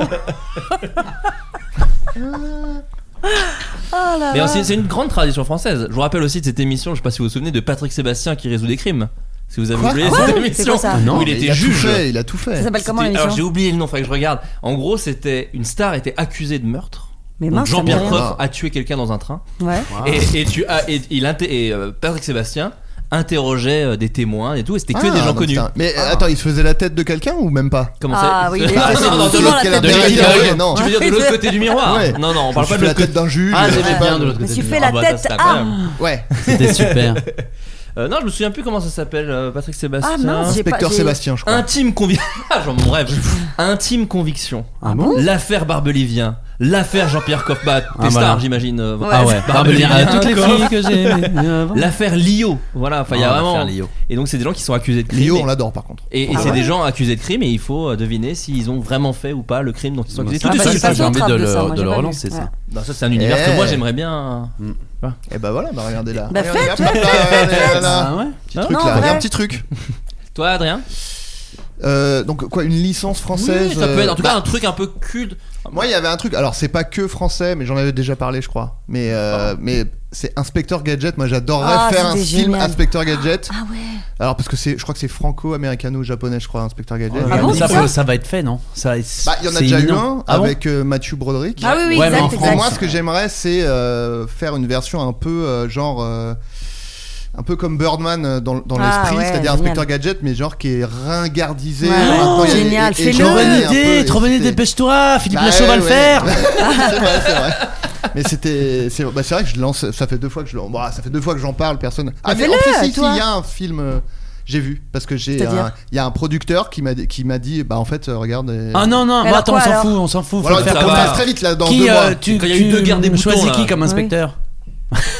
S3: Ah là
S2: Mais
S3: là.
S2: c'est c'est une grande tradition française. Je vous rappelle aussi de cette émission, je sais pas si vous vous souvenez, de Patrick Sébastien qui résout des crimes. Si vous avez
S5: Quoi
S2: oublié
S3: Quoi
S2: cette
S3: C'est
S2: émission
S3: quoi ça
S5: Ah non,
S2: où il
S5: mais
S2: était
S5: a tout
S2: juge.
S5: fait, Il a tout
S3: Ça
S5: fait.
S3: s'appelle comment
S2: C'était- Alors j'ai
S3: l'émission
S2: oublié le nom, fallait que je regarde. En gros, c'était une star était accusée de meurtre.
S3: Mais
S2: Donc,
S3: mince, ça me dit
S2: Jean-Pierre
S3: rien.
S2: Coff a tué quelqu'un dans un train.
S3: Ouais.
S5: Ah.
S2: Et, et tu as et, il inté- et, euh, Patrick Sébastien interrogeait euh, des témoins et tout et c'était que
S5: Ah,
S2: des gens
S5: donc
S2: connus.
S5: c'est un- Mais euh, attends, il se faisait la tête de quelqu'un ou même pas
S2: Comment
S3: Ah oui, il est-
S2: Ah,
S3: c'est
S2: non, non, de
S3: souvent
S2: l'autre-
S3: la
S5: Quel
S3: tête
S5: intérêt
S2: de-
S5: t'as-
S2: de-
S5: ouais, non.
S2: Tu veux dire de l'autre côté du miroir
S5: Ouais.
S2: Non non, on parle
S5: Je me
S2: pas
S5: suis
S2: de
S5: fait la
S2: l'autre
S5: tête
S2: côté.
S5: d'un juge.
S4: Ah,
S5: je
S4: c'est
S5: sais
S4: bien
S5: pas.
S4: de l'autre
S3: Mais
S4: côté.
S3: tu
S4: du
S3: fais
S4: mur.
S3: la
S2: Ah, bah, ça,
S3: tête.
S2: c'est
S3: Ah,
S2: incroyable.
S5: Ouais.
S4: C'était super.
S2: Euh, Non, je me souviens plus comment ça s'appelle euh, Patrick Sébastien.
S3: Ah, mince, j'ai-
S5: Inspecteur
S3: j'ai-
S5: Sébastien, je crois.
S2: Intime conviction. bref. Intime conviction.
S4: Ah bon
S2: L'affaire Barbelivien. L'affaire Jean-Pierre Kaufmann. T'es
S4: Ah,
S2: star,
S4: voilà.
S2: j'imagine. euh, votre-
S4: Ah ouais,
S2: Barbelivien.
S4: Barbelivien, à toutes les filles que j'ai aimées avant.
S2: L'affaire Lio. Voilà, enfin, il y a
S4: Ah, l'affaire
S2: vraiment.
S4: Lio.
S2: Et donc, c'est des gens qui sont accusés de crime.
S5: Léo,
S2: et-
S5: on Ah l'adore par contre.
S2: Et, et c'est des gens accusés de crime et il faut euh, deviner s'ils ont vraiment fait ou pas le crime dont ils sont accusés.
S4: Ah,
S2: Tout est
S3: bah,
S2: sur
S3: j'ai
S2: YouTube.
S3: pas
S4: j'ai
S3: fait
S4: envie
S3: au
S4: de
S3: trap de
S4: le-
S3: ça, moi,
S4: de
S3: j'ai
S4: le
S3: pas vu.
S4: relancer, ça.
S3: Ouais.
S2: Non, ça c'est un univers que
S5: Eh.
S2: moi j'aimerais bien. euh,
S5: Et bah voilà, bah regardez là.
S3: Bah,
S5: Regardez,
S3: faites,
S5: hop là, regardez là, là, là.
S4: Ah ouais
S5: Petit truc
S3: Non,
S5: là,
S3: en
S5: il y a un
S3: vrai.
S5: petit truc.
S2: Toi, Adrien
S5: Euh, donc quoi, une licence française
S2: Oui, Ça peut être en tout cas
S5: euh,
S2: un truc un peu culte.
S5: bah, Moi, il y avait un truc. Alors, c'est pas que français, mais j'en avais déjà parlé, je crois. Mais
S4: Ah.
S5: euh, mais c'est Inspecteur Gadget. Moi, j'adorerais
S3: Ah,
S5: faire un
S3: c'était
S5: film
S3: génial.
S5: Inspecteur Gadget.
S3: Ah ouais.
S5: Alors parce que c'est, je crois que c'est franco-américano-japonais, je crois, Inspecteur Gadget.
S3: Ah bon,
S4: ça,
S3: c'est ça
S4: faut- ça va être fait, non ça,
S5: Bah, il y en a
S4: c'est
S5: déjà eu
S4: imminent.
S5: un
S4: Ah bon
S5: avec euh, Mathieu Broderick.
S3: Ah oui, oui,
S4: Ouais, mais en
S3: exact,
S4: France,
S3: exact.
S5: Moi, ce que j'aimerais, c'est euh, faire une version un peu euh, genre. euh, un peu comme Birdman euh, dans, dans
S3: Ah
S5: l'esprit,
S3: ouais,
S5: c'est-à-dire
S3: génial.
S5: Inspecteur Gadget, mais genre qui est ringardisé.
S3: Ouais.
S5: Maintenant,
S3: Oh,
S5: il y a-
S3: génial,
S5: et- et
S3: fais-le.
S5: j'en
S3: Trop bonne
S5: revenais
S6: Bonne
S5: un peu,
S6: idée,
S5: et
S6: trop bonne idée,
S5: c'était-
S6: dépêche-toi, Philippe
S5: Bah
S6: Lachaud
S5: ouais,
S6: va le
S5: ouais.
S6: faire.
S5: c'est vrai, c'est vrai. Mais c'était, c'est bah, c'est vrai que je lance. Ça fait deux fois que je, le- bah, ça fait deux fois que j'en parle, personne. Ah mais en
S3: fais-le,
S5: plus, si, si,
S3: toi.
S5: il y a un film. euh, j'ai vu parce que j'ai,
S3: C'est-à-dire
S5: un- il y a un producteur qui m'a dit- qui m'a dit, bah en fait, euh, regarde. euh,
S6: Ah non, non,
S3: Mais
S6: bon,
S3: alors
S6: attends,
S3: quoi,
S6: on s'en
S3: alors
S6: fout, on s'en fout. faut
S5: Voilà,
S6: le
S5: on
S6: faire
S5: faut
S6: comme
S5: qu'on
S6: ça.
S5: passe très vite là dans deux
S6: Qui,
S5: mois.
S6: euh, tu,
S2: Quand il y a eu
S6: tu
S2: deux guerres des boutons,
S6: choisis
S2: là.
S6: qui comme inspecteur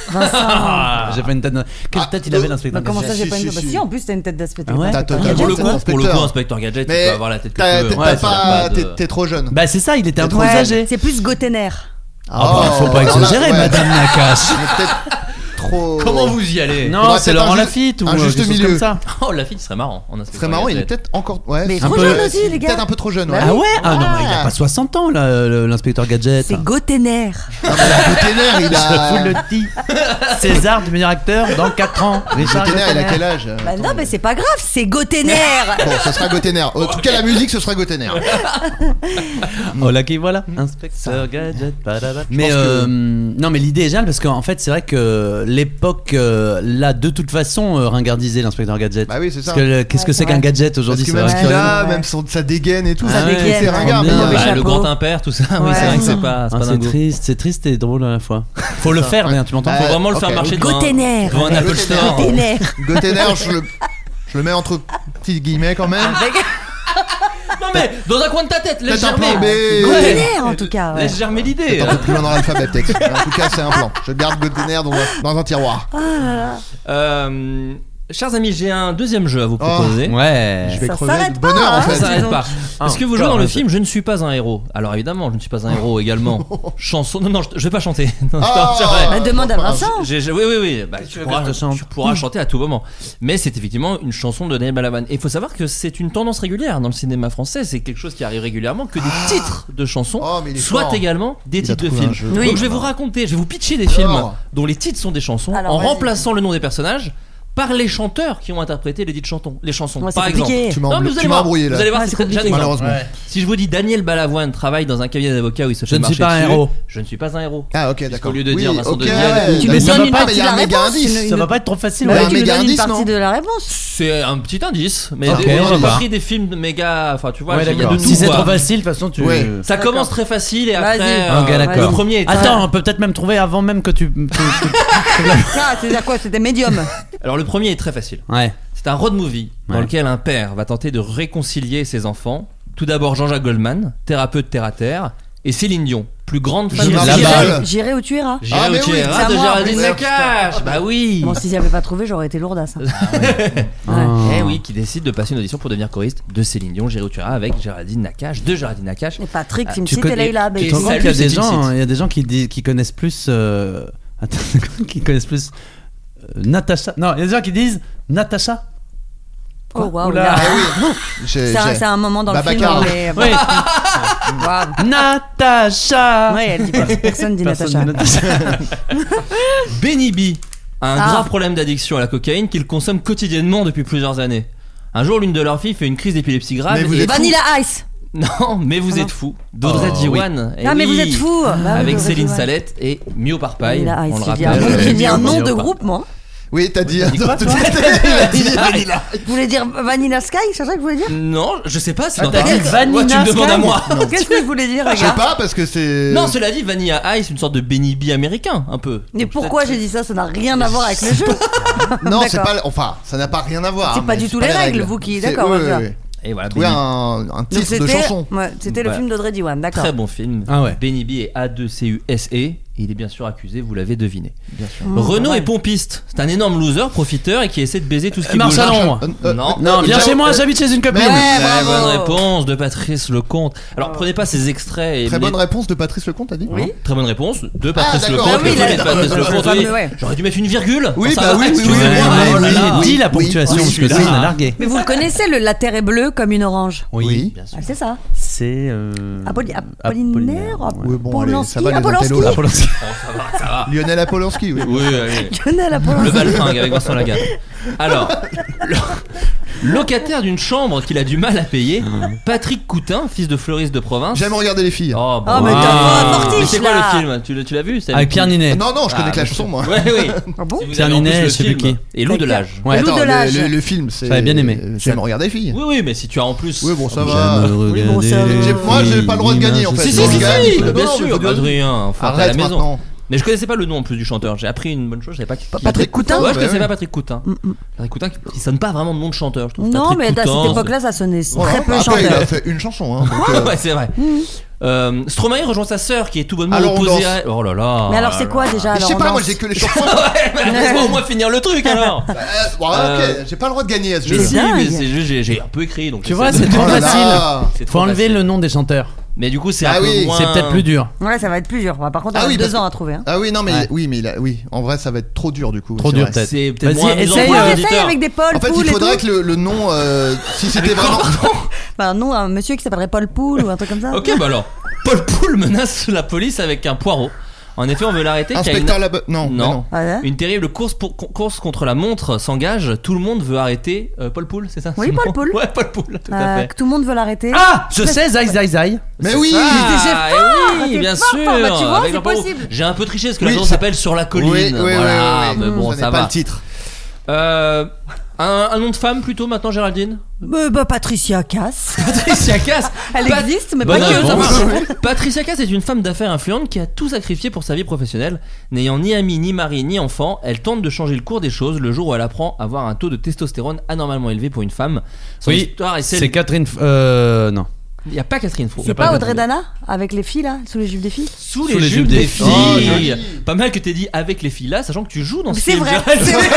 S3: Vincent.
S4: J'ai pas une tête. de- Quelle
S5: Ah,
S4: tête il avait
S5: euh,
S4: l'inspecteur
S3: Bah, comment ça,
S5: Si,
S3: j'ai pas
S5: si,
S3: une
S5: si,
S3: bah,
S5: si.
S3: Si, en plus, t'as une tête d'inspecteur.
S4: Ah ouais
S5: T'as
S2: Pour
S5: totalement
S2: le,
S5: raison,
S2: coup, pour le coup,
S5: inspecteur.
S2: Inspecteur Gadget, tu
S5: Mais
S2: peux avoir la tête que
S5: T'as-
S2: tu veux.
S5: t'as-
S4: ouais,
S5: t'as
S4: ça va
S5: pas-
S2: pas de-
S5: t'es- T'es trop jeune.
S4: Bah c'est ça, il était un peu
S3: Ouais,
S4: âgé.
S3: C'est plus Gotener.
S4: Ah bah, faut pas
S5: alors là,
S4: exagérer,
S5: ouais,
S4: Madame Nakache.
S5: mais peut-être trop.
S2: Comment vous y allez
S4: Non,
S5: Faudrait
S4: c'est
S5: peut-être
S4: Laurent
S5: un ju-
S4: Lafitte ou
S5: un
S4: euh,
S5: juste
S4: quelque chose
S5: milieu.
S4: comme ça.
S2: Oh, la fille ce serait marrant. en
S5: Ce
S2: Inspecteur
S5: serait marrant, il est
S2: Gadget.
S5: peut-être encore. Ouais.
S3: Mais
S5: c'est-
S3: trop
S4: peu-
S3: jeune aussi,
S5: il est
S3: les
S5: Peut-être
S3: gars.
S5: un peu trop jeune.
S3: Bah
S5: Ouais.
S4: Ah ouais Ah non,
S5: Ouais.
S4: il a pas 60 ans là, euh, le- l'inspecteur Gadget.
S3: C'est Gotener.
S5: Ah, mais la Gotenner, il
S6: Vous le
S5: a.
S6: dis. César du meilleur acteur dans 4 ans. Richard
S5: Gotenner, il a
S6: Gottener.
S5: quel âge
S3: Bah
S5: Attends,
S3: non, mais c'est pas grave, c'est Gotener.
S5: Bon, ce sera Gotenner. En tout cas, la musique, ce sera Gotenner.
S6: Oh là qui voilà, inspecteur gadget. padada.
S4: Mais
S5: pense que-
S4: euh, non, mais l'idée est géniale parce qu'en fait, c'est vrai que l'époque euh, l'a de toute façon euh, ringardisé l'inspecteur gadget.
S5: Bah oui, c'est ça.
S4: Parce que le- qu'est-ce que
S3: Ouais,
S4: c'est
S3: c'est
S4: qu'un
S3: vrai.
S4: gadget
S5: Parce
S4: aujourd'hui
S5: que
S4: c'est
S5: même
S4: vrai
S5: ce
S3: Ouais,
S5: qu'il a,
S3: ouais.
S5: même son, sa dégaine et tout,
S4: Ah
S5: ça
S4: ouais,
S5: c'est
S3: c'est
S5: ringard.
S4: euh, trop
S5: mais euh,
S4: bien.
S5: il y
S4: Bah,
S5: avait-
S2: Bah, le
S3: chapeau.
S2: grand impère, tout ça, oui, c'est
S3: Ouais.
S2: vrai que c'est pas, c'est
S4: Ah,
S2: pas
S4: c'est
S2: dingo.
S4: triste, c'est triste et drôle à la fois. Faut le
S5: ça.
S4: faire, Adrien, tu m'entends
S2: Faut
S5: Ouais,
S2: vraiment le
S5: Bah, ok.
S2: faire marcher devant un-
S3: Gotener.
S2: devant un
S5: Ouais.
S2: Apple
S5: Gotener.
S2: Store.
S3: Gotener.
S5: Gotenner, je le. Je le mets entre petits guillemets quand même.
S2: Non, mais dans un coin de ta tête, laisse
S5: Peut-être un
S2: germer.
S5: plan B.
S2: Ouais.
S3: Gotener, en tout cas. ouais.
S2: Laisse germer l'idée.
S5: Peut-être un peu plus loin dans l'alphabet, texte. En tout cas, c'est un plan. Je garde Gotenner dans, un- dans un tiroir.
S2: Euh, Chers amis, j'ai un deuxième jeu à vous proposer.
S5: Je
S4: Oh. Ouais.
S5: vais
S3: Ça
S5: crever
S3: s'arrête
S5: de bonheur
S3: pas,
S5: en
S3: hein,
S2: Ça
S5: fait.
S2: s'arrête pas.
S4: Ah,
S2: Est-ce que vous jouez dans
S4: alors,
S2: le
S4: c'est-
S2: film Je ne suis pas un héros Alors évidemment, je ne suis pas un héros également. Chanson. Non, non, je, je vais pas chanter. Non, je
S5: Ah,
S2: te- c'est vrai.
S3: Bah, demande à Vincent.
S2: J'ai- j'ai- oui, oui, oui. Bah, tu,
S4: veux
S2: pourras,
S4: que je te chante
S2: tu pourras chanter à tout moment. Mais c'est effectivement une chanson de Daniel Balavoine. Et il faut savoir que c'est une tendance régulière dans le cinéma français. C'est quelque chose qui arrive régulièrement que des titres de chansons
S5: Oh, mais il est
S2: soient
S5: fort.
S2: également des
S5: Il a
S2: titres de
S5: trouvé
S2: films.
S5: un jeu.
S3: Oui.
S2: Donc je vais vous raconter, je vais vous pitcher des films
S5: Alors.
S2: dont les titres sont des chansons
S3: Alors,
S2: en
S3: vas-y.
S2: remplaçant le nom des personnages par les chanteurs qui ont interprété les dites chansons. Les chansons.
S3: Ouais, c'est
S2: par exemple.
S3: compliqué.
S5: Tu m'as
S2: Non, mais vous
S5: embrouillé, tu
S2: allez
S5: m'as
S2: voir,
S5: embrouillé,
S2: vous
S5: là.
S2: allez voir,
S3: Ouais,
S2: c'est
S3: c'est
S2: déjà
S3: compliqué.
S2: des exemples.
S5: Malheureusement.
S2: Si je vous dis Daniel Balavoine travaille dans un cabinet d'avocats où il se fait
S4: ne suis
S2: marcher
S4: pas un
S2: dessus,
S4: héros.
S2: je ne suis pas un héros.
S5: Ah, ok,
S2: Puisqu'au
S5: d'accord.
S2: lieu de
S5: oui,
S2: dire Vincent
S5: ok.
S2: Devienne,
S3: Tu
S5: Bah,
S3: me
S5: ça
S3: donnes
S5: va
S3: une
S5: pas, mais il y a
S3: partie de
S5: un méga
S3: la réponse,
S5: indice.
S3: une-
S4: Ça va pas être trop facile. hein.
S5: Ouais.
S4: ouais.
S5: un
S3: Tu nous
S5: méga
S3: donnes une
S5: indice,
S3: partie
S5: non
S3: de la réponse.
S2: C'est un petit indice, mais
S4: Ok,
S2: des-
S4: on
S2: j'ai
S4: va.
S2: pas pris des films de méga. Enfin, tu vois,
S4: Ouais,
S2: il y a
S4: d'accord.
S2: de tout.
S4: Si c'est
S2: quoi.
S4: trop facile, de toute façon, tu.
S5: Ouais.
S2: Ça commence très facile et après.
S3: Vas-y.
S2: euh,
S4: Ok, d'accord.
S2: Le premier est.
S4: Attends, on peut peut-être même trouver avant même que tu. tu-
S3: Ah, c'est-à-dire quoi C'était médium.
S2: Alors, le premier est très facile.
S4: Ouais.
S2: C'est un road movie dans
S4: Ouais.
S2: lequel un père va tenter de réconcilier ses enfants. Tout d'abord, Jean-Jacques Goldman, thérapeute terre à terre, et Céline Dion, plus grande fan
S4: Je
S2: de
S4: la
S2: Céline
S4: balle.
S2: Dion.
S3: J'irai- J'irai où tu iras.
S2: J'irai
S5: Ah,
S2: au
S5: mais oui,
S2: Thierry
S5: c'est
S2: Rhin
S3: à
S2: de
S3: moi, en
S2: Géraldine
S5: plus.
S2: Nakache. Bah oui.
S3: Bon, si j'avais pas trouvé, j'aurais été lourde à ça. Ouais.
S2: Eh oui, qui décide de passer une audition pour devenir choriste de Céline Dion, J'irai où tu iras avec Géraldine Nakache, de Géraldine Nakache.
S3: Et Patrick,
S2: Ah,
S3: Tim
S4: tu
S3: Sit
S4: connais-
S3: et Leila
S4: Tu
S3: Bailey.
S4: te rends compte
S2: Salut,
S4: qu'il y a
S2: c'est
S4: des
S2: Tim
S4: gens,
S2: Sit.
S4: il y a des gens qui, disent- qui connaissent plus. euh, Attends, qui connaissent plus. euh, Natacha. Non, il y a des gens qui disent Natacha.
S3: Oh, waouh,
S4: Oula.
S3: là.
S5: J'ai-
S3: C'est un-
S5: j'ai-
S3: c'est un moment dans le film
S5: Babacar.
S3: où les-
S4: Oui,
S3: Waouh.
S4: Natacha.
S3: Ouais, elle dit pas- personne dit
S4: Personne
S3: Natacha.
S4: dit Natacha.
S2: Benny B a un
S3: Ah.
S2: grave problème d'addiction à la cocaïne qu'il consomme quotidiennement depuis plusieurs années. Un jour, l'une de leurs filles fait une crise d'épilepsie grave.
S5: Mais vous
S2: et-
S5: êtes fou.
S3: Vanilla Ice.
S2: Non, mais vous êtes fou. D'Audrey
S4: Oh,
S2: Diwan. Eh
S3: Ah, mais
S2: oui.
S3: vous êtes fous. Bah oui,
S2: Avec
S3: Audrey
S2: Céline
S3: Diwan.
S2: Salette et Mio Parpaille.
S3: Vanilla
S2: On le
S3: Ice, j'ai dit un
S2: rappelle. Euh,
S3: nom- j'ai dit un
S4: Mio
S3: nom de
S4: Parpaille.
S3: groupe, moi.
S5: Oui, t'as dit.
S4: quoi, toi
S5: Ah, Il a dit Vanilla.
S3: Vous voulez dire Vanilla Sky C'est ça que vous voulez dire
S2: Non, je sais pas. C'est
S4: Ah,
S2: dans
S4: t'as
S2: ta
S4: dit
S2: tête.
S4: Vanilla
S2: Ouais, tu me demandes
S4: Sky
S2: à moi.
S3: Qu'est-ce que je voulais dire,
S5: Je
S3: les
S5: sais
S3: gars
S5: pas parce que c'est.
S2: Non, cela dit, Vanilla Ice, une sorte de Benny B américain, un peu.
S3: Mais pourquoi j'ai dit ça Ça n'a rien à voir avec le jeu.
S5: Non, c'est
S3: D'accord.
S5: pas. Enfin, ça n'a pas rien à voir.
S3: C'est pas
S5: mais
S3: du tout les règles, vous qui-
S5: C'est-
S3: d'accord,
S5: oui,
S3: voilà.
S5: oui, oui.
S2: Et
S6: Ah,
S2: voilà,
S5: Trouver
S2: Benny-
S5: un un
S3: Donc
S5: titre de
S3: c'était
S5: chanson.
S3: ouais, c'était le
S2: Ouais.
S3: film d'Audrey Diwan, d'accord.
S2: Très bon film.
S4: Ah ouais.
S2: Benny B et A2CUSE. Et Et E. il est bien sûr accusé, vous l'avez deviné.
S6: Bien sûr.
S5: Mmh,
S2: Renaud est pompiste. C'est un énorme loser, profiteur et qui essaie de baiser tout ce qui bouge.
S6: Marchalon
S5: Euh,
S2: Non.
S6: Non, viens
S5: euh,
S6: chez moi, j'habite chez une copine.
S3: Ouais,
S2: Très
S3: bravo.
S2: bonne réponse de Patrice Lecomte. Alors prenez pas ces extraits et
S5: Oh. Très
S2: me les-
S5: bonne réponse de Patrice Lecomte, t'as dit
S2: Hein Très bonne réponse de Patrice
S5: d'accord,
S2: Lecomte.
S5: ok. Ah oui, bah,
S2: Le fameux
S5: là,
S2: Patrice
S5: d'accord,
S2: Lecomte,
S3: d'accord,
S2: oui.
S3: mais ouais.
S2: J'aurais dû mettre une virgule.
S5: Oui,
S2: Ça
S5: bah
S2: va,
S5: oui, oui,
S2: tu vois.
S5: oui, oui,
S2: Ah,
S5: oui,
S2: là, là.
S5: oui.
S6: Dis la ponctuation,
S5: oui,
S6: parce que là,
S2: Ah.
S5: celui-là.
S6: on a largué.
S3: Mais vous le connaissez, le la terre est bleue comme une orange.
S4: Oui.
S3: Ah, c'est ça.
S6: C'est. euh,
S3: Apolli- Apollinaire,
S6: Apollinaire, ouais.
S5: Oui, bon, allez, ça va, les
S3: Polanski,
S5: intellos, là.
S6: Apollon- Ah.
S5: Lionel Apolanski, oui.
S2: Oui, allez.
S3: Lionel Apollinaire.
S2: Le balfringue avec Vincent Lagarde. Alors, le- locataire d'une chambre qu'il a du mal à payer,
S5: Ah.
S2: Patrick Coutin, fils de fleuriste de province.
S5: J'aime regarder les filles.
S2: Oh, bon.
S3: Oh, mais t'as
S2: Ah.
S3: pas un fortiche,
S2: Mais c'est quoi
S3: là.
S2: le film Tu l'as tu l'as vu c'est
S6: Avec Pierre Ninet.
S5: Non, non, je
S2: Ah,
S5: connais que la
S2: mais-
S5: chanson, moi.
S2: Ouais, oui.
S3: Ah bon
S2: Si vous
S6: Pierre
S2: avez en
S6: Ninet,
S2: plus le
S6: je sais plus
S2: film.
S6: qui.
S2: Et Loup de l'âge.
S6: Ouais.
S3: Loup
S5: Attends,
S3: de l'âge.
S5: le, le- le film, c'est.
S6: J'avais bien aimé.
S5: euh, J'aime regarder les filles.
S2: Oui, oui, mais si tu as en plus.
S5: Oui, bon, ça va.
S6: J'aime
S3: bon, ça-
S6: regarder
S5: J'ai-
S6: les
S5: moi, j'ai pas le droit de gagner, en
S6: films,
S5: fait.
S2: Si,
S6: je
S2: si,
S6: sais
S2: si,
S6: pas.
S5: Regarde,
S2: si, bien
S5: mais non, mais faut
S2: sûr,
S5: bien-
S2: Adrien, enfin,
S6: Ah,
S2: t'es à la
S5: Arrête
S2: maison.
S5: maintenant.
S2: Mais je connaissais pas le nom en plus du chanteur, j'ai appris une bonne chose, je savais pas qui.
S3: Patrick Coutin Mm,
S2: Ouais,
S5: Ouais,
S2: je connaissais
S5: ouais.
S2: pas Patrick Coutin. Patrick Coutin qui, qui sonne pas vraiment de nom de chanteur, je trouve.
S3: Non,
S2: Patrick
S3: mais à
S2: Coutin,
S3: cette époque-là, ça sonnait
S5: Voilà.
S3: très peu
S5: Après, il
S3: chanteur.
S5: a fait une chanson, hein. donc,
S2: c'est-
S5: euh,
S2: Ouais, c'est vrai.
S3: Mmh.
S2: Euh, Stromae rejoint sa sœur qui est tout bonnement
S5: Alors, on
S2: opposée
S5: danse.
S2: à. Oh là là.
S3: Mais alors, c'est quoi déjà
S5: mais Je
S3: Ah, alors,
S5: sais
S3: on
S5: pas, moi,
S3: danse
S5: j'ai que les chansons.
S2: Ouais, mais Laisse-moi au moins finir le truc alors.
S5: Euh, bon,
S2: Euh,
S5: ok, j'ai pas le droit de gagner à ce
S2: mais
S5: jeu.
S2: si,
S3: dingue.
S2: mais c'est juste, j'ai- j'ai un peu écrit donc.
S6: Tu
S2: j'essaie
S6: vois,
S2: de-
S6: c'est trop
S5: Oh là
S6: facile.
S5: là.
S2: c'est
S6: Faut
S2: trop
S6: enlever
S2: facile.
S6: le nom des chanteurs.
S2: Mais du coup, c'est
S5: Ah
S2: un peu
S5: oui.
S2: moins.
S6: C'est peut-être plus dur.
S3: Ouais, ça va être plus dur. Bah, Par contre, on
S5: Ah
S3: a
S5: oui,
S3: deux
S5: parce
S3: ans à trouver. hein.
S5: Ah oui, non, mais
S6: Ouais.
S5: oui, mais il a- oui, en vrai, ça va être trop dur du coup.
S6: Trop
S5: c'est
S6: dur,
S5: vrai.
S6: peut-être.
S2: C'est peut-être
S6: Vas-y,
S2: moins. amusant
S6: essaye,
S2: pour les
S6: euh,
S3: Ouais, essaye
S2: auditeurs.
S3: avec des Paul
S5: En fait,
S3: Poul
S5: il
S3: et
S5: faudrait
S3: tout.
S5: que le, le nom, euh, si
S2: Ah,
S5: c'était vraiment.
S3: Enfin, non, un monsieur qui s'appellerait Paul Poul ou un truc comme ça.
S2: Ok, bah alors, Paul Poul menace la police avec un poireau. En effet, on veut l'arrêter car il
S5: Inspecteur
S2: n'a-
S5: Labo. Non, mais
S2: Non.
S5: non.
S3: Ah ouais
S2: Une terrible course, pour, con- course contre la montre s'engage. Tout le monde veut arrêter euh, Paul Poul, c'est ça
S3: Oui,
S2: son
S3: Paul
S2: nom
S3: Poul.
S2: Ouais, Paul Poul, tout à
S3: Euh,
S2: fait.
S3: que tout le monde veut l'arrêter.
S6: Ah Je sais, Zai Zai Zai.
S5: Mais oui
S2: Ah,
S3: c'est
S2: et
S3: fort,
S2: oui,
S3: t'es
S2: bien
S3: fort,
S2: sûr.
S3: fort. Bah, tu vois,
S2: avec
S3: c'est
S2: leur poireau.
S3: possible.
S2: J'ai un peu triché parce que la
S5: Oui,
S2: chanson
S5: ça-
S2: s'appelle Sur la colline.
S5: Oui, oui, oui,
S2: voilà,
S5: oui, oui.
S2: mais bon,
S5: Je
S2: ça
S5: n'ai pas
S2: va.
S5: le titre.
S2: Euh, un, un nom de femme plutôt maintenant, Géraldine
S3: Euh, bah, Patricia Cass.
S2: Patricia Cass.
S3: Elle
S2: Pat-
S3: existe, mais
S2: Bonne
S3: pas que.
S2: réponse.
S3: ça marche.
S2: Patricia Cass est une femme d'affaires influente qui a tout sacrifié pour sa vie professionnelle. N'ayant ni ami, ni mari, ni enfant, elle tente de changer le cours des choses le jour où elle apprend à avoir un taux de testostérone anormalement élevé pour une femme. Son
S6: Oui,
S2: histoire est
S6: C'est
S2: celle.
S6: Catherine. F- Euh. Non.
S2: Il n'y a pas Catherine Faux.
S3: C'est pas Audrey Dana avec les filles là, sous les jupes des filles
S2: Sous les, jupes, des filles. Ah,
S6: Oh,
S2: pas mal que t'aies dit avec les filles là, sachant que tu joues dans ce
S3: C'est
S2: film.
S3: vrai,
S2: Gérald.
S3: c'est vrai.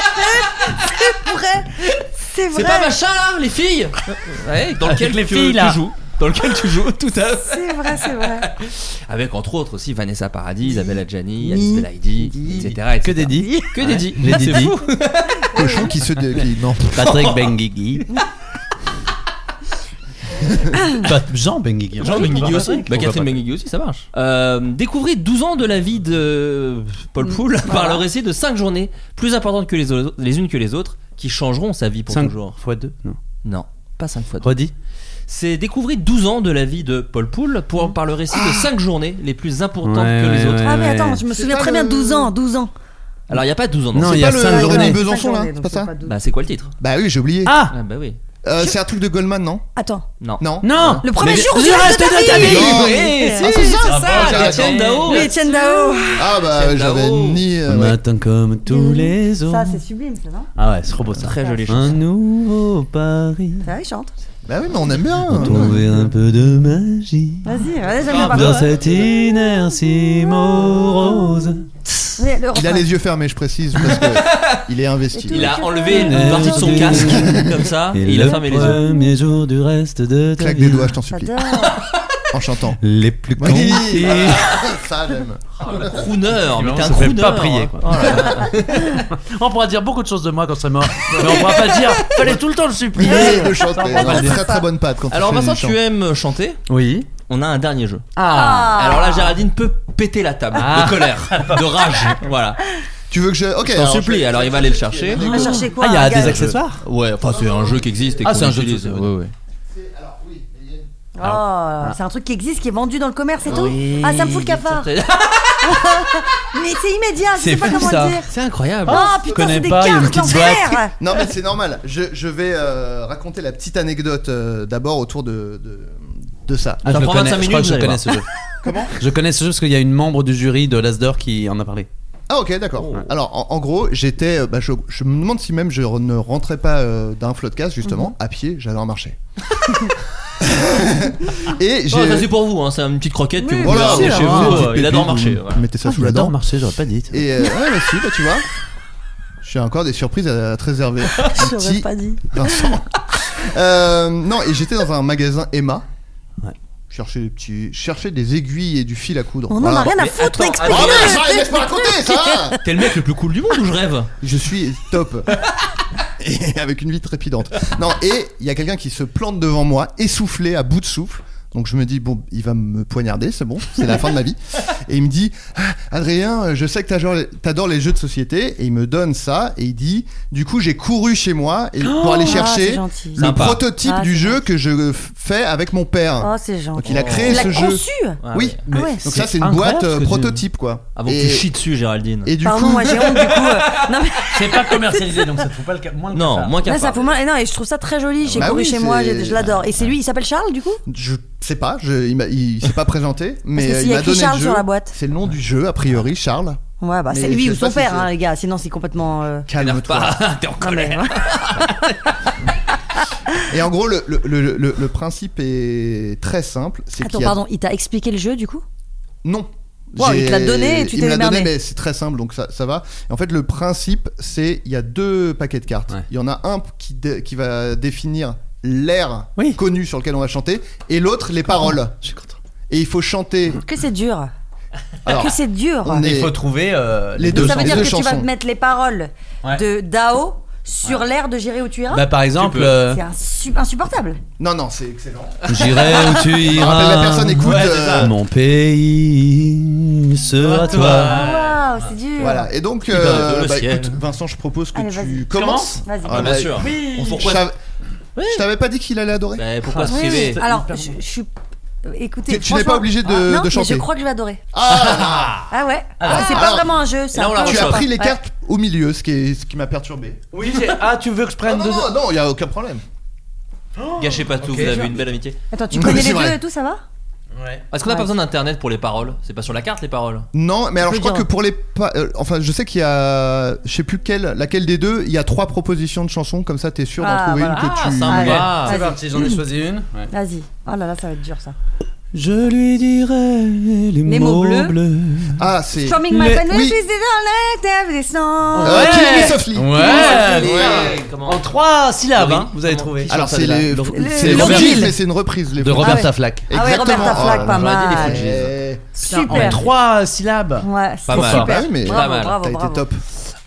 S3: C'est vrai, c'est
S2: C'est
S3: vrai.
S2: pas machin là, les filles Ouais, dans
S6: Avec
S2: lequel
S6: les
S2: tu-
S6: filles, là.
S2: tu joues. Dans lequel tu joues, tout à fait.
S3: C'est vrai, c'est vrai.
S2: Avec entre autres aussi Vanessa Paradis, Isabella Gianni,
S3: Ni.
S2: Alice Belaïdi,
S3: Ni.
S2: etc., etc.
S6: Que des dits.
S2: Que des dits.
S6: Les
S2: C'est
S6: dits.
S2: fou.
S5: Cochon qui se. dé- qui- Non.
S6: Patrick Benguigui. Pat- Jean Benguigui.
S2: Bah, Jean Benguigui aussi. Bah, Catherine
S6: Benguigui.
S2: Benguigui aussi, ça marche. Euh, découvrez 12 ans de la vie de
S3: Mm.
S2: Paul Poul par le récit de 5 journées plus importantes que les, o- les unes que les autres qui changeront sa vie pour
S6: 5
S2: toujours.
S6: fois 2 Non.
S2: Non, pas 5 fois. deux.
S6: Redis.
S2: C'est découvrir 12 ans de la vie de Paul Poul pour, par le récit de 5 journées les plus importantes
S6: Mmh. Ah. Ouais,
S2: que les
S6: ouais,
S2: autres.
S6: ouais.
S3: Ah mais attends, je me
S5: C'est
S3: souviens
S5: pas
S3: très bien,
S5: le-
S3: 12 ans, 12 ans.
S2: Alors il n'y a pas 12 ans. non,
S6: Non,
S2: c'est-
S6: il y
S5: Pas
S6: a
S5: le
S3: Ah,
S6: 5
S5: Daniel
S6: journées.
S5: Besançon là C'est pas ça
S2: Bah c'est quoi le titre
S5: Bah oui, j'ai oublié.
S6: Ah
S2: Ah bah oui.
S5: Euh, C'est un truc de Goldman, non
S3: Attends,
S2: Non.
S5: Non
S6: Non
S3: le premier
S6: Mais-
S3: jour
S6: Le
S3: du reste
S6: reste
S3: de ta vie.
S5: Non.
S2: Eh,
S3: Ah,
S2: si,
S3: c'est ça,
S2: ça,
S5: ça,
S2: c'est
S5: j'avais
S2: Étienne
S5: raison.
S2: Dao.
S3: Oui, Etienne Dao.
S5: Ah bah
S2: Celle-là,
S5: j'avais
S2: oh.
S5: ni. euh,
S6: Un
S5: ouais.
S6: matin comme tous les autres.
S3: Ça c'est sublime, ça non
S6: Ah ouais, c'est trop beau ça.
S2: Très joli
S6: Un
S2: chanson.
S6: nouveau Paris.
S3: Ça va, il chante.
S5: Bah oui, mais on aime bien.
S6: Trouver un peu de magie.
S3: Vas-y, vas-y, j'aime
S4: bah,
S3: bien
S6: Dans
S3: parler.
S6: cette inertie morose.
S3: Mais le
S5: Il a
S3: refrain.
S5: les yeux fermés, je précise, parce que il est investi.
S2: Il a enlevé une
S6: Et
S2: partie de son
S6: le-
S2: casque comme ça et il a
S6: Euh, le
S2: fermé les yeux.
S6: premier jour du reste de ta
S5: Claque
S6: vie.
S5: des doigts, je t'en supplie,
S3: J'adore.
S5: en chantant.
S6: Les plus
S5: Oui,
S6: confiés.
S5: ça j'aime.
S2: Crooner, mais t'es un
S6: Ça fait
S2: crooner.
S6: pas prier, quoi.
S2: Oh là là.
S6: On pourra dire beaucoup de choses de moi quand je serai mort, mais on pourra pas dire fallait tout le temps le supplier.
S5: Et de chanter. On a une très très bonne patte quand
S2: Alors
S5: tu fais
S2: Vincent,
S5: du chant.
S2: tu aimes chanter
S6: Oui.
S2: On a un dernier jeu.
S6: Ah.
S3: Ah.
S2: Alors là, Géraldine peut péter la table
S6: Ah.
S2: de colère, de rage. Voilà.
S5: Tu veux que je. Ok,
S2: Je t'en
S5: alors,
S2: supplie.
S5: je-
S2: Alors il va aller le chercher.
S3: On va chercher quoi
S6: Ah, il y
S3: un
S6: a
S3: gage
S6: des accessoires
S2: Ouais, enfin c'est un jeu qui existe et
S6: Ah,
S2: qu'on
S6: c'est un jeu de
S2: utilise.
S6: société.
S2: Ouais, ouais.
S5: Ah.
S3: Oh, c'est un truc qui existe, qui est vendu dans le commerce et tout. Ah, ça me fout le cafard. Mais c'est immédiat, je
S6: C'est
S3: sais pas
S6: fou,
S3: comment
S6: ça.
S3: le dire.
S2: C'est incroyable.
S3: Oh
S6: Je
S3: putain,
S6: connais
S3: c'est des
S6: pas, il y a une
S3: cartes,
S6: petite
S3: l'enfer.
S5: Non mais c'est normal. Je, je vais euh, raconter la petite anecdote euh, d'abord autour de, de de ça.
S6: Ah,
S2: Ça
S6: je le
S2: prend
S6: connais,
S2: 25
S6: je crois
S2: minutes,
S6: que
S2: vous
S6: je
S2: allez
S6: connais
S2: voir. Oh,
S6: ce jeu. Comment Je connais ce jeu parce qu'il y a une membre du jury de l'Asdor qui en a parlé.
S5: Ah ok d'accord. Alors en, en gros j'étais, euh, bah, je, je me demande si même je re- ne rentrais pas euh, d'un floodcast
S2: Mhm.
S5: justement à pied, j'allais en marché. et j'ai.
S2: Non, ça c'est pour vous, hein, c'est une petite croquette que
S3: Oui,
S2: vous
S3: bien
S2: pouvez
S3: sûr,
S2: avoir chez
S3: hein.
S5: Petite
S2: vous. euh, Il
S5: pépite,
S2: adore
S5: vous
S2: marcher. Ah, voilà.
S5: Mettez ça sous la
S4: J'adore
S5: dent.
S4: marcher, j'aurais pas dit.
S5: Et euh, ouais bah si bah tu vois, j'ai encore des surprises à, à te réserver. Un
S3: J'aurais
S5: petit
S3: pas dit.
S5: Vincent. Euh, non, et j'étais dans un magasin Emma.
S4: Ouais.
S5: Chercher des petits, chercher des aiguilles et du fil à coudre.
S3: On en
S5: Voilà.
S3: a rien à
S2: Mais
S3: foutre,
S2: attends,
S5: Oh
S3: explique-le.
S2: attends.
S5: mais ça, laisse pas raconter ça. hein.
S2: T'es le mec le plus cool du monde ou je rêve
S5: Je suis top. Et avec une vie trépidante. Non, et il y a quelqu'un qui se plante devant moi, essoufflé, à bout de souffle. Donc je me dis, bon, il va me poignarder, c'est bon, c'est la fin de ma vie. Et il me dit, Ah, Adrien, je sais que t'adores- t'adores les jeux de société. Et il me donne ça, et il dit, du coup, j'ai couru chez moi et, pour aller
S3: Ah, c'est
S5: chercher
S3: gentil.
S5: le
S2: Sympa.
S5: prototype
S3: Ah,
S5: du
S3: c'est
S5: jeu que je fais avec mon père.
S3: Oh, c'est
S5: Donc
S3: gentil.
S5: il a créé
S3: Il l'a
S5: ce jeu.
S3: conçu.
S2: Ah
S5: Oui.
S2: ouais.
S3: Ah ouais.
S5: Donc ça,
S4: C'est
S5: c'est une
S4: incroyable
S5: boîte euh,
S4: ce que tu-
S5: prototype, quoi.
S2: Avant que
S5: et,
S2: tu chies dessus, Géraldine.
S5: et du
S3: Pardon,
S5: coup,
S3: moi j'ai honte du coup. euh, Non, mais
S6: C'est pas commercialisé, donc ça te fout pas le cap. Moins le
S2: Non,
S6: cafard.
S2: moins qu'à
S3: là, ça
S2: part.
S3: fout mal. Et non, et je trouve ça très joli. J'ai
S5: Bah
S3: couru
S5: oui,
S3: chez
S5: c'est-
S3: moi, je, je l'adore. Et c'est lui, il s'appelle Charles du coup
S5: Je sais pas, je- il, m'a- il s'est pas présenté,
S3: Parce
S5: mais
S3: que
S5: euh,
S3: s'il
S5: il
S3: y a
S5: m'a
S3: écrit
S5: donné
S3: Charles
S5: le jeu.
S3: sur la boîte.
S5: C'est le nom du jeu, a priori, Charles.
S3: Ouais, bah c'est
S5: Mais
S3: lui
S5: je
S3: ou
S5: sais
S3: son
S5: pas si
S3: père,
S5: c'est-
S3: hein, les gars. Sinon, c'est complètement. euh, hein.
S5: Calme-toi.
S2: Ah, T'es en colère.
S5: Et en gros, le, le- le- le- le principe est très simple. C'est
S3: Attends,
S5: qu'il y a-
S3: pardon, il t'a expliqué le jeu du coup
S5: Non.
S3: Wow, il
S5: J'ai-
S3: te l'a donné et tu
S5: il
S3: t'es
S5: me l'a donné,
S3: démerdé.
S5: mais c'est très simple, donc ça, ça va. Et en fait, le principe, c'est il y a deux paquets de cartes.
S4: Ouais.
S5: Il y en a un qui, dé- qui va définir l'air
S4: Oui.
S5: connu sur lequel on va chanter, et l'autre les paroles.
S4: Je suis content.
S5: Et il faut chanter.
S3: Que c'est dur.
S5: Alors,
S3: Ah, que c'est dur.
S5: on est-
S4: Il faut trouver euh,
S5: Les
S4: les
S5: deux
S4: deux
S3: Ça veut
S5: les
S4: sens.
S3: dire que tu vas
S5: chansons.
S3: te mettre les paroles
S6: Ouais.
S3: de Dao sur l'air de Gérer où tu iras
S4: Bah, par exemple, euh,
S3: C'est insu- insupportable.
S5: Non, non, c'est excellent.
S4: j'irai où tu iras.
S5: rappelle, la personne écoute,
S4: Ouais, c'est ça.
S5: euh,
S4: Mon pays sera toi.
S3: Waouh, c'est dur.
S5: Voilà, et donc,
S2: va
S5: euh,
S2: vers le
S5: bah,
S2: ciel.
S5: écoute, Vincent, je propose que
S3: Allez,
S5: tu
S3: vas-y.
S5: commences.
S3: Vas-y.
S5: Ah,
S2: Bien
S5: bah,
S2: sûr.
S5: Je
S2: Pourquoi
S5: t'avais- je t'avais pas dit qu'il allait adorer
S2: Eh, Pourquoi se
S3: Oui,
S2: priver
S3: oui. Alors, je, je suis. Écoutez,
S5: Tu- tu n'es
S3: franchement-
S5: pas obligé de-
S3: Ah, non,
S5: de
S3: mais
S5: chanter.
S3: je crois que je vais adorer.
S5: Ah,
S3: Ah ouais. Ah, c'est pas
S5: Alors,
S3: vraiment un jeu. c'est
S2: là,
S3: un
S2: on l'a
S3: peu-
S5: Tu as
S2: Bonsoir.
S5: pris les
S3: Ouais.
S5: cartes au milieu, ce qui, est- ce qui m'a perturbé.
S6: Oui, j'ai- ah, tu veux que je
S5: Ah
S6: prenne
S5: non,
S6: deux.
S5: non, non, il n'y a aucun problème.
S2: Gâchez pas tout,
S6: Ok.
S2: vous avez une belle amitié.
S3: Attends, tu
S5: Non, mais
S3: connais les
S5: c'est
S3: deux
S5: vrai.
S3: et tout, ça va
S6: Ouais.
S2: Est-ce qu'on a
S3: Ouais.
S2: pas besoin d'internet pour les paroles C'est pas sur la carte les paroles
S5: Non, mais alors je
S3: peux
S5: crois que
S3: dire.
S5: pour les. pa- euh, enfin, je sais qu'il y a. Je sais plus quelle, laquelle des deux, il y a trois propositions de chansons, comme ça t'es sûr d'en
S3: Ah,
S5: trouver
S3: voilà.
S5: une que tu.
S2: sympa.
S3: Allez.
S2: Ah,
S3: Vas-y. Mm.
S4: C'est parti, j'en ai choisi une.
S3: Vas-y. Oh là là, ça va être dur ça.
S4: Je lui dirai les,
S3: Les mots bleus.
S5: Ah, c'est.
S3: Storming my
S4: Mais-
S3: friend,
S5: oui.
S3: oui. she's down like the snow.
S5: Euh,
S4: Ouais.
S5: Kill Me Softly.
S4: Ouais,
S5: Ouais.
S2: Comment
S4: En trois syllabes,
S2: Oui.
S4: hein, vous avez
S2: Comment-
S4: trouvé.
S5: Alors, c'est
S4: Celle-là.
S5: les.
S4: Le-
S5: C'est les
S3: Robert
S5: Fugees,
S3: Hill.
S5: mais c'est une reprise. Les
S4: de
S5: Fugees.
S4: Robert
S3: Ah ouais.
S4: Taflac.
S3: Ah ouais, Robert
S5: Exactement.
S3: Taflac,
S5: Oh,
S3: pas
S4: j'aurais dit les
S3: mal.
S4: Fugees.
S5: Eh,
S4: En
S3: Super.
S4: trois syllabes.
S3: Ouais, c'est
S2: Pas mal.
S3: super.
S5: Bah oui, mais-
S3: Bravo,
S2: Pas mal.
S3: bravo,
S5: T'as été
S3: bravo.
S5: top.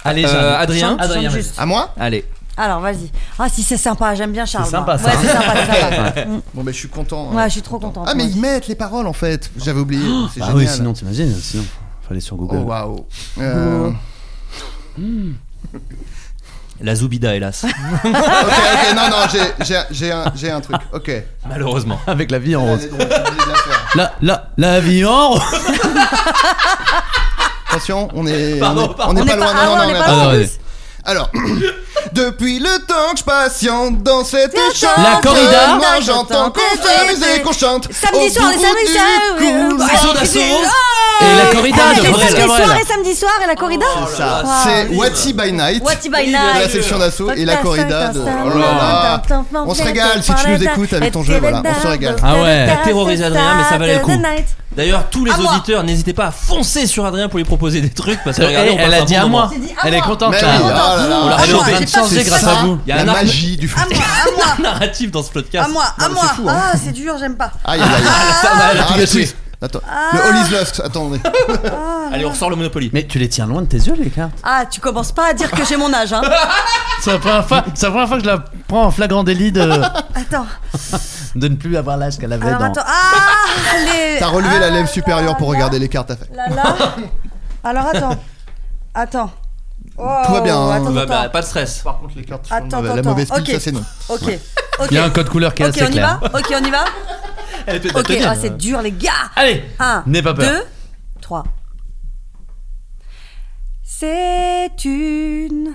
S4: Allez,
S2: Euh,
S4: Jeanne.
S2: Adrien
S3: Chante- chante
S6: Adrien,
S3: juste.
S5: À moi
S2: Allez.
S3: Alors vas-y. Ah si c'est sympa, j'aime bien Charles.
S4: C'est
S3: moi.
S4: sympa, ça.
S3: Ouais, c'est sympa, c'est sympa.
S5: Bon, bah, je suis content.
S3: Ouais, je suis trop contente.
S5: Ah, mais
S3: moi.
S5: ils mettent les paroles en fait. J'avais oublié. C'est
S4: Ah
S5: génial.
S4: oui, sinon t'imagines, sinon fallait sur
S5: Oh
S4: Google.
S5: waouh. Euh,
S2: La Zoubida, hélas.
S5: ok, ok, non, non, j'ai- j'ai- j'ai un, j'ai un truc. Ok.
S2: Malheureusement.
S4: Avec la vie en
S5: Elle est
S4: rose.
S5: drôle, j'ai oublié de la faire.
S4: La, la, la vie en rose.
S5: Attention, on est,
S2: Pardon,
S5: on est-
S2: pardon.
S5: on est
S3: On
S5: pas
S3: n'est
S5: loin.
S3: pas-
S5: non,
S3: ah
S5: non,
S3: ouais,
S5: non,
S3: on
S5: on
S3: n'est
S5: est
S3: pas
S5: pas
S4: loin.
S5: loin.
S4: Ah, ouais.
S5: Alors, depuis le temps que je patiente dans cette échange,
S4: La corrida.
S5: moi, j'entends qu'on s'amuse et qu'on chante.
S3: Samedi
S5: Au
S3: soir, les
S5: bout
S3: samedis
S5: du
S3: soirs.
S5: couloir.
S2: Saison d'assaut.
S4: Et la corrida de
S3: les
S4: Fabrice
S3: samedis
S4: Cabrel.
S3: soirs, les samedis soirs et la corrida.
S5: C'est ça.
S3: Wow.
S5: C'est What's by Night.
S3: What's by
S5: de
S3: Night.
S5: la section d'assaut et la corrida. de- Oh là là. On se régale si tu nous écoutes avec ton jeu. Voilà, on se régale.
S4: Ah ouais.
S2: T'as terrorisé Adrien, mais ça valait le coup.
S3: J'ai
S2: D'ailleurs, tous les
S3: À moi.
S2: auditeurs, n'hésitez pas à foncer sur Adrien pour lui proposer des trucs parce que
S4: Elle,
S2: regardez, on passe
S4: a
S2: un
S4: dit
S2: bon
S4: à
S2: moment.
S4: moi.
S3: J'ai dit à
S4: Elle est
S3: moi.
S4: contente.
S5: Mais
S4: là.
S5: oui, oh là là.
S4: On l'a
S3: Ah,
S4: elle est en
S3: moi,
S4: train de
S3: j'ai pas
S4: changer
S3: fait
S4: grâce
S3: ça.
S4: à vous.
S2: Il y a
S5: La
S2: un arbre-
S5: magie du
S3: À moi, à moi,
S2: narratif dans ce podcast.
S3: à moi, à
S5: Non, mais
S3: moi.
S5: c'est fou, hein.
S3: Ah, c'est dur, j'aime pas.
S5: Aïe aïe aïe.
S4: elle a tout
S5: Ah, le
S4: gâché.
S5: twist. Attends, le All is Lost, attendez.
S2: Allez, on ressort le Monopoly.
S4: Mais tu les tiens loin de tes yeux, les cartes.
S3: Ah, tu commences pas à dire que j'ai mon âge, hein.
S4: C'est la première fois, c'est la première fois que je la prends en flagrant délit de,
S3: Attends.
S4: de ne plus avoir l'âge qu'elle avait
S3: Alors
S4: dans.
S3: attends. Ah, les.
S5: T'as relevé
S3: Ah,
S5: la lèvre supérieure
S3: là,
S5: pour
S3: là,
S5: regarder les cartes à faire.
S3: Là, là. Alors attends. Attends. Oh,
S5: Tout va bien, hein.
S3: Attends,
S2: Bah, bah,
S3: attends.
S2: pas de stress.
S5: Par contre, les cartes
S3: sont Attends, mauvaises.
S5: La
S3: attends,
S5: mauvaise pile,
S3: ok.
S5: ça c'est non.
S3: Ok. Ok.
S4: Il y a un code couleur qui est
S3: Ok,
S4: assez
S3: on y va.
S4: clair.
S3: Ok, on y va.
S2: Elle est peut-être
S3: Ok,
S2: italienne.
S3: ah, c'est dur, les gars.
S4: hein. Allez,
S3: Un.
S4: n'aie pas peur.
S3: 2, 3. C'est une.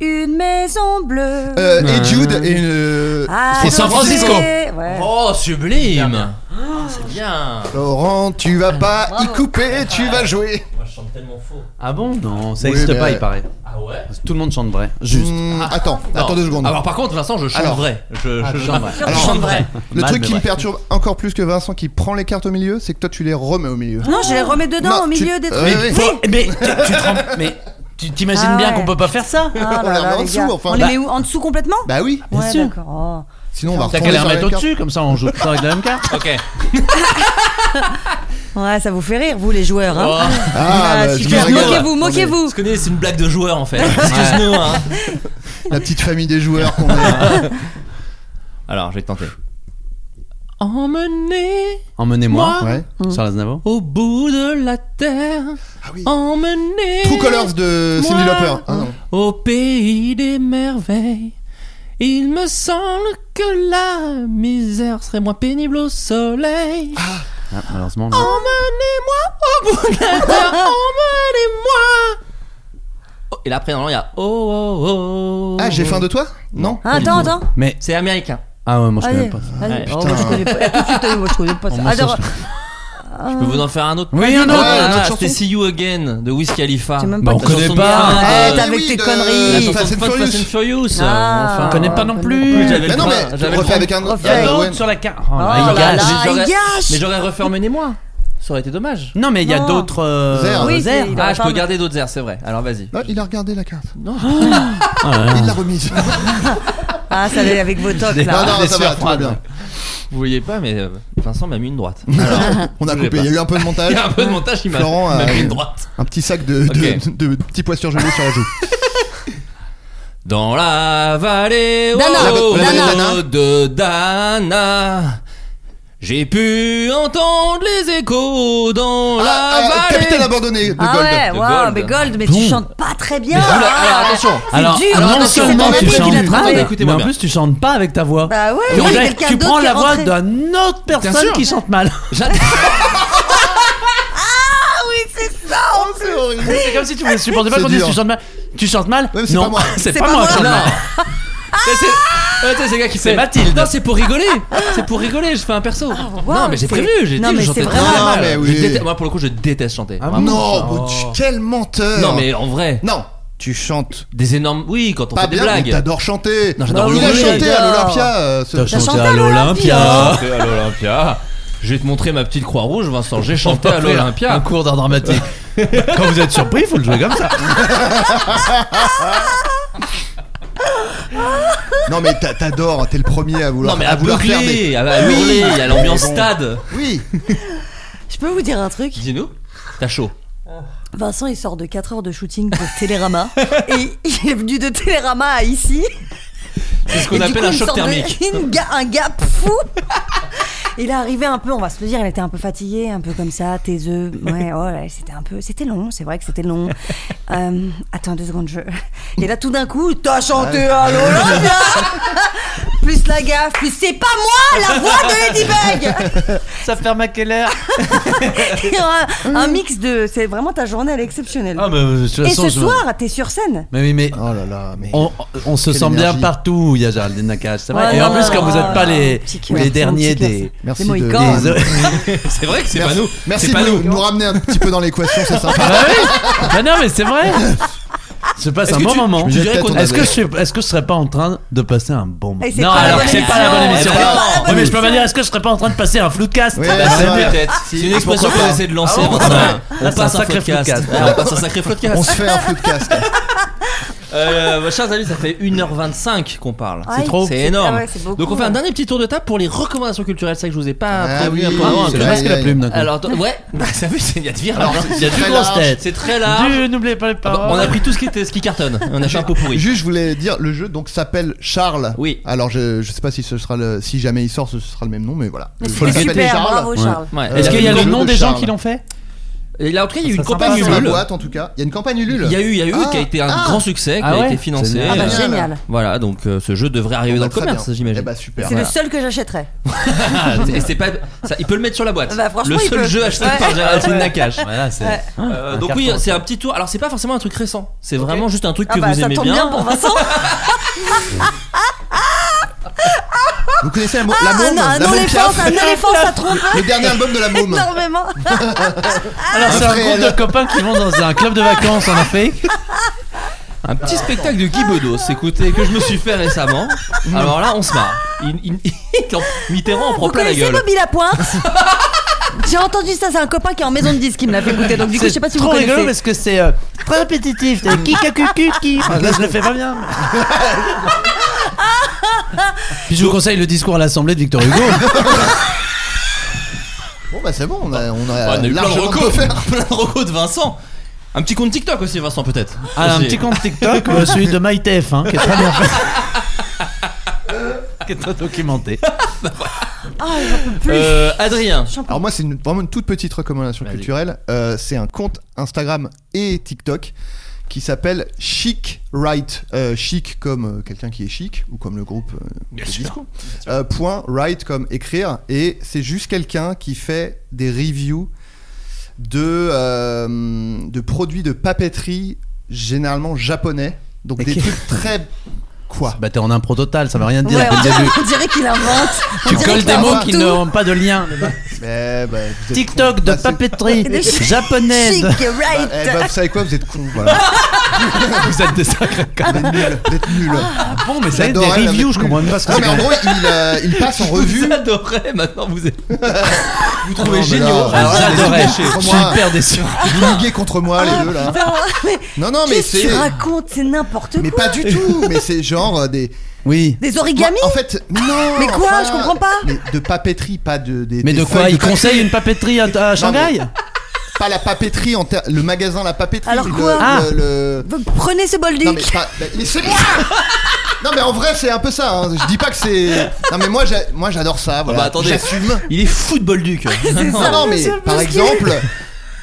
S3: Une maison bleue.
S5: Euh, et Jude et euh,
S3: Adoptée-
S4: c'est San Francisco.
S3: Ouais.
S2: Oh, sublime. Oh, C'est bien.
S5: Laurent, tu vas pas y couper, tu vas jouer.
S2: Moi, je chante tellement faux.
S4: Ah bon Non, ça
S5: Oui,
S4: n'existe
S5: mais- euh,
S4: pas, il paraît.
S2: Ah ouais
S4: Tout le monde chante vrai. Juste.
S5: Hmm, attends, attends deux secondes.
S2: Alors par contre, Vincent, je chante
S5: Alors.
S2: vrai. Je, je-
S4: je chante vrai.
S2: je chante vrai.
S5: le
S4: Mal,
S5: truc
S4: mais
S5: qui me
S4: vrai.
S5: perturbe encore plus que Vincent qui prend les cartes au milieu, c'est que toi tu les remets au milieu.
S3: Non, je les remets dedans
S5: Non,
S3: au
S5: tu-
S3: milieu des
S5: Oui,
S3: trucs.
S5: Ah oui.
S3: Oui.
S6: Mais tu, tu te rends- mais tu t'imagines
S3: Ah
S6: bien
S3: ouais.
S6: qu'on peut pas faire ça
S3: Ah
S5: On
S3: là
S5: les
S3: là,
S5: remet en
S3: les
S5: dessous,
S3: gars.
S5: enfin.
S3: On les
S5: Bah-
S3: met où En dessous complètement
S5: Bah oui,
S4: bien
S3: Ouais,
S4: sûr.
S3: d'accord. Oh.
S5: sinon on va
S4: T'as
S5: retourner
S4: qu'à les
S5: sur la
S4: remettre
S5: carte.
S4: au-dessus, comme ça on joue tout avec la même carte.
S2: Ok.
S3: Ouais, ça vous fait rire, vous les joueurs.
S2: Oh.
S3: Hein.
S5: Ah, bah, je
S3: super.
S5: rigole.
S3: Moquez-vous, moquez-vous.
S2: Ce que c'est une blague de joueur en fait. Excuse-nous. Hein.
S5: La petite famille des joueurs qu'on est.
S2: Alors, je vais tenter. Emmené
S4: Emmenez-moi.
S5: Ouais.
S3: Mmh.
S4: Charles Aznavour.
S2: au bout de la terre.
S5: Ah oui.
S2: Emmené.
S5: True Colors de Cindy
S2: Moi.
S5: Lauper. Ah non.
S2: Au pays des merveilles, il me semble que la misère serait moins pénible au soleil.
S4: Ah, malheureusement. non.
S2: Emmenez-moi au bout de la terre, emmenez-moi. Oh, et là, après, normalement, il y a oh oh oh.
S5: Ah, j'ai faim de toi Non
S3: Ah, attends, attends.
S4: Mais.
S2: C'est américain.
S4: Ah ouais, moi je connais
S3: Allez,
S4: même pas.
S3: allez.
S2: Ouais.
S3: Oh, moi, je connais pas. Tout de suite, allez, moi, je connais pas ça.
S4: Moi, ça,
S3: Alors,
S2: Je peux vous en faire un autre.
S4: Oui, un autre.
S5: Ouais, une autre
S2: Ah,
S5: chanson.
S2: c'était See You Again de Wiz Khalifa.
S3: J'ai même
S4: Bah,
S3: pas
S4: on
S3: de-
S2: La
S4: connaît
S2: chanson
S4: pas.
S2: de-
S3: Arrête
S2: de-
S3: avec
S5: oui,
S3: tes
S5: de-
S2: La
S3: conneries.
S2: chanson
S5: Fast and
S2: de Fast and
S5: Furious.
S2: Furious.
S3: Ah.
S2: Enfin,
S3: On
S6: connaît pas non plus.
S2: Oui, j'avais
S5: Mais
S2: le
S5: Bah non,
S2: train-
S5: mais
S2: j'avais
S5: tu
S2: le
S5: refais
S2: train-
S5: avec un
S3: Refais.
S5: Ah,
S6: Il y a
S5: ouais.
S6: d'autres sur la carte. Oh,
S3: Oh
S6: my
S3: là
S6: God.
S3: là.
S2: Mais j'aurais-
S3: il gâche.
S2: Mais j'aurais refait Emmenez-moi. Ça aurait été dommage.
S4: Non, mais il y a
S3: Non.
S4: d'autres. euh,
S5: Zère.
S3: Oui, c'est- il
S2: Ah,
S3: aurait
S2: je
S3: pas-
S2: peux garder d'autres airs, c'est vrai. Alors vas-y.
S5: Non, Oh, il a regardé la carte.
S2: Non.
S5: Il l'a remise.
S3: Ah, ça allait avec vos tocs
S4: Des-
S5: Non,
S3: là.
S5: non,
S4: des
S5: ça va, tout va
S4: surfrappes.
S5: bien.
S2: Vous voyez pas, mais euh, Vincent m'a mis une droite.
S5: On a
S2: Je voulais
S5: coupé,
S2: pas.
S5: il y a eu un peu de
S2: Il
S5: montage.
S2: y a un peu de montage qui m'a
S5: Florent
S2: il m'a
S5: a-
S2: mis une droite.
S5: Un petit sac de, de,
S2: Ok.
S5: de petits pois surgelés sur la joue.
S2: Dans la vallée
S3: Dana.
S2: oh,
S5: La- la- la-
S2: oh, de Dana, j'ai pu entendre les échos dans
S5: Ah,
S2: la
S5: ah,
S2: vallée.
S5: Capitaine abandonné de
S3: Ah
S5: Gold.
S3: ouais,
S2: De
S3: waouh,
S2: Gold.
S3: mais Gold, mais
S4: Bon.
S3: tu chantes pas très bien.
S2: Mais oula,
S3: Ah.
S2: alors attention.
S3: C'est
S4: Alors,
S3: dur,
S4: alors,
S3: hein,
S4: non
S3: parce que c'est
S4: seulement
S3: pas
S4: tu
S3: lui qui
S4: chantes,
S3: l'a
S4: mais
S2: Ah,
S3: travaillé.
S2: écoutez-moi
S4: en
S2: bien.
S4: plus tu chantes pas avec ta voix.
S3: Bah ouais,
S4: Tu
S3: il y a
S4: dirais que
S3: quelqu'un
S4: tu
S3: d'autre
S4: prends
S3: qui
S4: la
S3: est
S4: voix
S3: rentré.
S4: d'une autre personne
S2: sûr.
S4: qui chante mal.
S2: J'adore.
S3: Ah oui, c'est ça.
S5: Oh, c'est horrible.
S6: C'est comme si tu ne supportais pas
S5: C'est
S6: qu'on dise
S5: dur.
S6: tu chantes mal. Tu chantes mal
S5: Ouais, mais c'est
S6: Non,
S5: pas moi.
S2: Ah
S6: c'est pas moi. qui chante
S2: Non.
S6: mal.
S2: Ça, c'est- Ouais, tu sais, c'est le gars qui fait
S6: Mathilde.
S2: Non, c'est pour rigoler. C'est pour rigoler. Je fais un perso.
S3: wow,
S2: non, mais j'ai
S3: c'est-
S2: prévu. J'ai
S3: Non,
S2: dit que
S3: mais
S2: je chantais
S3: c'est
S2: très
S3: vraiment-
S2: mal.
S5: Non, mais
S2: Je
S5: oui.
S2: déteste- Moi, pour le coup, je déteste chanter.
S4: Ah
S2: Vraiment.
S5: Non, bon, tu- quel menteur.
S2: oh. Non, mais en vrai,
S5: Non, tu chantes
S2: des énormes. Oui, quand on
S5: pas
S2: fait des
S5: bien, mais
S2: blagues.
S5: t'adores chanter.
S2: Non, j'adore
S5: il a
S2: rigoler.
S5: chanté à
S3: J'adore.
S5: l'Olympia. euh, ce-
S3: chanté chanté à à l'Olympia.
S2: Chanté à l'Olympia. Je vais te montrer ma petite croix rouge, Vincent. J'ai chanté
S4: T'as
S2: à
S4: fait Un
S2: l'Olympia.
S4: cours d'art dramatique. Quand vous êtes surpris, il faut le jouer comme ça.
S5: Non, mais t'a- t'adores, t'es le premier à vouloir,
S2: Non, mais à
S5: vouloir faire des-
S2: boucler, à à hurler, il y a l'ambiance
S5: Mais bon.
S2: stade.
S5: Oui,
S3: Je peux vous dire un truc
S2: Dis-nous, t'as chaud.
S3: Vincent, il sort de 4 heures de shooting pour Télérama. et il est venu de Télérama à ici.
S2: C'est ce
S3: Et
S2: qu'on
S3: du
S2: appelle
S3: coup,
S2: un
S3: il
S2: choc
S3: sort de-
S2: thermique.
S3: une ga- un gap fou. Il est arrivé un peu, on va se le dire, il était un peu fatigué, un peu comme ça, taiseux. Ouais, oh là, c'était un peu, c'était long, c'est vrai que c'était long. Euh, attends deux secondes, je. Et là, tout d'un coup, t'as chanté à l'Olympia Plus la gaffe, plus c'est pas moi la voix de Ladybug
S6: Ça ferme à quelle heure
S3: Et un, un mix de, c'est vraiment ta journée, elle est exceptionnelle.
S4: Ah, mais de toute
S3: Et
S4: façon,
S3: ce
S4: je-
S3: soir, t'es sur scène.
S4: Mais oui, mais
S5: Oh là là, mais.
S4: on, on se
S5: Quelle
S4: sent bien
S5: énergie.
S4: partout où il y a Géraldine Nakache. c'est vrai.
S3: Ouais,
S4: Et en
S3: non,
S4: plus,
S3: non,
S4: quand vous
S3: non,
S4: n'êtes pas
S3: non,
S4: les,
S3: Oh petit cœur,
S4: les
S3: mon
S4: derniers
S3: petit cœur.
S4: des.
S5: Merci
S3: Les
S5: de,
S3: Mohicans.
S5: des-
S2: C'est vrai que c'est pas
S5: Merci,
S2: nous.
S5: merci
S2: C'est pas
S5: de nous,
S2: nous.
S5: nous ramener un petit peu dans l'équation, c'est sympa.
S4: Bah oui Bah non, mais c'est vrai Je passe
S2: Est-ce
S4: un
S2: que
S4: bon
S2: tu-
S4: moment.
S2: tu dirais
S5: Peut-être
S2: qu'on
S5: on a-
S4: Est-ce que, je suis- est-ce que je serais pas en train de passer un bon moment
S3: Et c'est
S4: Non,
S3: pas la
S4: alors
S3: bonne
S4: c'est pas la bonne
S3: émission.
S4: émission.
S3: C'est pas la bonne
S4: Ouais, mais je peux
S3: émission.
S4: pas dire, est-ce que je serais pas en train de passer un flou de cast
S5: Oui,
S4: Bah,
S5: bah,
S4: c'est
S5: ouais.
S4: mieux.
S2: Peut-être. C'est une expression
S4: pourquoi
S2: qu'on
S4: pas
S2: essaie de lancer.
S4: Ah bon
S2: Vincent.
S4: Là,
S2: On
S4: c'est un
S2: passe un
S4: sacré
S2: podcast.
S4: podcast.
S2: On passe un sacré
S5: On
S2: podcast.
S5: se fait un flou de casque.
S2: Euh, Chers amis, ça fait 1h25 qu'on parle.
S3: Ouais.
S4: trop.
S2: C'est énorme.
S3: ah ouais, c'est beaucoup,
S2: Donc on fait un
S3: ouais.
S2: dernier petit tour de table pour les recommandations culturelles, c'est vrai que je vous ai pas
S5: Ah
S2: prévenu
S5: oui,
S2: un peu
S4: Ah
S2: avant.
S4: non,
S5: c'est
S4: que
S5: vrai,
S4: masque
S5: il y a-
S4: la plume d'un coup.
S2: Alors attends, ouais, bah, ça fait il y a de virer, alors,
S4: Il y a
S5: très
S4: du grosse
S5: large.
S4: tête.
S2: c'est très large.
S6: Du- N'oubliez pas les
S2: Ah
S6: paroles.
S2: bah, on a pris tout ce qui était ce qui cartonne. On a fait un pot pourri.
S5: Juste, je voulais dire, le jeu donc s'appelle Charles.
S2: Oui.
S5: Alors, je, je sais pas si ce sera le, si jamais il sort, ce sera le même nom, mais voilà.
S3: Mais
S5: Le jeu
S3: C'était
S5: s'appelle
S3: super, bravo Charles.
S2: Ouais.
S5: Euh,
S4: Est-ce qu'il y a
S5: le
S4: le
S5: jeu
S4: nom
S5: de
S4: des gens
S5: Charles.
S4: qui l'ont fait
S2: Et là, en tout cas, il y a eu une
S6: Ça sera
S2: campagne
S6: sympa,
S5: Sur la
S2: Ulule.
S5: boîte, en tout cas. Il y a une campagne Ulule.
S2: Il y a eu, il y a eu,
S5: Ah.
S2: qui a été un
S5: Ah.
S2: grand succès, qui
S4: Ah
S2: a
S4: ouais
S2: été financé.
S4: Génial.
S3: Ah bah
S2: Euh,
S3: génial.
S2: Voilà, donc euh, ce jeu devrait arriver dans
S5: Bah,
S2: le
S5: très
S2: commerce,
S5: bien.
S2: j'imagine.
S5: Eh bah, super.
S3: C'est le seul que j'achèterais.
S2: Ah, c'est- et c'est pas, ça- il peut le mettre sur la boîte.
S3: Bah, franchement,
S2: le
S3: il
S2: seul
S3: peut.
S2: jeu acheté
S3: Ouais.
S2: par Géraldine Nakache.
S4: Voilà, c'est.
S3: Ouais.
S2: Euh, donc
S4: carton,
S2: oui, c'est
S4: ça.
S2: un petit tour. Alors c'est pas forcément un truc récent. C'est vraiment juste un truc
S3: Ah
S2: que
S3: bah
S2: vous
S3: ça
S2: aimez
S3: tombe bien pour Vincent.
S5: Vous connaissez la, mo-
S3: Ah,
S5: la
S3: un,
S5: môme
S3: un
S5: La môme
S3: éléphant,
S5: Piaf
S3: un éléphant, ça trompe
S5: Le dernier album de la môme.
S3: énormément.
S6: Alors, c'est un
S5: Après,
S6: groupe
S5: elle-
S6: de copains qui vont dans un club de vacances en Afrique.
S2: Un petit
S3: Ah,
S2: spectacle de Guy Bedos, écoutez, que je me suis fait récemment. Alors là, on se marre. Il- il- il- Mitterrand en prend
S3: Mm. Vous
S2: plein la
S3: connaissez
S2: gueule.
S3: Bobby Lapointe J'ai entendu ça, c'est un copain qui est en maison de disque qui me l'a fait goûter. Donc du coup, je sais pas si vous
S6: trop rigolo
S3: connaissez.
S6: parce que c'est euh, très répétitif. T'as Qui qui qui Enfin, Là, je le fais pas bien. Puis je vous conseille le discours à l'Assemblée de Victor Hugo.
S5: Bon bah c'est bon, on a, on a,
S2: Ouais, Ah, on a eu plein de
S5: largement
S2: recos,
S5: faire.
S2: plein de recos de Vincent. Un petit compte TikTok aussi, Vincent, peut-être.
S6: Ah, un
S2: Aussi.
S6: petit compte TikTok, euh, celui de MyTF, hein, qui est très bien fait. qui est très documenté.
S3: Ah, j'en peux plus.
S2: Euh, Adrien.
S5: Alors moi c'est une- vraiment une toute petite recommandation
S2: Vas-y.
S5: culturelle. Euh, c'est un compte Instagram et TikTok qui s'appelle Chic Right. Euh, chic comme euh, quelqu'un qui est chic ou comme le groupe. euh,
S2: Bien
S5: de
S2: sûr.
S5: disco. Euh, point Right comme écrire et c'est juste quelqu'un qui fait des reviews de euh, de produits de papeterie généralement japonais. Donc
S6: Mais
S5: des
S6: qui-
S5: trucs très quoi.
S4: Bah t'es en impro total, ça veut rien dire.
S3: Ouais, on
S4: dès le
S3: dirait,
S4: début.
S3: on dirait qu'il invente. On
S6: Tu
S3: dirait
S6: colles
S3: qu'il
S6: des mots
S3: invente
S6: qui
S3: tout.
S6: n'ont pas de lien.
S5: Mais, bah, Ah, vous êtes
S6: TikTok de
S5: bah, c'est-
S6: papeterie
S3: De chi-
S6: japonaise.
S3: Chic,
S5: Bah, eh,
S3: right.
S5: bah, vous savez quoi, vous êtes cons, voilà.
S6: Vous êtes des sacrés
S5: Vous êtes nuls, vous êtes nuls.
S6: Bon, mais ça y est, des
S5: J'adorais la
S6: reviews,
S5: mettre
S6: je comprends même pas ce que
S5: Non, Ah. mais en
S6: c'est.
S5: gros, il, euh, il passe en
S2: Vous
S5: revue.
S2: adorez, maintenant vous êtes. Vous trouvez
S5: Non, mais là,
S2: géniaux.
S5: vous
S2: Alors là,
S3: Ah,
S5: êtes
S2: j'adorais.
S5: déchets.
S2: Je suis
S5: Moi.
S2: hyper déçu.
S5: Vous liguez contre moi, les deux, là. Non, non, mais
S3: Qu'est-ce que
S5: c'est.
S3: tu racontes C'est n'importe
S5: Mais
S3: quoi.
S5: pas du tout. Mais c'est genre euh, des.
S4: Oui.
S3: Des origamis
S5: En fait, non.
S3: Mais quoi
S5: enfin,
S3: Je comprends pas.
S5: Mais de papeterie, pas de. Des,
S4: Mais
S5: des
S4: de quoi
S5: feuilles
S4: Il conseille
S5: papier.
S4: une papeterie à, à Shanghai
S5: Pas la papeterie, en ter- le magasin La Papeterie.
S3: Alors
S5: le-
S3: quoi
S5: le-
S4: Ah.
S5: le-
S3: Vous Prenez ce bol
S5: Non mais,
S3: duc.
S5: pas- bah, laissez-moi Non mais en vrai c'est un peu ça, hein. je dis pas que c'est... Non mais moi, j'a- moi j'adore
S3: Ah,
S5: ça, voilà.
S2: bah, attendez.
S5: j'assume.
S2: Il est football duc.
S3: C'est
S5: Non,
S3: ça,
S5: non mais
S3: monsieur
S5: par
S3: Bousquet.
S5: exemple,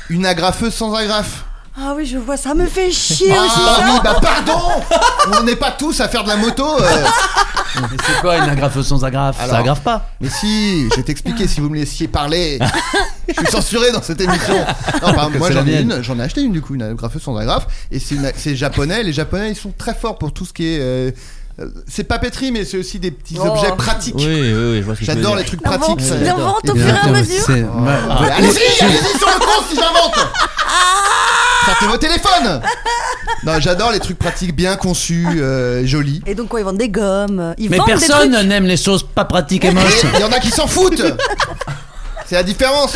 S5: une agrafeuse sans agrafe.
S3: Ah oui, je vois, ça me fait chier
S5: Ah
S3: aussi.
S5: oui,
S3: ça.
S5: bah pardon On n'est pas tous à faire de la moto. euh.
S4: Mais c'est quoi une agrafe sans agrafe
S5: Alors.
S4: Ça aggrave pas.
S5: Mais si, je vais t'expliquer si vous me laissiez parler. Je suis censuré dans cette émission. Non, par- moi
S4: c'est la
S5: j'en ai
S4: mienne.
S5: une, j'en ai acheté une du coup, une agrafeuse sans agrafe. Et c'est, une- c'est japonais, les japonais ils sont très forts pour tout ce qui est... euh, euh, c'est papeterie mais c'est aussi des petits
S3: Oh.
S5: objets pratiques.
S2: Oui, oui, oui, je vois ce que tu veux
S5: J'adore
S2: dire.
S5: les trucs
S3: L'invente,
S5: pratiques. ça.
S3: l'invente au
S5: Et
S3: fur et à
S5: bien,
S3: mesure.
S4: C'est-
S5: Ah, mais Allez-y, allez-y sur le compte si j'invente
S3: Ah.
S5: Sortez vos téléphones Non, j'adore les trucs pratiques bien conçus, euh, jolis.
S3: Et donc, quoi, ils vendent des gommes. Ils
S4: Mais
S3: vendent des
S4: personne
S3: trucs.
S4: n'aime les choses pas pratiques et
S5: Mais
S4: moches.
S5: Il y en a qui s'en foutent C'est la différence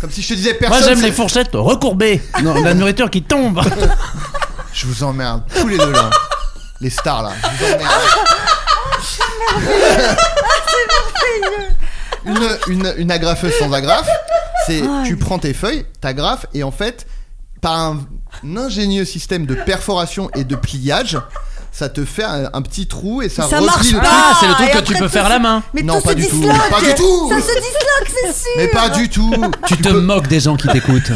S5: Comme si je te disais
S4: Moi
S5: personne.
S4: j'aime
S5: c'est-
S4: les fourchettes recourbées. Non, la nourriture qui tombe.
S5: Je vous emmerde, tous les deux là. Les stars là, je vous emmerde.
S3: Oh,
S5: une, une, une agrafeuse sans agrafe, c'est tu prends tes feuilles, t'agrafes et en fait, par un, un ingénieux système de perforation et de pliage, ça te fait un, un petit trou et ça,
S3: Ça
S5: replie
S3: marche
S5: le
S3: pas.
S5: truc.
S4: Ah, c'est le
S3: et
S4: truc que
S3: après,
S4: tu peux
S3: tout
S4: faire à
S3: ça-
S4: la main.
S3: Mais
S5: Non,
S3: tout
S5: pas
S3: se
S5: du tout,
S3: disloque.
S5: pas du tout.
S3: Ça se disloque, c'est sûr.
S5: Mais pas du tout.
S4: Tu te moques des gens qui t'écoutent.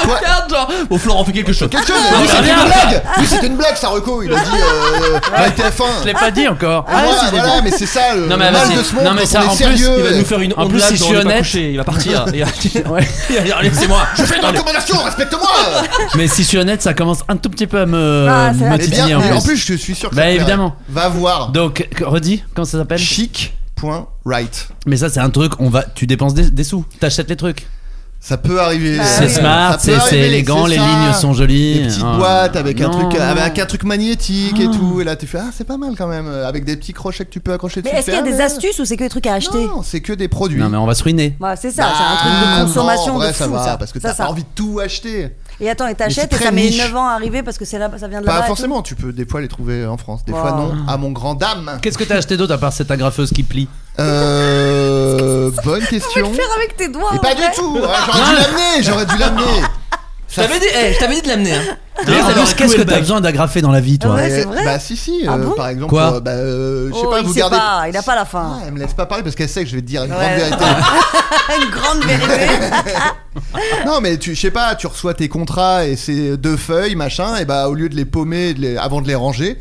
S2: Regarde, genre. Bon, Florent, fait quelque chose.
S5: Quelque chose, oui, Ah, c'est une blague. Oui, c'est une blague, ça reco. Il a dit euh, dans
S4: Je
S5: TF1.
S4: l'ai pas dit encore.
S5: Ah,
S4: ouais,
S5: voilà,
S4: c'est des-
S5: voilà, mais c'est ça le,
S4: Non, mais
S5: le mal
S4: vas-y.
S5: de ce monde
S4: Non, mais
S5: quand
S4: ça,
S5: on est
S4: en plus,
S5: sérieux.
S2: Il va nous faire une
S4: En plus,
S2: ondulade
S4: si je
S2: dans
S4: suis
S2: le pas
S4: honnête-
S2: couché, il va partir. Il va- Il va- Laissez-moi.
S5: Je fais une recommandation, respecte-moi Eh
S4: Mais si je suis honnête, ça commence un tout petit peu à me,
S3: Ah, c'est vrai.
S4: me
S5: Mais Eh bien,
S4: titiller, en
S5: mais
S4: plus.
S5: en plus, je suis sûr que
S4: Bah,
S5: ça te plairait.
S4: évidemment. Bah,
S5: Va voir
S4: Donc, que- redis, comment ça s'appelle
S5: chic.right.
S4: Mais ça, c'est un truc, on va, tu dépenses des, des sous, t'achètes les trucs.
S5: Ça peut arriver.
S4: C'est
S5: euh, ça
S4: smart,
S5: peut
S4: c'est-
S5: arriver,
S4: c'est élégant,
S5: c'est
S4: les
S5: ça.
S4: lignes sont jolies.
S5: Des petites
S4: Ah.
S5: boîtes avec un, truc,
S4: Non.
S5: avec un truc magnétique et tout. Et là, tu fais Ah, c'est pas mal quand même. euh, Avec des petits crochets que tu peux accrocher
S3: Mais
S5: dessus.
S3: est-ce
S5: Tu
S3: qu'il y a
S5: fais, ah,
S3: des
S5: mais-
S3: astuces ou c'est que des trucs à acheter
S5: Non, c'est que des produits.
S4: Non, mais on va se ruiner.
S3: Ouais, c'est ça, c'est un truc
S5: Ah,
S3: de consommation
S5: non, en vrai,
S3: de fou,
S5: ça va,
S3: ça.
S5: parce que
S3: Ça,
S5: t'as
S3: ça.
S5: pas envie de tout acheter.
S3: Et attends, et t'achètes
S5: c'est
S3: et ça
S5: très
S3: met
S5: niche.
S3: 9 ans à arriver parce que c'est là, ça vient de là-bas.
S5: Pas
S3: et tout.
S5: forcément, tu peux des fois les trouver en France. Des
S3: Wow.
S5: fois, non, à mon grand dame.
S4: Qu'est-ce que t'as acheté d'autre à part cette agrafeuse qui plie
S5: Euh. Bonne
S3: Tu peux
S5: question.
S3: le faire avec tes doigts. en
S5: Et pas
S3: vrai.
S5: du tout hein, J'aurais dû l'amener J'aurais dû l'amener
S2: Je t'avais dit, eh, je t'avais dit de l'amener. hein.
S4: Mais en
S2: Alors,
S4: plus, qu'est-ce que
S2: Cool
S4: t'as
S2: Bag.
S4: besoin d'agrafer dans la vie, toi
S3: Ah ouais.
S5: Et-
S3: c'est vrai
S5: Bah si si,
S3: Ah
S5: euh,
S3: bon
S5: par exemple,
S4: Quoi
S5: euh, bah, euh, je sais
S3: Oh,
S5: pas,
S3: il
S5: vous
S3: sait
S5: gardez.
S3: pas, il a pas la fin.
S5: Ah, elle me laisse pas parler parce qu'elle sait que je vais te dire une grande
S3: Ouais.
S5: vérité.
S3: Une grande vérité.
S5: non mais tu, je sais pas, tu reçois tes contrats et ces deux feuilles machin, et bah au lieu de les paumer, de les- avant de les ranger,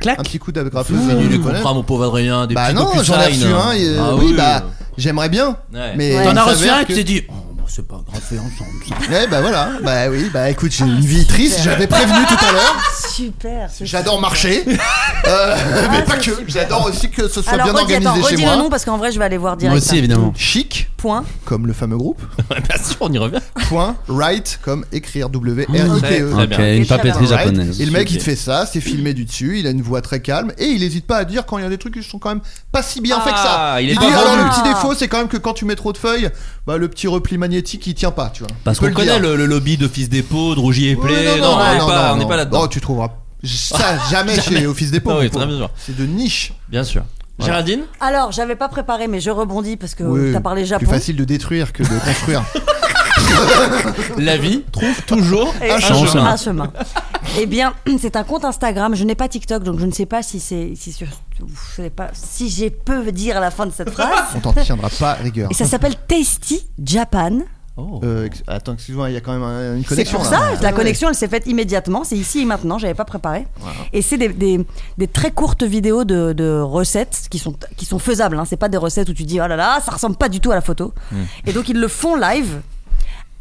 S4: Clac
S5: un petit coup d'agrafeuse.
S2: C'est nul les
S5: voilà.
S2: contrats, mon pauvre Adrien. Des
S5: Bah
S2: petits
S5: non,
S2: DocuSign,
S5: j'en ai reçu
S2: hein.
S5: un. et, euh,
S2: Ah
S5: oui, bah j'aimerais bien.
S2: Ouais.
S5: Mais
S3: Ouais.
S5: il
S4: T'en as reçu
S5: s'avère
S4: un et tu
S5: que-
S4: t'es dit, oh, bah, c'est pas grave, fait ensemble. ça.
S5: Ouais bah voilà. Bah oui, bah écoute, j'ai une vie triste. J'avais prévenu tout à l'heure.
S3: Super. c'est
S5: J'adore marcher, Euh, mais pas que. J'adore aussi que ce soit
S3: Alors,
S5: bien
S3: redis,
S5: organisé
S3: attends,
S5: chez
S3: redis
S5: moi.
S3: le nom parce qu'en vrai, je vais aller voir
S5: hein.
S4: Moi
S3: direct.
S4: aussi, évidemment.
S5: Chic,
S3: Point.
S5: comme le fameux groupe.
S2: Bien sûr, on y revient.
S5: Point. Write, comme écrire. W R I T E.
S2: Très
S4: Ok,
S2: bien.
S4: une papeterie
S5: Wright.
S4: japonaise.
S5: Et le mec,
S2: Ok.
S5: il te fait ça, c'est filmé du dessus, il a une voix très calme et il hésite pas à dire quand il y a des trucs qui sont quand même pas si bien faits que
S2: Ah,
S5: ça.
S2: il est
S5: dit
S2: pas
S5: alors
S3: vendu.
S5: le petit défaut, c'est quand même que quand tu mets trop de feuilles, bah le petit repli magnétique il tient pas, tu vois.
S2: Parce
S5: On peut
S2: qu'on
S5: le
S2: connaît
S5: dire.
S2: le, le lobby d'Office Dépôt, de Rougier et Play.
S5: Ouais,
S2: Non, on n'est
S5: non,
S2: pas-
S5: non, Oh,
S2: on n'est pas
S5: non.
S2: là-dedans.
S5: Non, Oh, tu trouveras ça jamais, chez Office Depot.
S2: Ah oui,
S5: mon pauvre.
S2: très bien sûr.
S5: C'est de niche.
S2: Bien sûr. Géraldine
S3: Alors, j'avais pas préparé, mais je rebondis parce que
S5: Oui,
S3: Euh, t'as parlé
S5: Plus
S3: Japon.
S5: facile de détruire que de construire.
S2: La vie trouve toujours
S3: Et-
S2: un chemin.
S3: Un chemin. eh bien, c'est un compte Instagram. Je n'ai pas TikTok, donc je ne sais pas si c'est si sur je sais pas si j'ai peu dire à la fin de cette phrase.
S5: On t'en tiendra pas rigueur.
S3: Et ça s'appelle Tasty Japan.
S5: Euh, ex- attends, excuse-moi, il y a quand même un- une
S3: C'est
S5: connexion.
S3: pour
S5: là.
S3: ça,
S5: Ouais,
S3: la
S5: ouais.
S3: connexion, elle s'est faite immédiatement. C'est ici et maintenant, j'avais pas préparé. Et c'est des, des- des très courtes vidéos de, de recettes qui sont, qui sont faisables. Hein. C'est pas des recettes où tu dis, oh là là, ça ressemble pas du tout à la photo.
S5: Hmm.
S3: Et donc, ils le font live.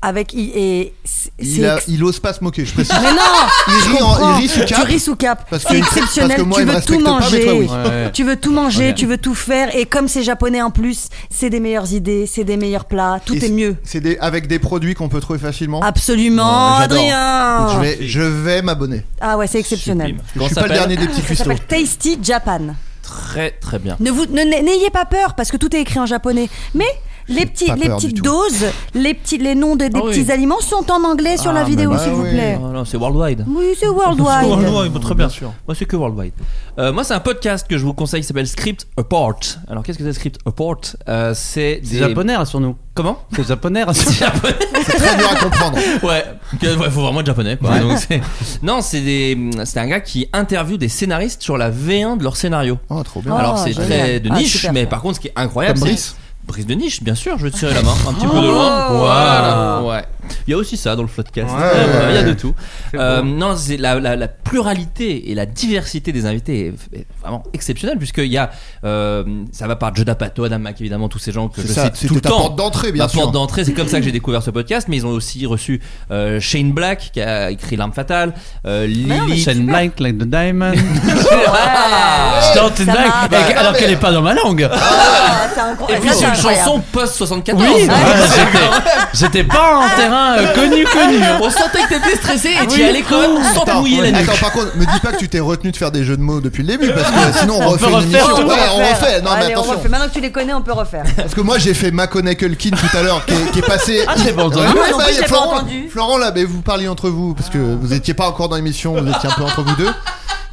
S3: Avec. Et c'est- c'est
S5: Il, a-
S3: ex-
S5: il ose pas se moquer, je précise.
S3: Mais non
S5: Il
S3: je
S5: rit en-
S3: comprends.
S5: il rit sous
S3: Tu
S5: cap.
S3: ris sous cap.
S5: Parce que-
S3: C'est exceptionnel.
S5: parce que moi,
S3: tu
S5: il me
S3: veux tout
S5: respecte pas, mais
S3: manger.
S5: toi, oui.
S4: Ouais.
S3: Tu veux tout manger,
S4: Ok.
S3: tu veux tout faire. Et comme c'est japonais en plus, c'est des meilleures idées, c'est des meilleurs plats. Tout
S5: Et
S3: est
S5: c'est-
S3: mieux.
S5: C'est des, avec des produits qu'on peut trouver facilement.
S3: Absolument,
S5: Oh, j'adore.
S3: Adrien
S5: Je vais, je vais m'abonner.
S3: Ah ouais, c'est exceptionnel.
S2: Sublime.
S5: Je
S2: Comment
S5: suis
S2: ça
S5: pas le
S2: s'appelle
S5: dernier des petits
S3: Ah, Ça
S5: cuistots.
S3: s'appelle Tasty Japan.
S2: Très très bien.
S3: Ne vous ne- ne- n'ayez pas peur parce que tout est écrit en japonais. Mais les petits
S5: pas
S3: les
S5: peur du
S3: petites
S5: tout.
S3: doses, les petits les noms de- des
S2: Ah oui.
S3: petits aliments sont en anglais sur la
S2: Ah,
S3: vidéo
S5: mais
S3: s'il
S5: bah
S3: vous
S5: oui.
S3: plaît.
S2: Oh non, c'est worldwide.
S3: Oui, c'est
S2: C'est
S3: worldwide.
S2: Worldwide, très bien. sûr. Moi, c'est que Worldwide. Euh, moi, c'est un podcast que je vous conseille qui s'appelle Script Apart. Alors, qu'est-ce que c'est Script Apart Euh, C'est
S4: C'est
S2: des.
S4: japonais, rassure-nous.
S2: Comment
S4: C'est japonais, rassure-nous.
S2: Japonais
S5: C'est très dur à comprendre.
S2: Ouais, que- ouais, faut vraiment être japonais. quoi. Donc, c'est- non, c'est des, c'est un gars qui interviewe des scénaristes sur la V1 de leur scénario.
S5: Oh, trop bien.
S3: Ah,
S2: Alors c'est
S3: génial.
S2: très de
S3: Ah,
S2: niche,
S3: super.
S2: mais par contre, ce qui est incroyable,
S5: Comme
S2: c'est Brice de niche, bien sûr. Je vais te tirer la main un petit peu de
S3: Oh.
S2: loin. Voilà. Ouais. Il y a aussi ça dans le floodcast.
S5: Ah. Ouais.
S2: Ouais, ouais, Il y a de tout. Euh, non, c'est la, la- la pluralité et la diversité des invités est, est vraiment exceptionnelle puisqu'il y a, euh, ça va par Joda Pato, Adam Mack, évidemment, tous ces gens que
S5: C'est
S2: je
S5: ça,
S2: cite
S5: c'était
S2: tout le
S5: ta
S2: temps.
S5: porte d'entrée, bien
S2: Ma porte
S5: sûr.
S2: d'entrée, c'est comme ça que j'ai découvert ce podcast, mais ils ont aussi reçu euh, Shane Black qui a écrit L'arme fatale, euh, Lily.
S4: Shine Black like the diamond.
S6: Stand in
S3: Ça
S6: black,
S3: va,
S6: mais-
S5: Ah. bah,
S6: alors
S5: non,
S6: qu'elle
S5: mais-
S6: est pas dans ma langue.
S3: Ah, c'est incroyable.
S2: Et puis
S3: Ça,
S2: c'est une
S3: incroyable.
S2: chanson post 74.
S6: Oui, voilà, j'étais- j'étais pas en terrain euh, connu connu.
S2: On sentait que t'étais stressé et tu
S6: Oui.
S2: y allais quand même sans te
S5: Attends,
S2: mouiller la nuque.
S5: attends, par contre, me dis pas que tu t'es retenu de faire des jeux de mots depuis le début, parce que sinon on, refait
S6: refaire
S5: une émission.
S6: tout.
S5: Ouais, on
S3: refaire.
S5: refait. Non, mais
S3: Allez, on
S5: attention. Ah,
S3: refait. Maintenant que tu les connais, on peut refaire.
S5: Parce que moi j'ai fait Ma Culkin tout à l'heure, qui, est- qui est passé.
S6: Ah, je l'ai pas entendu.
S5: Ouais,
S3: Moi
S5: ouais,
S3: non
S5: bah,
S3: plus,
S5: il y
S3: je
S5: a
S3: l'ai pas
S5: Florent,
S3: entendu.
S5: Florent, là, mais vous parliez entre vous, parce que vous étiez pas encore dans l'émission, vous étiez un peu entre vous deux.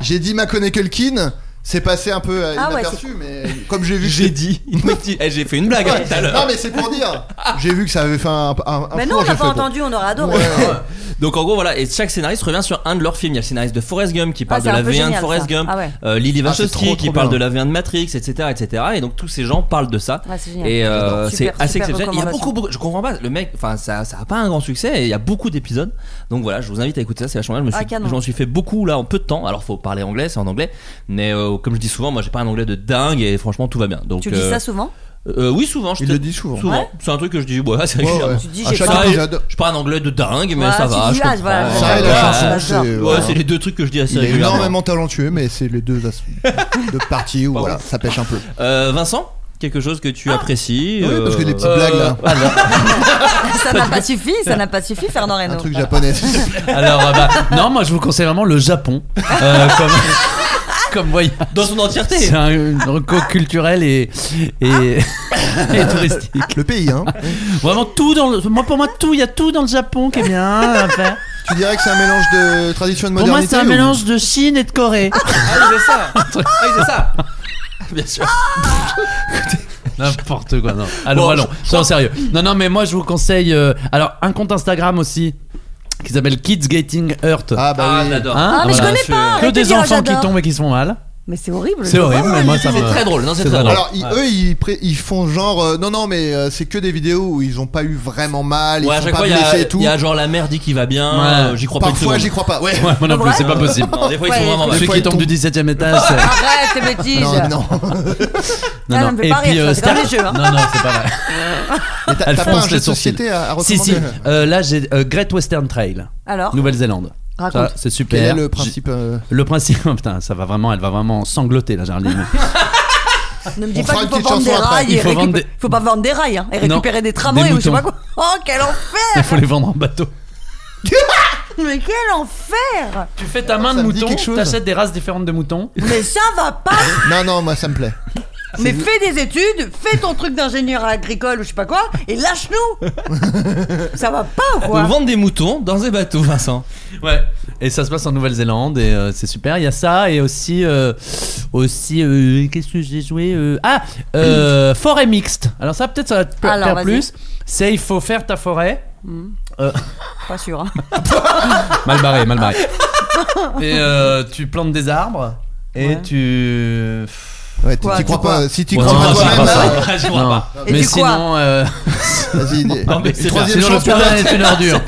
S5: J'ai dit Ma Culkin, c'est passé un peu euh,
S3: Ah ouais,
S5: inaperçu, mais comme j'ai vu.
S2: J'ai dit, il m'a dit, Eh, j'ai fait une blague
S5: Ouais.
S2: tout à l'heure.
S5: Non, mais c'est pour dire. J'ai vu que ça avait fait
S3: Mais
S5: un. un, un four,
S3: non, Bah, on
S5: j'ai
S3: n'a
S5: fait,
S3: pas
S5: bon.
S3: entendu, on aurait adoré. Ah,
S5: Ouais.
S2: Ah, Donc en gros voilà, et chaque scénariste revient sur un de leurs films. Il y a le scénariste de Forrest Gump qui parle
S3: Ah,
S2: de
S3: c'est
S2: la
S3: un peu
S2: V1 de
S3: génial,
S2: Forrest
S3: ça.
S2: Gump,
S3: Ah ouais.
S2: euh, Lily
S5: Ah, c'est
S2: Wachowski
S5: trop,
S2: qui
S5: trop
S2: parle
S5: bien.
S2: de la V1 de Matrix, etc., etc. Et donc tous ces gens parlent de ça.
S3: Ouais, c'est génial.
S2: Et euh,
S3: J'adore.
S2: c'est
S3: Super,
S2: assez
S3: super
S2: exceptionnel. Il y a
S3: recommandation.
S2: beaucoup, beaucoup- je comprends pas. Le mec, enfin ça, ça a pas un grand succès. Et il y a beaucoup d'épisodes. Donc voilà, je vous invite à écouter ça. C'est vachement bien. Je me suis,
S3: Ah, canon.
S2: j'en suis fait beaucoup là en peu de temps. Alors faut parler anglais, c'est en anglais. Mais euh, comme je dis souvent, moi j'ai pas un anglais de dingue et franchement tout va bien. Donc
S3: Tu dis
S2: euh,
S3: ça souvent
S2: euh, oui, souvent. Je
S5: Il
S2: te-
S5: le dit souvent.
S2: Souvent. C'est un truc que je dis, ouais, c'est
S5: Ouais,
S2: régulièrement.
S5: ouais.
S3: Tu dis,
S5: À
S3: j'ai
S5: chaque
S3: pas-
S5: épisode.
S2: Je parle anglais de dingue, mais
S3: Ouais,
S2: ça
S3: tu
S2: va.
S3: dis,
S2: je
S3: ah,
S2: comprends.
S3: voilà,
S5: Ça et la
S3: Ouais,
S5: chanson,
S3: j'adore.
S5: c'est-
S2: Ouais,
S5: voilà.
S2: c'est les deux trucs que je dis assez
S5: Il est
S2: régulièrement.
S5: énormément talentueux, mais c'est les deux as- deux parties
S2: Bah
S5: où voilà, ça pêche un peu.
S2: Euh, Vincent, quelque chose que
S3: Ah.
S2: tu apprécies
S5: Oui,
S2: euh,
S5: parce que les petites blagues là,
S3: Ah, Ça n'a pas suffi, ça n'a pas suffi, Fernand
S5: un
S3: Reynaud.
S5: truc japonais.
S4: Alors, euh, bah, non, moi je vous conseille vraiment le Japon. Euh, comme, comme voyage.
S2: euh, dans son entièreté.
S4: C'est un, une reco culturel et, et, et touristique.
S5: Le pays, hein.
S4: Vraiment tout dans le. Moi, pour moi, tout, il y a tout dans le Japon qui est bien à faire.
S5: Tu dirais que c'est un mélange de tradition et de
S4: Pour moi,
S5: modernité
S4: c'est un
S5: ou-
S4: mélange de Chine et de Corée.
S2: Ah, oui, c'est ça. Ah, oui, c'est ça. Bien sûr.
S4: N'importe quoi, non. Allons,
S2: Bon,
S4: allons, soyons sérieux. Non, non, mais moi je vous conseille. euh, alors, un compte Instagram aussi qui s'appelle Kids Getting Hurt.
S5: Ah bah
S2: Ah,
S5: oui.
S2: j'adore.
S4: Hein
S3: Ah, mais je connais pas.
S4: que
S3: arrêtez de
S4: des
S3: dire,
S4: enfants qui
S3: j'adore.
S4: tombent et qui se font mal.
S3: Mais c'est horrible.
S4: C'est horrible, mais moi ça
S2: C'est
S4: me.
S2: très drôle. Non, c'est
S4: C'est
S2: très
S4: drôle.
S2: drôle.
S5: Alors ils- eux ils, pré- ils font genre euh, non non mais euh, c'est que des vidéos où ils ont pas eu vraiment mal,
S2: Ouais, à
S5: ils sont
S2: chaque
S5: pas
S2: fois, il y
S5: blessés
S2: a-
S5: et tout.
S2: il y a genre la mère dit qu'il va bien.
S4: Ouais.
S2: euh, J'y crois pas une
S5: Parfois
S2: seconde.
S5: j'y crois pas. Ouais.
S4: Ouais, moi non plus,
S3: Ouais.
S4: c'est pas possible.
S2: Non, des fois, ils sont
S3: Ouais.
S2: vraiment mal.
S4: Celui
S5: fois,
S4: qui
S5: il
S4: tombe du
S5: tombe.
S4: 17 e étage. c'est-
S3: Arrête tes bêtises.
S5: Non non.
S3: Ah, ça me fait pas rire, ça, c'est
S4: euh, Star-
S3: comme les jeux, hein.
S4: Non, non, c'est pas vrai.
S5: Mais t'as
S4: Elle
S5: t'as pas
S4: fronce
S5: un
S4: les
S5: jeu de
S4: sourcils.
S5: société à, à
S4: si,
S5: recommander
S4: si. euh, là, j'ai euh, Great Western Trail,
S3: Alors
S4: Nouvelle-Zélande. Ça,
S3: Raconte.
S4: c'est
S5: Quel est
S4: super.
S5: le principe euh,
S4: J'ai- Le principe, oh, putain, ça va vraiment, elle va vraiment sangloter la Géraldine.
S3: ne me dis
S5: on
S3: pas
S5: fera
S3: qu'il
S5: une
S3: faut
S5: petite
S3: vendre des
S5: chanson après.
S3: rails.
S4: Il
S3: et
S4: faut vendre
S3: récup-
S4: des-
S3: Faut pas vendre des rails hein, et
S4: Non.
S3: récupérer des
S4: Des
S3: tramways ou je sais pas
S4: moutons.
S3: quoi. Oh, quel enfer
S4: Il faut les vendre en bateau.
S3: Mais quel enfer
S6: Tu fais ta main
S5: Ça
S6: de
S5: me dit
S6: mouton,
S5: quelque chose.
S6: t'achètes des races différentes de moutons.
S3: Mais ça va pas
S5: Non, non, moi ça me plaît.
S3: Mais fais des études, fais ton truc d'ingénieur agricole ou je sais pas quoi, et lâche-nous Ça va pas ou
S2: Donc
S3: quoi
S2: vendre des moutons dans des bateaux, Vincent.
S4: Ouais. Et ça se passe en Nouvelle-Zélande et euh, c'est super. Il y a ça et aussi euh, aussi euh, qu'est-ce que j'ai joué euh, Ah euh, forêt mixte. Alors ça peut-être ça va te pla-
S3: Alors,
S4: plaire
S3: vas-y.
S4: plus. C'est il faut faire ta forêt.
S3: Pas sûr. hein.
S4: Mal barré, mal barré. et euh, tu plantes des arbres et
S3: Ouais.
S4: tu.
S5: Ouais, tu
S3: Quoi,
S5: t'y
S3: tu
S5: crois
S3: crois
S5: pas. euh, Si tu
S4: Ouais,
S5: crois
S4: non,
S5: pas
S4: je crois
S5: toi-même, bah
S4: pas
S5: là,
S4: ça. Non.
S3: Et
S4: Mais
S3: tu crois
S4: sinon, euh,
S5: vas-y. dis-
S2: Non, mais c'est
S5: Troisième
S4: sinon le
S5: chose que
S4: perdant
S5: t'as-
S4: est une ordure.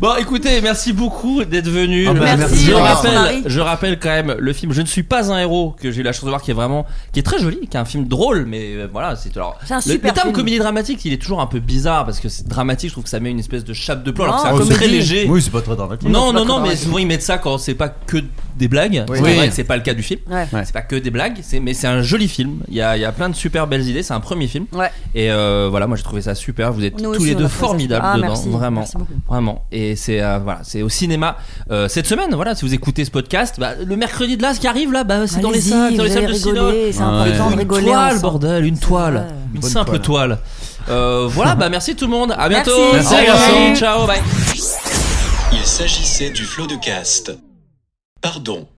S2: Bon, écoutez, merci beaucoup d'être venu.
S4: Ah bah, Merci, merci.
S2: Je
S5: merci,
S2: rappelle,
S3: Marie.
S2: je rappelle quand même le film Je ne suis pas un héros que j'ai eu la chance de voir, qui est vraiment, qui est très joli, qui est un film drôle, mais euh, voilà, c'est alors.
S3: ah, C'est un
S2: le,
S3: super
S2: le terme
S3: film.
S2: comédie dramatique, il est toujours un peu bizarre parce que c'est dramatique. Je trouve que ça met une espèce de chape de plomb. alors que
S3: Non,
S2: c'est un film
S3: comédie.
S2: très léger.
S4: Oui, c'est pas très dramatique.
S2: Non,
S3: Oh, c'est pas
S2: non, non,
S3: très
S2: mais
S3: dramatique.
S2: souvent ils mettent ça quand c'est pas que des blagues.
S5: Oui.
S2: C'est vrai
S4: Oui.
S2: que c'est pas le cas du film.
S3: Ouais.
S4: Ouais.
S2: C'est pas que des blagues, c'est- mais c'est un joli film. Il y a, il y a plein de super belles idées. C'est un premier film.
S3: Ouais.
S2: Et euh, voilà, moi j'ai trouvé ça super. Vous êtes
S3: Nous
S2: tous
S3: aussi,
S2: les
S3: on
S2: deux
S3: a trouvé ça
S2: formidables
S3: super. Ah,
S2: dedans,
S3: merci.
S2: vraiment,
S3: Merci beaucoup.
S2: vraiment. Et c'est euh, voilà, c'est au cinéma euh, cette semaine. Voilà, si vous écoutez ce podcast, bah, le mercredi de là, ce qui arrive là, bah, c'est dans les
S3: Allez-y,
S2: salles, c'est dans
S3: vous
S2: les salles
S3: allez
S2: de cinéma.
S3: rigoler, C'est
S4: Ouais.
S3: important de
S4: Une
S2: Une
S3: rigoler.
S2: toile,
S3: ensemble.
S2: bordel, une toile,
S3: vrai.
S2: une
S5: bonne
S2: simple toile. Euh, voilà, bah merci tout le monde. À bientôt.
S3: Merci.
S2: Salut,
S6: Merci,
S2: les
S6: garçons.
S2: Ciao, bye.
S1: Il s'agissait du flot de caste. Pardon.